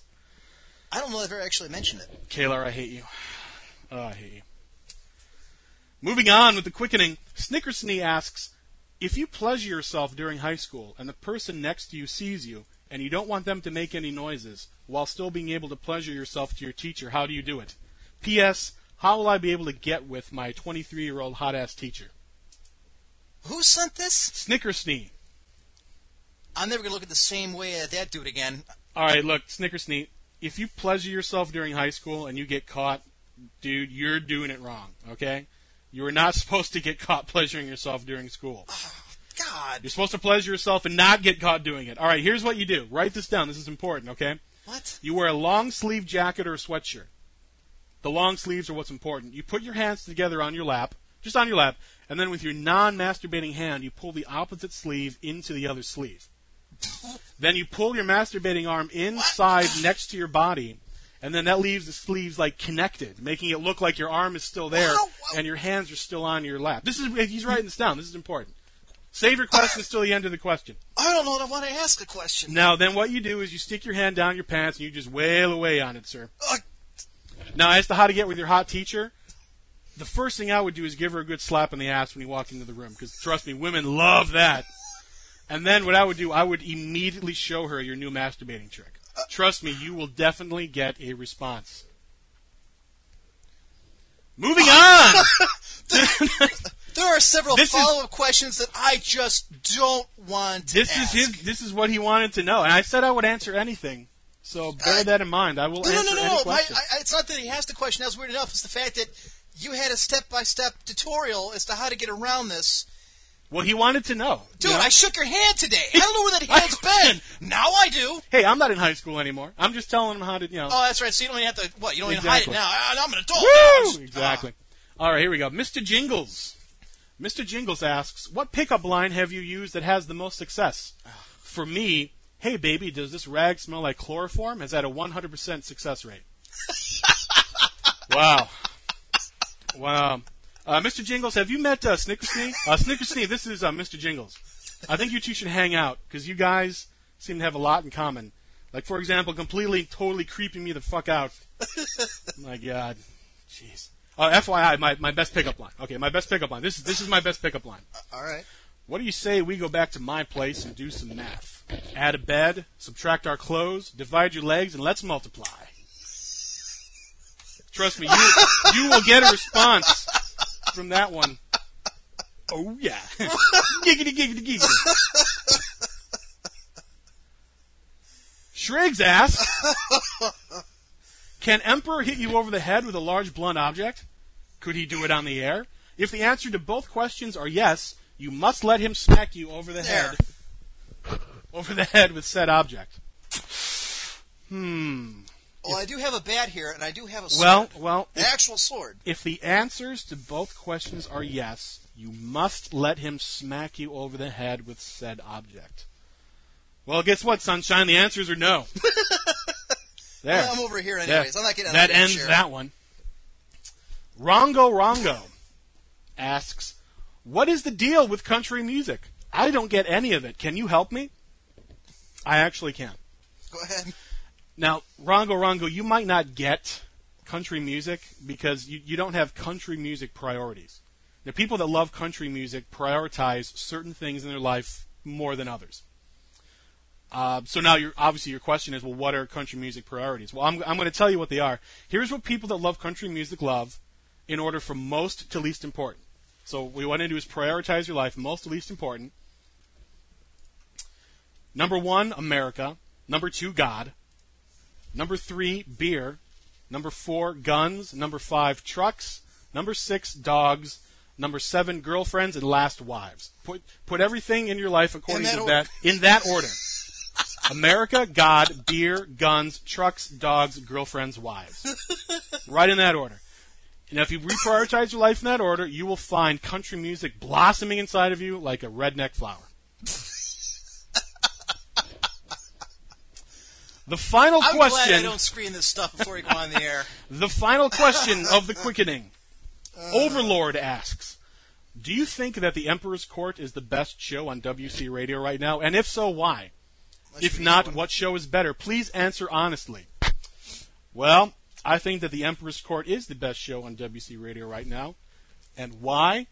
S4: I don't know if I ever actually mentioned it.
S5: Kalar, I hate you. Oh, I hate you. Moving on with the quickening, Snickersnee asks, If you pleasure yourself during high school and the person next to you sees you and you don't want them to make any noises while still being able to pleasure yourself to your teacher, how do you do it? P.S. How will I be able to get with my 23 year old hot ass teacher?
S4: Who sent this?
S5: Snickersnee.
S4: I'm never gonna look at the same way at that dude again.
S5: All right, look, Snickersnee, if you pleasure yourself during high school and you get caught, dude, you're doing it wrong, okay? You are not supposed to get caught pleasuring yourself during school.
S4: God,
S5: You're supposed to pleasure yourself and not get caught doing it. All right, here's what you do. Write this down. This is important, okay?
S4: what?
S5: You wear a long sleeve jacket or a sweatshirt. The long sleeves are what's important. You put your hands together on your lap, just on your lap, and then with your non masturbating hand, you pull the opposite sleeve into the other sleeve. then you pull your masturbating arm inside next to your body, and then that leaves the sleeves like connected, making it look like your arm is still there
S4: Wow, wow.
S5: and your hands are still on your lap. This is he's writing this down. This is important. Save your questions till the end of the question.
S4: I don't know what I want to ask a question.
S5: Now, then what you do is you stick your hand down your pants and you just wail away on it, sir.
S4: Ugh.
S5: Now, as to how to get with your hot teacher, the first thing I would do is give her a good slap in the ass when you walk into the room, because trust me, women love that. And then what I would do, I would immediately show her your new masturbating trick. Trust me, you will definitely get a response. Moving on!
S4: There are several
S5: This is-
S4: follow up questions that I just don't want to
S5: This
S4: ask.
S5: is his. This is what he wanted to know, and I said I would answer anything. So bear
S4: I-
S5: that in mind. I will
S4: No, no, no,
S5: answer
S4: no,
S5: any
S4: no. My,
S5: question.
S4: I, I- it's not that he asked the question. That was weird enough. It's the fact that you had a step by step tutorial as to how to get around this.
S5: Well, he wanted to know.
S4: Dude,
S5: you know?
S4: I shook your hand today. I don't know where that hand's been. Now I do.
S5: hey, I'm not in high school anymore. I'm just telling him how to, you know.
S4: Oh, that's right. So you don't even have to, what? You don't
S5: Exactly.
S4: even hide it now. I, I'm an adult. now.
S5: Woo!
S4: Just-
S5: Exactly. All right, here we go. Mr. Jingles. Mr. Jingles asks, "What pickup line have you used that has the most success?" For me, hey baby, does this rag smell like chloroform? Has had a 100% success rate. wow. Wow. Uh, Mr. Jingles, have you met uh, Snickersnee? Uh, Snickersnee, this is uh, Mr. Jingles. I think you two should hang out because you guys seem to have a lot in common. Like, for example, completely, totally creeping me the fuck out. my God. Jeez. Uh, FYI, my, my best pickup line. Okay, my best pickup line. This is this is my best pickup line.
S4: Uh, All right.
S5: What do you say we go back to my place and do some math? Add a bed, subtract our clothes, divide your legs, and let's multiply. Trust me, you you will get a response from that one. Oh yeah, giggity giggity giggity. Shrig's asks, "Can Emperor hit you over the head with a large blunt object? Could he do it on the air? If the answer to both questions are yes, you must let him smack you over the
S4: There.
S5: head, over the head with said object." Hmm.
S4: Well, I do have a bat here, and I do have a sword.
S5: Well, well,
S4: an actual sword.
S5: If the answers to both questions are yes, you must let him smack you over the head with said object. Well, guess what, sunshine? The answers are no. there.
S4: Well, I'm over here
S5: There.
S4: anyways. I'm not getting out
S5: that
S4: of here,
S5: ends
S4: Sharon.
S5: that one. Rongo Rongo asks, "What is the deal with country music? I don't get any of it. Can you help me?" I actually can.
S4: Go ahead.
S5: Now, Rongo Rongo, you might not get country music because you, you don't have country music priorities. The people that love country music prioritize certain things in their life more than others. Uh, so now, you're, obviously, your question is, well, what are country music priorities? Well, I'm, I'm going to tell you what they are. Here's what people that love country music love in order from most to least important. So what we want to do is prioritize your life most to least important. Number one, America. Number two, God. Number three, beer. Number four, guns. Number five, trucks. Number six, dogs. Number seven, girlfriends, and last, wives. Put put everything in your life according
S4: In that
S5: to
S4: order.
S5: that in that order. America, God, beer, guns, trucks, dogs, girlfriends, wives. right in that order. Now, if you reprioritize your life in that order, you will find country music blossoming inside of you like a redneck flower. the final
S4: I'm
S5: question.
S4: glad I don't screen this stuff before you go on the air.
S5: The final question of the quickening. Overlord asks, "Do you think that the Emperor's Court is the best show on WC Radio right now? And if so, why? if not, what show is better? Please answer honestly." Well, I think that the Emperor's Court is the best show on WC Radio right now, and why?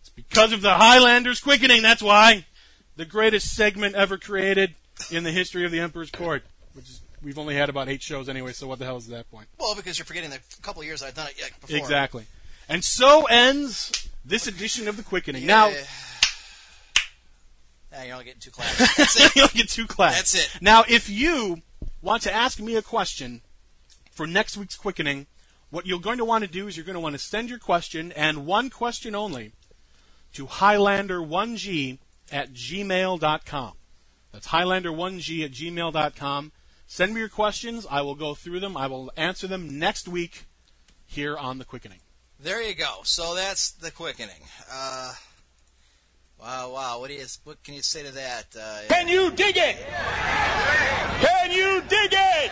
S5: It's because of the Highlanders quickening. That's why. The greatest segment ever created in the history of the Emperor's Court, which is we've only had about eight shows anyway. So what the hell is that point?
S4: Well, because you're forgetting the couple of years I've done it like, before.
S5: Exactly. And so ends this edition of the Quickening. Now
S4: Yeah. Now you're only getting two classes. That's it.
S5: you'll get two class.
S4: That's it.
S5: Now, if you want to ask me a question for next week's Quickening, what you're going to want to do is you're going to want to send your question and one question only to Highlander1g at gmail.com. That's Highlander1g at gmail.com. Send me your questions. I will go through them. I will answer them next week here on the Quickening.
S4: There you go. So that's the quickening. Uh, wow, wow. What, is, what can you say to that? Uh,
S3: Can you dig it? Can you dig it?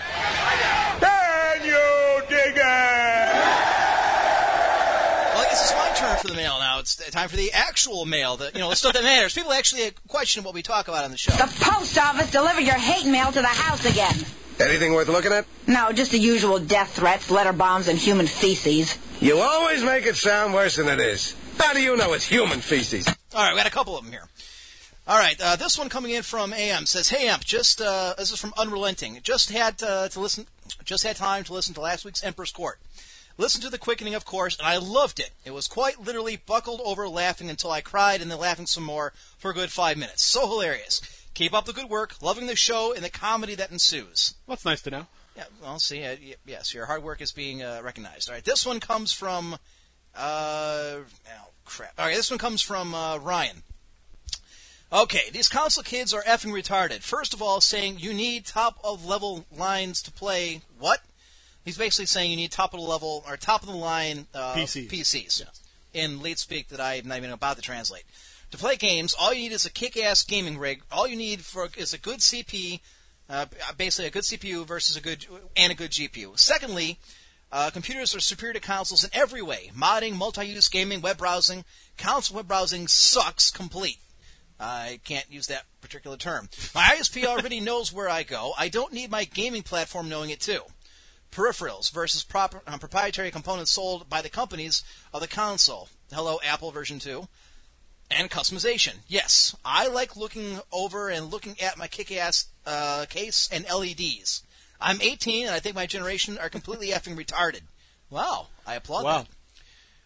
S3: Can you dig it?
S4: Well, I guess it's my turn for the mail now. It's time for the actual mail, the, you know, the stuff that matters. People actually question what we talk about on the show.
S11: The post office delivered your hate mail to the house again.
S10: Anything worth looking at?
S11: No, just the usual death threats, letter bombs, and human feces.
S10: You always make it sound worse than it is. How do you know it's human feces?
S4: All right, we got a couple of them here. All right, uh, this one coming in from AM says, "Hey Amp, just uh, this is from Unrelenting. Just had uh, to listen, just had time to listen to last week's Emperor's Court. Listened to the quickening, of course, and I loved it. It was quite literally buckled over laughing until I cried, and then laughing some more for a good five minutes. So hilarious. Keep up the good work. Loving the show and the comedy that ensues.
S5: Well, that's nice to know.
S4: Yeah, well, see, uh, y- yes, your hard work is being uh, recognized. All right, this one comes from, uh, oh crap. All right, this one comes from uh, Ryan. Okay, these console kids are effing retarded. First of all, saying you need top of level lines to play what? He's basically saying you need top of the level or top of the line uh,
S5: PCs.
S4: PCs. In late speak that I'm not even about to translate. To play games, all you need is a kick-ass gaming rig. All you need for is a good CP, uh, basically a good CPU versus a good and a good GPU. Secondly, uh, computers are superior to consoles in every way: modding, multi-use gaming, web browsing. Console web browsing sucks complete. I can't use that particular term. My ISP already knows where I go. I don't need my gaming platform knowing it too. Peripherals versus proper, um, proprietary components sold by the companies of the console. Hello, Apple version 2. And customization. Yes, I like looking over and looking at my kick ass uh, case and LEDs. I'm 18 and I think my generation are completely effing retarded. Wow, I applaud
S5: Wow.
S4: that.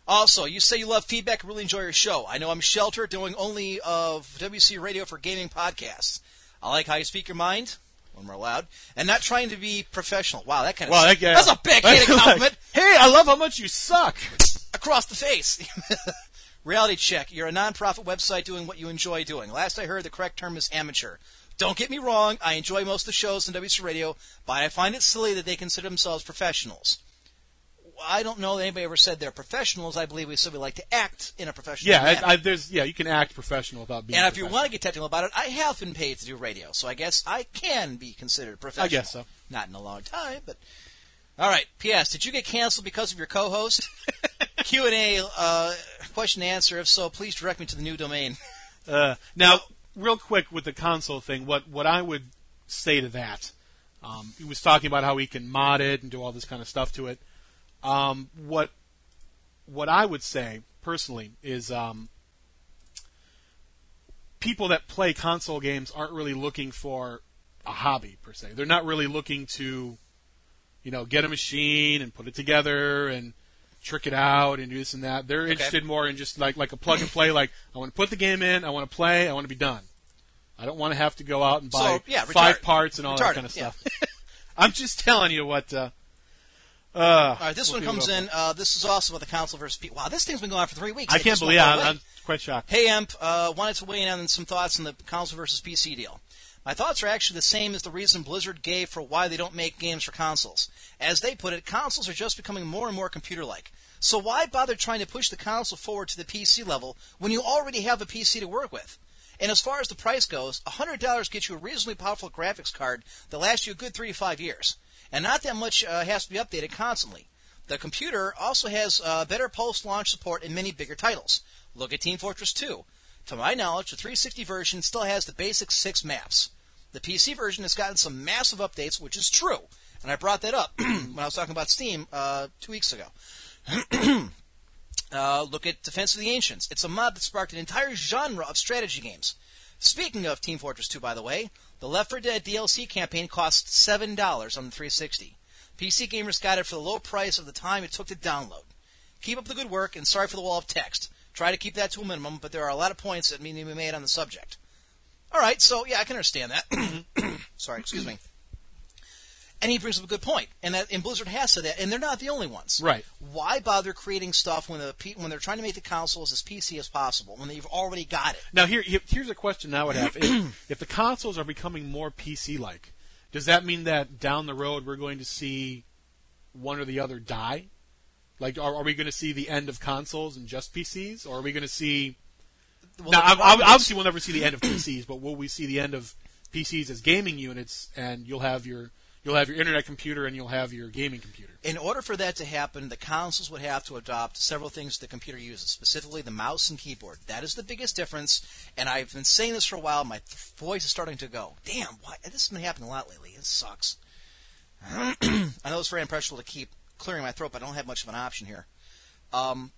S4: Also, you say you love feedback and really enjoy your show. I know I'm sheltered, doing only of WC Radio for gaming podcasts. I like how you speak your mind when we're allowed, and not trying to be professional. Wow, that kind of
S5: Wow, that guy-
S4: that's a backhanded
S5: Like,
S4: compliment
S5: hey, I love how much you suck.
S4: across the face. Reality check. You're a nonprofit website doing what you enjoy doing. Last I heard, the correct term is amateur. Don't get me wrong, I enjoy most of the shows on WC Radio, but I find it silly that they consider themselves professionals. I don't know that anybody ever said they're professionals. I believe we said we like to act in a professional
S5: Yeah,
S4: manner.
S5: I, I, there's yeah, you can act professional without being.
S4: and if you want to get technical about it, I have been paid to do radio, so I guess I can be considered professional.
S5: I guess so.
S4: Not in a long time, but all right. P.S. Did you get canceled because of your co-host? Q and A uh, question and answer. If so, please direct me to the new domain.
S5: Uh, now, real quick with the console thing, what what I would say to that, um, he was talking about how he can mod it and do all this kind of stuff to it. Um, what what I would say personally is um, people that play console games aren't really looking for a hobby per se. They're not really looking to, you know, get a machine and put it together and trick it out and do this and that. They're interested more in just like like a plug and play. Like I want to put the game in, I want to play, I want to be done. I don't want to have to go out and
S4: So,
S5: buy
S4: yeah,
S5: five
S4: retarded.
S5: parts and all that
S4: Retarded,
S5: kind of
S4: yeah.
S5: stuff. I'm just telling you what. Uh, uh,
S4: All right, this one comes in. Uh, this is also about the console versus P. Wow, this thing's been going on for three weeks.
S5: I
S4: It
S5: can't
S4: just won't
S5: believe
S4: go
S5: I'm,
S4: away.
S5: I'm quite shocked.
S4: Hey, Emp, uh, wanted to weigh in on some thoughts on the console versus PC deal. My thoughts are actually the same as the reason Blizzard gave for why they don't make games for consoles. As they put it, consoles are just becoming more and more computer like. So why bother trying to push the console forward to the PC level when you already have a PC to work with? And as far as the price goes, $100 gets you a reasonably powerful graphics card that lasts you a good three to five years. And not that much uh, has to be updated constantly. The computer also has uh, better post launch support in many bigger titles. Look at Team Fortress 2. To my knowledge, the 360 version still has the basic six maps. The PC version has gotten some massive updates, which is true. And I brought that up when I was talking about Steam uh, two weeks ago. uh, look at Defense of the Ancients. It's a mod that sparked an entire genre of strategy games. Speaking of Team Fortress 2, by the way, the Left 4 Dead DLC campaign cost $7 on the 360. PC gamers got it for the low price of the time it took to download. Keep up the good work, and sorry for the wall of text. Try to keep that to a minimum, but there are a lot of points that need to be made on the subject. All right, so yeah, I can understand that. sorry, excuse me. And he brings up a good point, and that and Blizzard has said that, and they're not the only ones.
S5: Right.
S4: Why bother creating stuff when the P- when they're trying to make the consoles as PC as possible when they've already got it?
S5: Now here here- here's a question I would have: if, if the consoles are becoming more PC-like, does that mean that down the road we're going to see one or the other die? Like, are, are we going to see the end of consoles and just PCs, or are we going to see?
S4: Well,
S5: now,
S4: the
S5: ob- ob-
S4: problem is-
S5: obviously, we'll never see the end of PCs, but will we see the end of PCs as gaming units? And you'll have your you'll have your internet computer and you'll have your gaming computer.
S4: In order for that to happen, the consoles would have to adopt several things the computer uses, specifically the mouse and keyboard. That is the biggest difference, and I've been saying this for a while. My th- voice is starting to go. Damn, why? This has been happening a lot lately. It sucks. I know it's very impressionable to keep clearing my throat, but I don't have much of an option here. Um,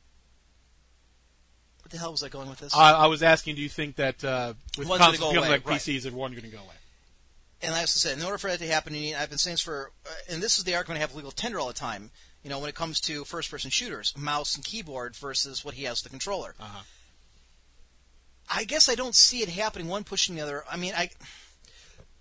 S4: what the hell was I going with this?
S5: I, I was asking, do you think that uh, with
S4: One's gonna
S5: consoles
S4: go
S5: becoming
S4: away,
S5: like
S4: right.
S5: PCs, that one going to go away?
S4: and as I said, in order for that to happen, you need, I've been saying this for, uh, and this is the argument I have with legal tender all the time. You know, when it comes to first-person shooters, mouse and keyboard versus what he has the controller.
S5: Uh-huh.
S4: I guess I don't see it happening. One pushing the other. I mean, I,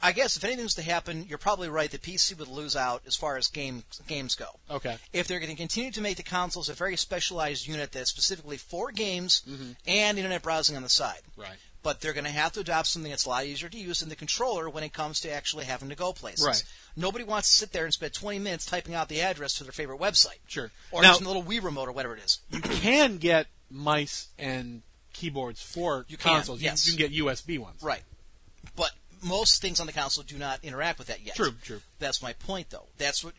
S4: I guess if anything's to happen, you're probably right. The PC would lose out as far as game games go.
S5: Okay.
S4: If they're going to continue to make the consoles a very specialized unit that's specifically for games and internet browsing on the side
S5: Mm-hmm. Right.
S4: but they're going to have to adopt something that's a lot easier to use than the controller when it comes to actually having to go places.
S5: Right.
S4: Nobody wants to sit there and spend 20 minutes typing out the address to their favorite website
S5: Sure.
S4: or
S5: Now-
S4: using a little Wii remote or whatever it is.
S5: you can get mice and keyboards for
S4: You can,
S5: consoles. You-
S4: yes.
S5: You, can get USB ones.
S4: Right. But most things on the console do not interact with that yet.
S5: True, true.
S4: That's my point, though. That's what.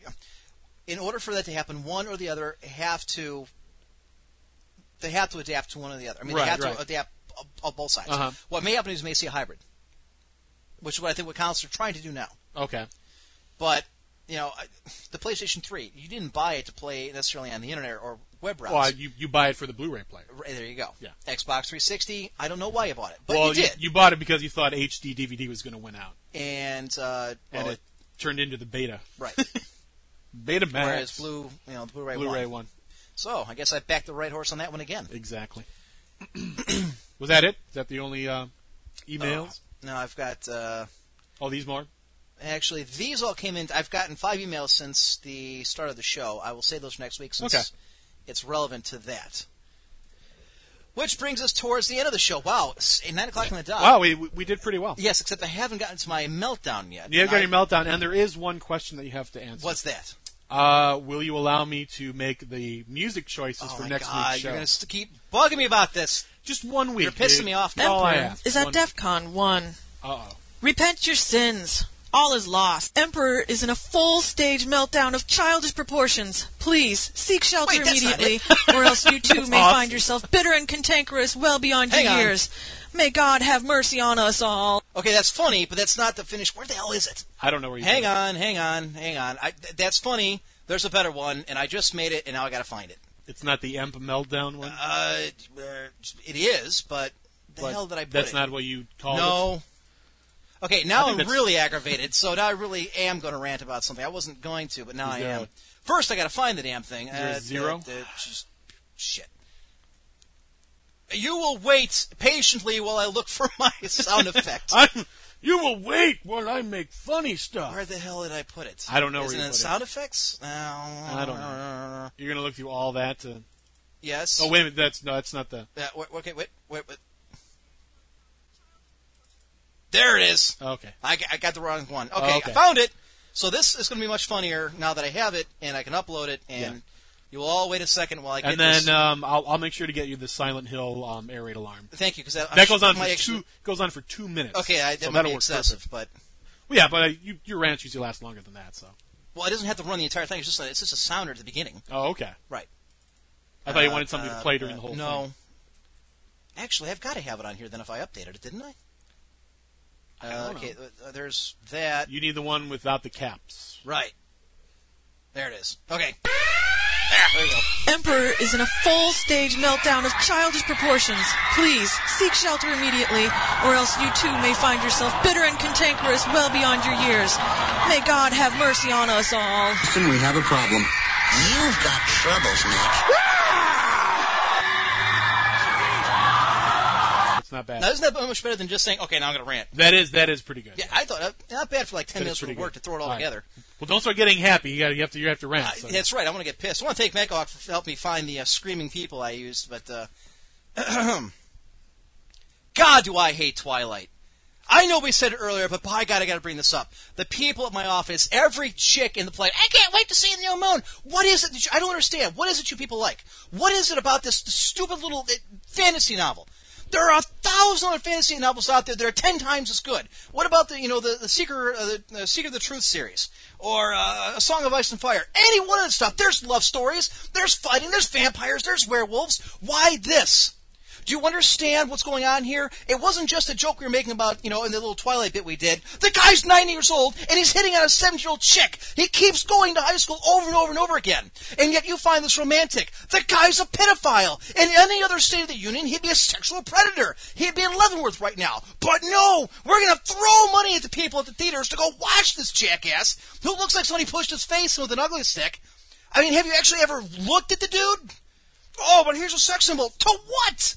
S4: In order for that to happen, one or the other have to. They have to adapt to one or the other. I mean,
S5: Right,
S4: they have
S5: right.
S4: to adapt on- on both sides.
S5: Uh-huh.
S4: What may happen is you may see a hybrid, which is what I think what consoles are trying to do now.
S5: Okay.
S4: But you know, I- the PlayStation 3, you didn't buy it to play necessarily on the internet or web browser.
S5: Well, I- you, you buy it for the Blu-ray player.
S4: Right, there you go.
S5: Yeah.
S4: Xbox 360. I don't know why you bought it, but
S5: well,
S4: you did.
S5: You, bought it because you thought HD DVD was going to win out,
S4: and uh,
S5: and
S4: well,
S5: it turned into the Beta.
S4: right.
S5: Beta Max.
S4: Whereas blue, you know, the Blu-ray,
S5: Blu-ray
S4: won.
S5: one.
S4: So I guess I backed the right horse on that one again.
S5: Exactly. was that it? Is that the only uh, emails?
S4: Now I've got uh,
S5: All these more?
S4: actually these all came in. I've gotten five emails since the start of the show. I will save those for next week since
S5: Okay.
S4: it's relevant to that. Which brings us towards the end of the show. Wow, it's nine o'clock on the dot.
S5: Wow, we we did pretty well.
S4: Yes, except I haven't gotten to my meltdown yet.
S5: You have got
S4: I-
S5: your meltdown, and there is one question that you have to answer.
S4: What's that?
S5: Uh, will you allow me to make the music choices
S4: Oh
S5: for
S4: my
S5: next
S4: God,
S5: week's show?
S4: you're gonna st- keep bugging me about this.
S5: Just one week.
S4: You're pissing
S5: dude.
S4: me off.
S5: That's all I
S1: Emperor
S5: ask.
S1: is at
S5: One-
S1: DEF CON 1.
S5: Uh-oh.
S1: Repent your sins. All is lost. Emperor is in a full stage meltdown of childish proportions. Please seek shelter
S4: Wait, that's not
S1: immediately, or else you too
S5: That's
S1: may
S5: awesome.
S1: find yourself bitter and cantankerous well beyond
S4: Hang
S1: your
S4: on.
S1: years. May God have mercy on us all.
S4: Okay, that's funny, but that's not the finish. Where the hell is it?
S5: I don't know where you.
S4: Hang
S5: put it.
S4: on, hang on, hang on. I, th- that's funny. There's a better one, and I just made it, and now I got to find it.
S5: It's not the Emp meltdown one.
S4: Uh, it is, but the
S5: but
S4: hell did I put
S5: That's
S4: it?
S5: not what you called it.
S4: no. Okay, now
S5: think
S4: I'm
S5: that's-
S4: really aggravated. So now I really am going to rant about something. I wasn't going to, but now I
S5: No.
S4: am. First, I got to find the damn thing.
S5: there a
S4: Uh,
S5: zero?
S4: the- the- just- shit. You will wait patiently while I look for my sound effect.
S5: I'm, you will wait while I make funny stuff.
S4: Where the hell did I put it?
S5: I don't know where
S4: Is
S5: you
S4: it in
S5: put it.
S4: sound effects?
S5: I
S4: I
S5: don't know. You're gonna look through all that to.
S4: Yes.
S5: Oh wait a minute. That's no. That's not the.
S4: Uh, wait, okay, wait, wait, wait. There it is.
S5: oh, Okay.
S4: I, g- I got the wrong one. Okay,
S5: Oh, okay.
S4: I found it. So this is going to be much funnier now that I have it and I can upload it. And
S5: Yeah.
S4: you will all wait a second while I get
S5: And then
S4: this.
S5: um, I'll, I'll make sure to get you the Silent Hill um, air raid alarm.
S4: Thank you, because that, I'm
S5: that
S4: sure
S5: goes on for
S4: might
S5: two
S4: actually-
S5: goes on for two minutes.
S4: Okay, I, that
S5: so
S4: might
S5: that'll
S4: be
S5: work
S4: excessive,
S5: perfect.
S4: but
S5: Well, yeah, but uh, you, your rants usually last longer than that. So.
S4: well, it doesn't have to run the entire thing. It's just a, it's just a sounder at the beginning.
S5: Oh okay.
S4: Right.
S5: I thought Oh, you
S4: Uh,
S5: wanted something to
S4: uh,
S5: play during
S4: uh,
S5: the whole
S4: no.
S5: thing.
S4: Actually, I've got to have it on here then if I updated it, didn't I?
S5: I don't
S4: Uh,
S5: know.
S4: okay, uh, there's that.
S5: You need the one without the caps.
S4: Right. There it is. Okay. Ah,
S1: Emperor is in a full stage meltdown of childish proportions. Please seek shelter immediately, or else you too may find yourself bitter and cantankerous well beyond your years. May God have mercy on us all.
S7: Houston, we have a problem. You've got troubles, Nick.
S5: That's not bad.
S4: Now, isn't that much better than just saying, okay, now I'm going to rant?
S5: That is that is pretty good.
S4: Yeah, I thought, uh, not bad for like 10
S5: That is
S4: minutes
S5: pretty
S4: of work
S5: good.
S4: to throw it all,
S5: All right.
S4: together. Uh,
S5: Well, don't start getting happy. You got you have to you have to rant.
S4: I,
S5: so-
S4: that's right, I want to get pissed. I want to take Mac off for help me find the uh, screaming people I used, but, uh, God, do I hate Twilight. I know we said it earlier, but by God, I gotta bring this up. The people at my office, every chick in the play, I can't wait to see the new moon. What is it that you, I don't understand. What is it you people like? What is it about this, stupid little uh, fantasy novel? There are a thousand other fantasy novels out there that are ten times as good. What about the, you know, the, the Seeker, uh, the, the Seeker of the Truth series? Or, uh, A Song of Ice and Fire? Any one of that stuff. There's love stories, there's fighting, there's vampires, there's werewolves. Why this? Do you understand what's going on here? It wasn't just a joke we were making about, you know, in the little Twilight bit we did. The guy's 90 years old and he's hitting on a 7 year old chick. He keeps going to high school over and over and over again. And yet you find this romantic. The guy's a pedophile. In any other state of the union, he'd be a sexual predator. He'd be in Leavenworth right now. But no! We're gonna throw money at the people at the theaters to go watch this jackass who looks like somebody pushed his face in with an ugly stick. I mean, have you actually ever looked at the dude? Oh, but here's a sex symbol. To what?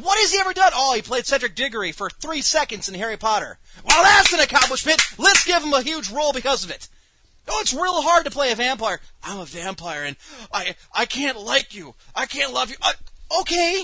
S4: What has he ever done? Oh, he played Cedric Diggory for three seconds in Harry Potter. Well, that's an accomplishment. Let's give him a huge role because of it. Oh, it's real hard to play a vampire. I'm a vampire, and I I can't like you. I can't love you. Uh, okay.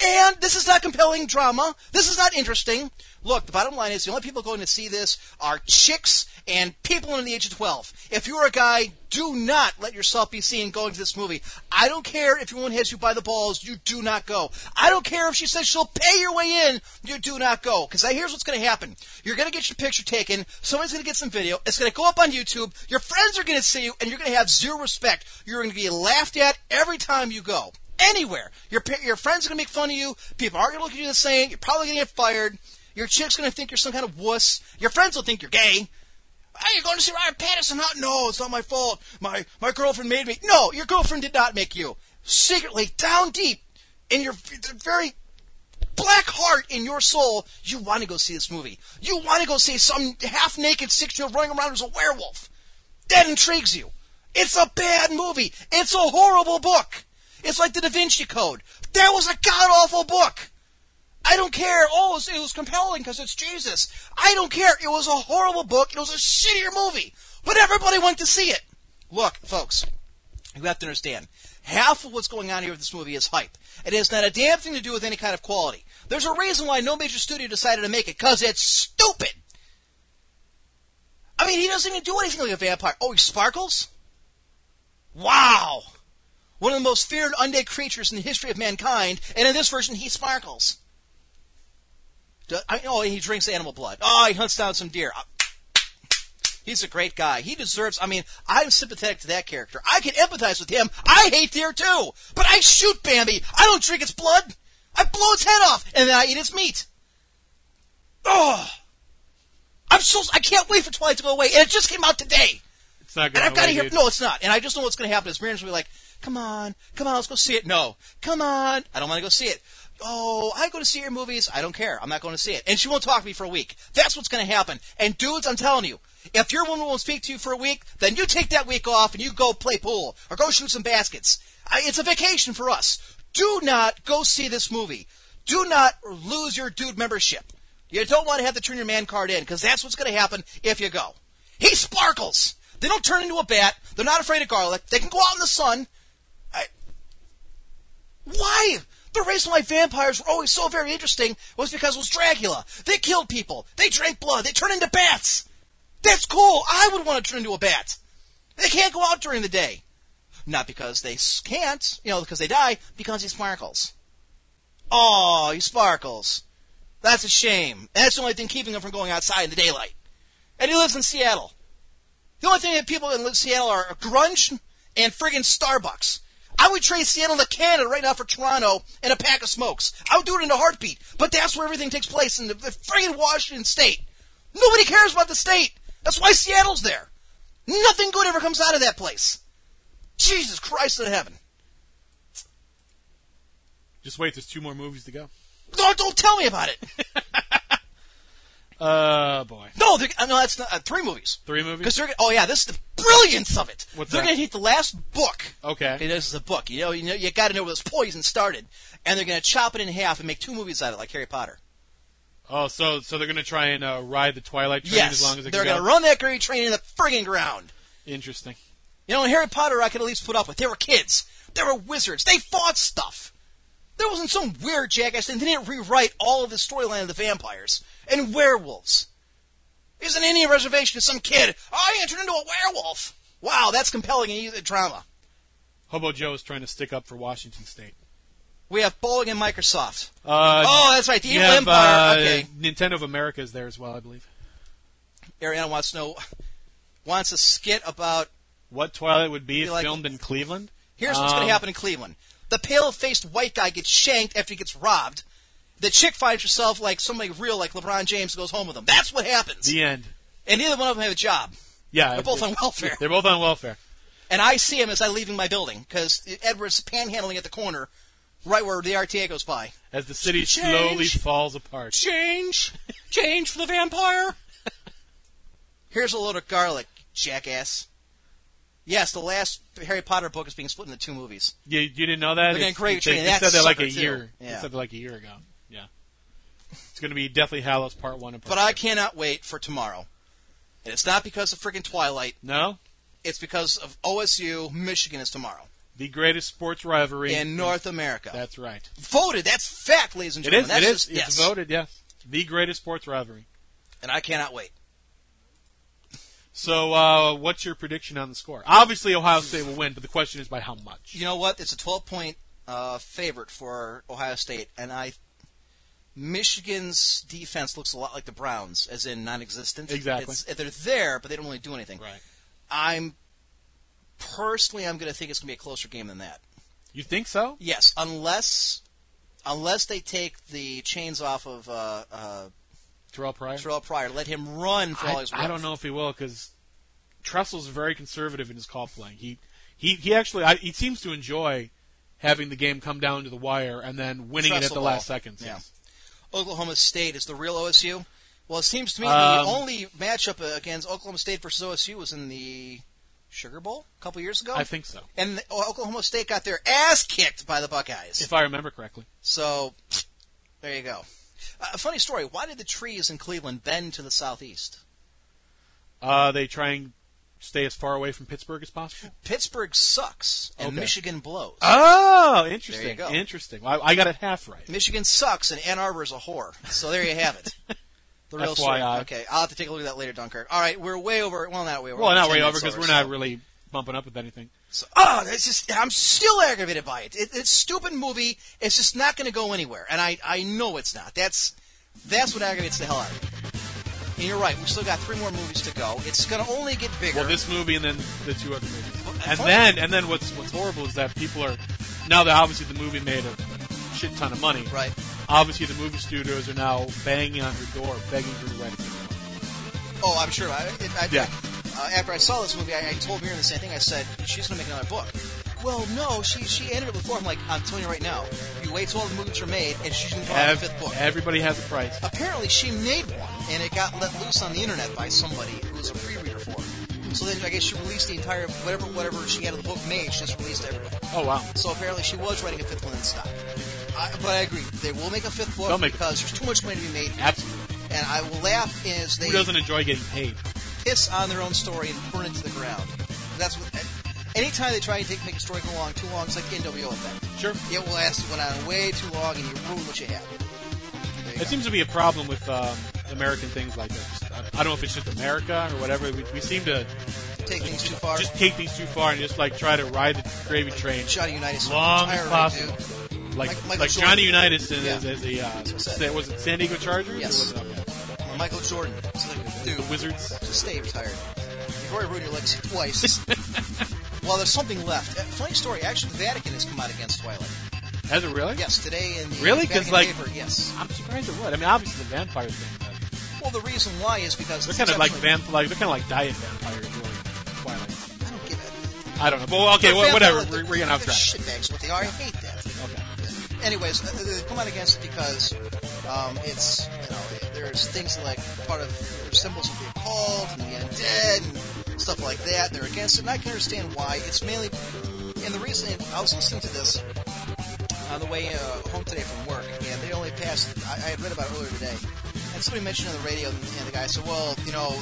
S4: And this is not compelling drama. This is not interesting. Look, the bottom line is the only people going to see this are chicks and people under the age of 12. If you're a guy, do not let yourself be seen going to this movie. I don't care if your woman hits you by the balls, you do not go. I don't care if she says she'll pay your way in, you do not go. Because here's what's going to happen. You're going to get your picture taken, somebody's going to get some video, it's going to go up on YouTube, your friends are going to see you, and you're going to have zero respect. You're going to be laughed at every time you go anywhere. Your pa- your friends are gonna make fun of you. People aren't gonna look at you the same. You're probably gonna get fired. Your chick's gonna think you're some kind of wuss. Your friends will think you're gay. Are you going to see Ryan Patterson? Not, no, it's not my fault. My my girlfriend made me. No, your girlfriend did not make you. Secretly, down deep, in your v- the very black heart in your soul, you want to go see this movie. You want to go see some half naked six year old running around as a werewolf. That intrigues you. It's a bad movie. It's a horrible book. It's like the Da Vinci Code. That was a god awful book. I don't care. Oh, it was, it was compelling because it's Jesus. I don't care. It was a horrible book. It was a shittier movie. But everybody went to see it. Look, folks, You have to understand, half of what's going on here with this movie is hype. It has not a damn thing to do with any kind of quality. There's a reason why no major studio decided to make it, because it's stupid. I mean, he doesn't even do anything like a vampire. Oh, he sparkles? Wow! One of the most feared undead creatures in the history of mankind, and in this version, he sparkles. Do- I- oh, he drinks animal blood. Oh, he hunts down some deer. Uh, He's a great guy. He deserves. I mean, I'm sympathetic to that character. I can empathize with him. I hate deer too, but I shoot Bambi. I don't drink its blood. I blow its head off, and then I eat its meat. Oh, I'm so. I can't wait for Twilight to go away, and it just came out today.
S5: It's not
S4: And
S5: going
S4: I've got to
S5: away,
S4: hear.
S5: dude.
S4: No, it's not. And I just know what's going to happen. Is Mariner's going to be like, come on, come on, let's go see it. No, come on. I don't want to go see it. Oh, I go to see your movies. I don't care. I'm not going to see it. And she won't talk to me for a week. That's what's going to happen. And dudes, I'm telling you, if your woman won't speak to you for a week, then you take that week off and you go play pool or go shoot some baskets. I, it's a vacation for us. Do not go see this movie. Do not lose your dude membership. You don't want to have to turn your man card in because that's what's going to happen if you go. He sparkles. They don't turn into a bat. They're not afraid of garlic. They can go out in the sun. I... Why? The reason why vampires were always so very interesting was because it was Dracula. They killed people. They drank blood. They turned into bats. That's cool. I would want to turn into a bat. They can't go out during the day. Not because they s- can't, you know, because they die, because he sparkles. Oh, he sparkles. That's a shame. That's the only thing keeping him from going outside in the daylight. And he lives in Seattle. The only thing that people in Seattle are grunge and friggin' Starbucks. I would trade Seattle to Canada right now for Toronto and a pack of smokes. I would do it in a heartbeat. But that's where everything takes place in the, the friggin' Washington state. Nobody cares about the state. That's why Seattle's there. Nothing good ever comes out of that place. Jesus Christ in heaven.
S5: Just wait, there's two more movies to go.
S4: No, don't tell me about it.
S5: Uh, boy.
S4: No, they're, uh, no, that's not uh, three movies.
S5: Three movies?
S4: Because they're gonna- oh yeah, this is the brilliance of it.
S5: What's
S4: they're
S5: that?
S4: going to take the last book.
S5: Okay.
S4: Okay, this is a book. You know, you know, you got to know where this poison started, and they're going to chop it in half and make two movies out of it, like Harry Potter.
S5: Oh, so so they're gonna try and uh, ride the Twilight train
S4: yes,
S5: as long as it
S4: they're
S5: can
S4: going
S5: go.
S4: to run that gravy train in the frigging ground.
S5: Interesting.
S4: You know, in Harry Potter, I could at least put up with. They were kids. They were wizards. They fought stuff. There wasn't some weird jackass thing. They didn't rewrite all of the storyline of the vampires and werewolves. Isn't any reservation to some kid? I turned into a werewolf. Wow, that's compelling and easy drama.
S5: Hobo Joe is trying to stick up for Washington State.
S4: We have Bowling and Microsoft.
S5: Uh,
S4: Oh, that's right, the
S5: you
S4: Evil
S5: have,
S4: Empire,
S5: uh,
S4: okay.
S5: Nintendo of America is there as well, I believe.
S4: Ariana wants to know, wants a skit about
S5: What Twilight would be if
S4: Be like-
S5: filmed in Cleveland?
S4: Here's what's going
S5: Um,
S4: to happen in Cleveland. The pale-faced white guy gets shanked after he gets robbed. The chick finds herself like somebody real, like LeBron James, and goes home with him. That's what happens.
S5: The end.
S4: And neither one of them have a job.
S5: Yeah,
S4: They're both on welfare.
S5: They're both on welfare.
S4: And I see him as I'm leaving my building because Edward's panhandling at the corner, right where the RTA goes by.
S5: As the city
S4: Change.
S5: slowly falls apart.
S4: Change, change for the vampire. Here's a load of garlic, jackass. Yes, the last Harry Potter book is being split into two movies.
S5: You, you didn't know
S4: They're
S5: that?
S4: gonna
S5: It's-
S4: create a
S5: they,
S4: train.
S5: they said
S4: That's
S5: that like
S4: sucker,
S5: a
S4: too.
S5: year. They
S4: Yeah.
S5: said that like a year ago. Yeah. It's going to be Deathly Hallows Part One and Part
S4: But I cannot wait for tomorrow. And it's not because of freaking Twilight.
S5: No,
S4: It's because of OSU. Michigan is tomorrow
S5: the greatest sports rivalry
S4: in North America.
S5: That's right.
S4: voted. That's fact, ladies and
S5: It
S4: gentlemen.
S5: is.
S4: That's
S5: it is.
S4: just-
S5: it's
S4: yes.
S5: voted. Yes, the greatest sports rivalry.
S4: And I cannot wait.
S5: So, uh, what's your prediction on the score? Obviously, Ohio State will win, but the question is by how much.
S4: You know what? It's a 12 point uh, favorite for Ohio State, and I. Michigan's defense looks a lot like the Browns, as in non-existent.
S5: Exactly.
S4: It's, they're there, but they don't really do anything.
S5: Right.
S4: I'm personally, I'm going to think it's going to be a closer game than that.
S5: You think so?
S4: Yes, unless unless they take the chains off of uh, uh,
S5: Terrell Pryor.
S4: Terrell Pryor, let him run for all
S5: I,
S4: his worth.
S5: I don't know if he will because Trestle's very conservative in his call playing. He he he actually I, he seems to enjoy having the game come down to the wire and then winning it at
S4: Trestle
S5: the
S4: ball.
S5: last seconds.
S4: Yeah.
S5: Yes.
S4: Oklahoma State is the real OSU. Well, it seems to me
S5: Um,
S4: the only matchup against Oklahoma State versus OSU was in the Sugar Bowl a couple years ago,
S5: I think so,
S4: and the, Oklahoma State got their ass kicked by the Buckeyes.
S5: if I remember correctly.
S4: so there you go. Uh, funny story. Why did the trees in Cleveland bend to the southeast?
S5: Uh, they try and stay as far away from Pittsburgh as possible?
S4: Pittsburgh sucks and
S5: Okay.
S4: Michigan blows.
S5: Oh, interesting.
S4: There you go.
S5: Interesting. Well, I, I got it half right.
S4: Michigan sucks and Ann Arbor's a whore. So there you have it. The real story.
S5: FYI.
S4: Okay, I'll have to take a look at that later, Dunkirk. All right, we're way over. Well, not way over.
S5: Well, not
S4: 10
S5: way over
S4: minutes
S5: because we're
S4: so-
S5: not really bumping up with anything.
S4: So, oh, that's just I'm still aggravated by it. it it's a stupid movie. It's just not going to go anywhere, and I I know it's not. That's that's what aggravates the hell out of me. And you're right. We've still got three more movies to go. It's going to only get bigger.
S5: Well, this movie and then the two other movies, and
S4: fine.
S5: then and then what's what's horrible is that people are now that obviously the movie made a shit ton of money.
S4: Right.
S5: Obviously, the movie studios are now banging on your door, begging you to write. it.
S4: Oh, I'm sure. I, it, I,
S5: Yeah.
S4: uh, after I saw this movie, I, I told Miriam the same thing. I said she's going to make another book. Well, no, she she ended it before. I'm like, I'm telling you right now. You wait till all the movies are made, and she's going to put out
S5: Ev-
S4: the fifth book.
S5: everybody has a price.
S4: Apparently, she made one, and it got let loose on the internet by somebody who was a pre-reader for it. So then, I guess she released the entire whatever whatever she had of the book made. She just released everything.
S5: Oh wow!
S4: So apparently, she was writing a fifth one and stopped. I, but I agree, they will make a fifth book
S5: They'll make a-
S4: because there's too much money to be made,
S5: Absolutely.
S4: and I will laugh as they
S5: Who doesn't enjoy getting paid?
S4: piss on their own story and burn it to the ground. That's what. Anytime they try and take, make a story go along too long, it's like the NWO effect.
S5: Sure.
S4: It will last it went on way too long, and you ruin what you have. There you
S5: It
S4: go.
S5: seems to be a problem with um, American things like that. I, I don't know if it's just America or whatever. We, we seem to
S4: Take things too far.
S5: just take things too far and just like try to ride the gravy train
S4: Johnny Unitas.
S5: as long as
S4: Tyrone,
S5: possible.
S4: dude. Mike-
S5: Like
S4: Michael
S5: like
S4: Jordan.
S5: Johnny Unitas in
S4: Yeah.
S5: as, as the uh,
S4: what I said.
S5: Sa- was it San Diego Chargers? or
S4: Yes.
S5: was it- okay.
S4: Or Michael Jordan. It's like, dude,
S5: the Wizards.
S4: just stay retired. You've already ruined your legacy twice. well, there's something left. Uh, funny story. Actually, the Vatican has come out against Twilight.
S5: Has it really?
S4: Yes, today in the
S5: Really? 'Cause,
S4: Vatican
S5: like-
S4: paper. Yes.
S5: I'm surprised it would. I mean, obviously the vampire thing. But
S4: Well, the reason why is because
S5: they're
S4: it's
S5: kind of like
S4: exceptionally-
S5: vamp like they're kind of like diet vampires. Really. Twilight.
S4: I don't give it.
S5: I don't know. But well, okay,
S4: They're
S5: wha- whatever.
S4: vampire-
S5: We're, we're getting off
S4: they're
S5: track.
S4: Shitbags, what they are. I hate that.
S5: Okay.
S4: Anyways, uh, they come out against it because um, it's you know there's things like part of there's symbols of the occult and the undead and stuff like that. They're against it, and I can understand why. It's mainly and the reason I was listening to this on the way uh, home today from work, and they only passed. I, I had read about it earlier today, and somebody mentioned on the radio, and the guy said, "Well, you know,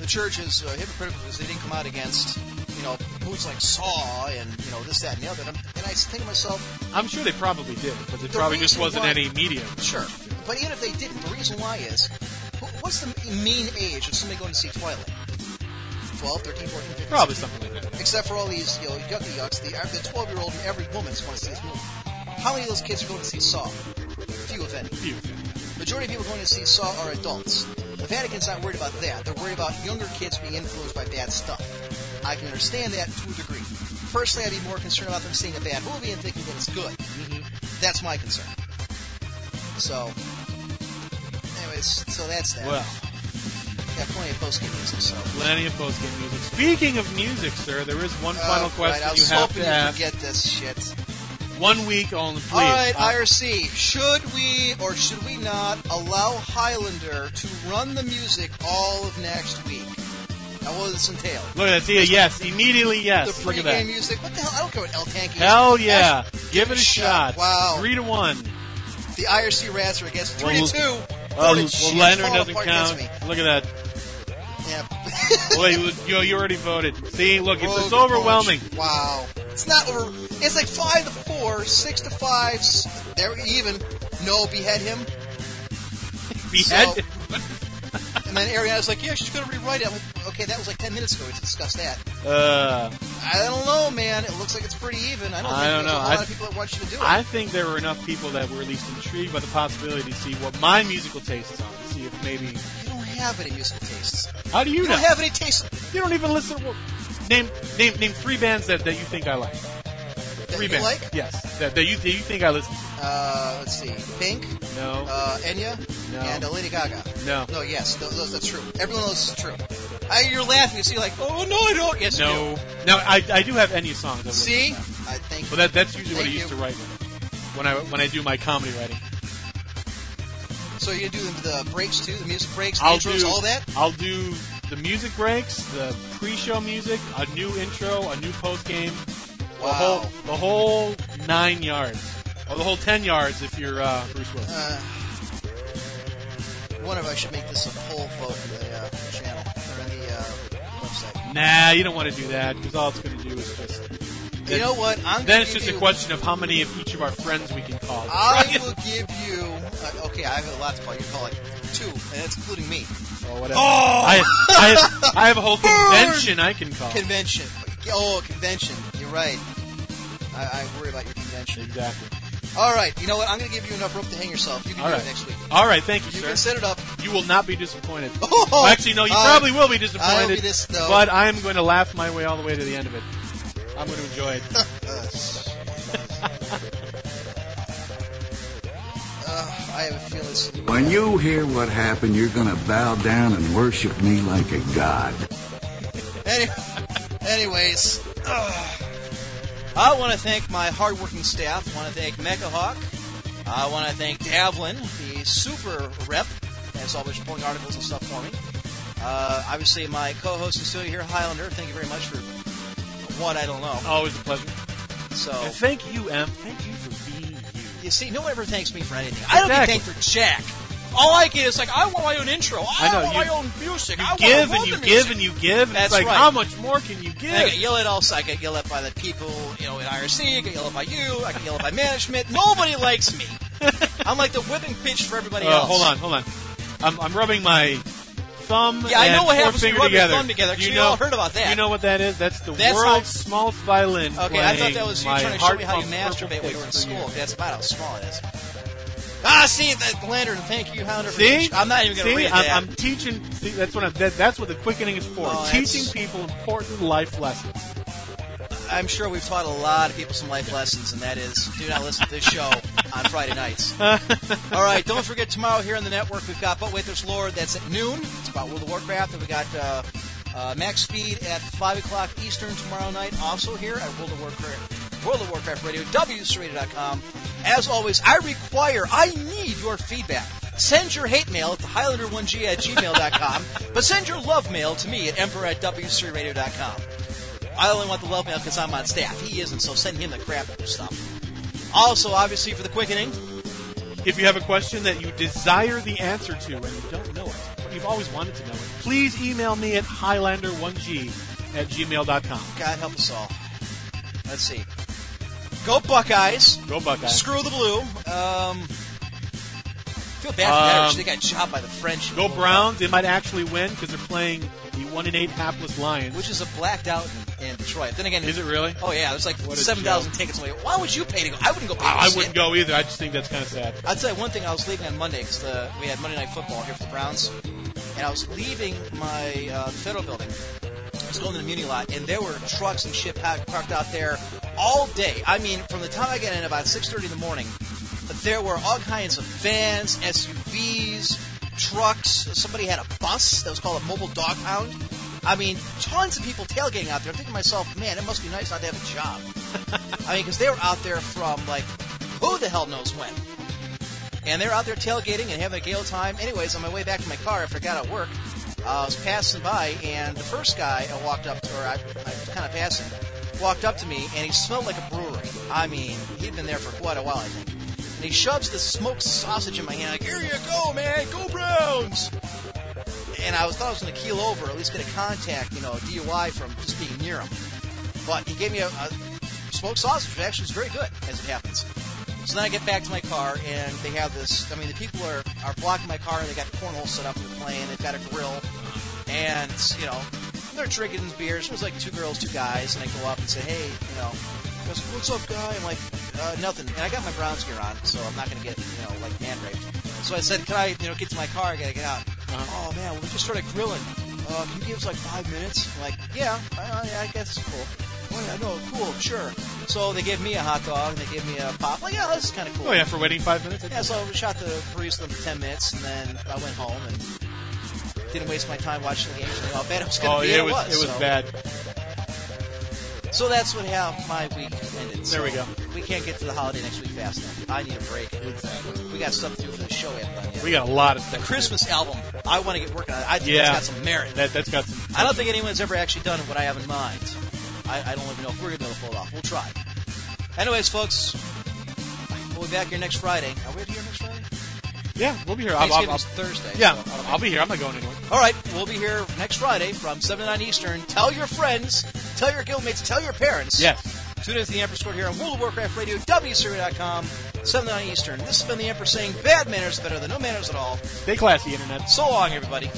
S4: the church is uh, hypocritical because they didn't come out against, you know, moves like Saw and you know this, that, and the other." And, I'm, and I think to myself,
S5: I'm sure they probably did, but there
S4: The
S5: probably just
S4: reason
S5: wasn't
S4: why-
S5: any media.
S4: "Sure," but even if they didn't, the reason why is, wh- what's the mean age of somebody going to see Twilight? 12, 13, 14, 15,
S5: Probably something like that.
S4: Except for all these, you know, yucky yucks, the, the 12 year old and every woman just want to see this movie. How many of those kids are going to see Saw? Few, if any.
S5: Few.
S4: Majority of people going to see Saw are adults. The Vatican's not worried about that. They're worried about younger kids being influenced by bad stuff. I can understand that to a degree. Personally, I'd be more concerned about them seeing a bad movie and thinking that it's good.
S5: Mm-hmm.
S4: That's my concern. So, anyways, so that's that.
S5: Well,
S4: yeah, plenty of post game music. So,
S5: plenty of post-game music. Speaking of music, sir, there is one final
S4: Oh,
S5: question
S4: right, I
S5: you
S4: was
S5: have
S4: hoping
S5: to
S4: you'd
S5: ask.
S4: forget this shit.
S5: One week only, please.
S4: All right,
S5: Uh,
S4: IRC, should we or should we not allow Highlander to run the music all of next week? Now, what does this entail?
S5: Look at that. See, a yes. Immediately yes.
S4: the
S5: Look at
S4: pregame
S5: that.
S4: music? What the hell? I don't care what El Tanky is.
S5: Hell yeah. Give it a
S4: shot.
S5: shot.
S4: Wow.
S5: Three to one.
S4: The IRC rats are against 3
S5: Well,
S4: to 2.
S5: Oh,
S4: Voted
S5: well,
S4: shit,
S5: Leonard
S4: fall
S5: doesn't
S4: apart
S5: count.
S4: against
S5: Look at that.
S4: me. Yeah.
S5: Well, you, you- you already voted. See, look, it's, it's
S4: Rogue
S5: overwhelming.
S4: punch. Wow. It's not over. It's like 5 to 4, 6 to 5. s- There we even. No, behead him.
S5: Behead.
S4: So- And then Ariana's like, yeah, she's going to rewrite it. I'm like, okay, that was like 10 minutes ago. We discussed that.
S5: Uh,
S4: I don't know, man. It looks like it's pretty even. I don't,
S5: I
S4: think
S5: don't
S4: there's
S5: know.
S4: a lot
S5: I-
S4: of people that want you to do it.
S5: I think there were enough people that were at least intrigued by the possibility to see what my musical tastes are. See if maybe.
S4: you don't have any musical tastes.
S5: How do
S4: You
S5: you, know?
S4: don't have any taste.
S5: you don't even listen. Well, name name name three bands that, that you think I like.
S4: That
S5: Three
S4: you
S5: bands.
S4: like?
S5: Yes. That, that you that you think I listen.
S4: Uh, let's see. Pink,
S5: to. No.
S4: uh, Enya,
S5: No.
S4: and uh, Lady Gaga.
S5: no.
S4: No, yes, those, those, that's true. Everyone else is true. I, you're laughing. So you're like, oh, no, I don't. Yes, you
S5: No. Now I, I do have Enya songs. I
S4: do.
S5: listen
S4: See?
S5: to.
S4: I think.
S5: Well, that that's usually what I
S4: Thank
S5: used
S4: you.
S5: to write when I when I do my comedy writing.
S4: so you do the, the breaks, too? The music breaks, the
S5: I'll
S4: intros,
S5: do
S4: all that?
S5: I'll do the music breaks, the pre-show music, a new intro, a new post-game, the
S4: Wow.
S5: whole the whole nine yards, or the whole ten yards if you're uh, Bruce Willis.
S4: Uh, one of us should make this a poll vote in the uh, channel or in the uh, website.
S5: Nah, you don't want to do that because all it's going to do is just.
S4: You know what? I'm
S5: then
S4: gonna
S5: it's just
S4: give
S5: a
S4: you-
S5: question of how many of each of our friends we can call.
S4: I will give you. Uh, okay, I have a lot to call you. Call like two, and that's including me.
S5: Oh, whatever. I, I, have, I have a whole convention I can call.
S4: Convention. Oh, convention. You're right. I, I worry about your convention.
S5: Exactly.
S4: All right. You know what? I'm going to give you enough rope to hang yourself. You can
S5: All
S4: do
S5: right.
S4: it next week.
S5: All right, thank you,
S4: You
S5: sir.
S4: can set it up.
S5: You will not be disappointed.
S4: Oh,
S5: Well, actually, no, you
S4: uh,
S5: probably will be
S4: I'll be
S5: disappointed.
S4: dis- no.
S5: But I am going to laugh my way all the way to the end of it. I'm going to enjoy it.
S4: Uh, I have a feeling. this-
S12: When you hear what happened, you're going to bow down and worship me like a god.
S4: Any- anyways, ugh. I want to thank my hardworking staff. I want to thank Mechahawk. I want to thank Davlin, the super rep, as always, pulling articles and stuff for me. Uh, obviously, my co-host is still here, Highlander. Thank you very much for what I don't know.
S5: Always a pleasure.
S4: So
S5: And thank you, Em. Thank you for being you.
S4: you see, no one ever thanks me for anything. I don't
S5: Exactly.
S4: get thanked for jack. All I get is like, I want my own intro. I,
S5: I know,
S4: want
S5: you-
S4: my own music. I
S5: You
S4: want
S5: give
S4: all
S5: and you
S4: the music.
S5: give and you give. and
S4: That's
S5: it's like,
S4: right.
S5: how much more can you give?
S4: And I get yelled at also. I get yelled at by the people, you know, in IRC. I get yelled at by you. I get yelled at by management. Nobody likes me. I'm like the whipping bitch for everybody
S5: Uh,
S4: else.
S5: Hold on, hold on. I'm, I'm rubbing my thumb
S4: Yeah, I
S5: and
S4: know what happens when you
S5: forefinger
S4: rub your
S5: together.
S4: thumb together, 'cause
S5: You
S4: we
S5: know,
S4: all heard about that.
S5: You know what that is? That's the
S4: That's
S5: world's
S4: how-
S5: smallest violin.
S4: Okay, I thought that was you trying to show me how you masturbate when you were in school. That's about how small it is. Ah, see that lantern. Thank you, Hounder. for
S5: See,
S4: the- I'm not even going
S5: See?
S4: to read
S5: I'm,
S4: that.
S5: I'm teaching. See, that's what I'm. That, that's what the quickening is for.
S4: Oh, that's-
S5: teaching people important life lessons.
S4: I'm sure we've taught a lot of people some life lessons, and that is do not listen to this show on Friday nights. All right, don't forget tomorrow here on the network we've got But Wait There's Lore. That's at noon. It's about World of Warcraft. And we got uh, uh, Max Speed at five o'clock Eastern tomorrow night. Also here at World of Warcraft, World of Warcraft Radio, wsradio.com. As always, I require, I need your feedback. Send your hate mail at the Highlander1g at gmail.com, but send your love mail to me at emperor at w3radio.com. I only want the love mail because I'm on staff. He isn't, so send him the crap stuff. Also, obviously, for the quickening,
S5: If you have a question that you desire the answer to and you don't know it, but you've always wanted to know it, please email me at highlander1g at gmail.com.
S4: God help us all. Let's see. Go Buckeyes.
S5: Go Buckeyes.
S4: Screw the blue. Um, feel bad for that.
S5: Um,
S4: actually. They got chopped by the French.
S5: Go Browns. They might actually win because they're playing the 1 and 8 hapless Lions.
S4: Which is a blacked out in, in Detroit. Then again,
S5: Is it really?
S4: Oh yeah, there's like
S5: What a
S4: seven thousand tickets. Away. Why would you pay to go? I wouldn't go. Pay to
S5: I, I
S4: see
S5: wouldn't
S4: it.
S5: go either. I just think that's kind of sad.
S4: I'll tell you one thing. I was leaving on Monday because we had Monday Night Football here for the Browns, and I was leaving my uh, federal building. I was going to the Muni lot, and there were trucks and shit pa- parked out there all day. I mean, from the time I got in about 6:30 in the morning, there were all kinds of vans, SUVs, trucks. Somebody had a bus that was called a mobile dog pound. I mean, tons of people tailgating out there. I'm thinking to myself, man, it must be nice not to have a job. I mean, because they were out there from like who the hell knows when. And they're out there tailgating and having a gale time. Anyways, on my way back to my car, I forgot at work. Uh, I was passing by, and the first guy I walked up to, or I, I was kind of passing, walked up to me, and he smelled like a brewery. I mean, he'd been there for quite a while, I think. And he shoves this smoked sausage in my hand, like, here you go, man, go Browns! And I was, thought I was going to keel over, at least get a contact, you know, a DUI from just being near him. But he gave me a, a smoked sausage, which actually was very good, as it happens. So then I get back to my car, and they have this. I mean, the people are, are blocking my car, and they got cornhole set up in the plane, they've got a grill, and, you know, they're drinking beers. It was like two girls, two guys, and I go up and say, hey, you know, I goes, what's up, guy? I'm like, uh, nothing. And I got my Browns gear on, so I'm not going to get, you know, like man raped. So I said, can I, you know, get to my car? I got to get out.
S5: Uh-huh.
S4: Oh, man, well, we just started grilling. Uh, can you give us like five minutes? I'm like, yeah, I, I, I guess it's cool. Oh, yeah, no, cool, sure. So they gave me a hot dog and they gave me a pop. Like, yeah, this is kind of cool.
S5: Oh, yeah, for waiting five minutes?
S4: Yeah, so we shot the breeze with them for 10 minutes, and then I went home and didn't waste my time watching the game. So how bad it was going to
S5: oh,
S4: be.
S5: it
S4: and
S5: was, it was
S4: so.
S5: bad.
S4: So that's what how my week ended.
S5: There we
S4: So We can't get to the holiday next week fast enough. I need a break. Exactly. We got stuff to do for the show we haven't done yet.
S5: We got a lot of
S4: The
S5: stuff.
S4: Christmas album, I want to get working on it. I think
S5: yeah.
S4: it's got some merit.
S5: That, that's got some.
S4: I don't think anyone's ever actually done what I have in mind. I, I don't even know if we're going to be able to pull it off. We'll try. Anyways, folks, we'll be back here next Friday. Are we here next Friday?
S5: Yeah, we'll be here. I'll, I'll, I'll,
S4: Thanksgiving's Thursday.
S5: Yeah,
S4: so-
S5: I'll be here. I'm not going anywhere.
S4: All right, we'll be here next Friday from 7 to 9 Eastern. Tell your friends, tell your guildmates, tell your parents.
S5: Yes.
S4: Tune in to the Emperor's Court here on World of Warcraft Radio, WSeries.com, 7 to 9 Eastern. This has been the Emperor saying bad manners are better than no manners at all.
S5: Stay classy, Internet.
S4: So long, everybody.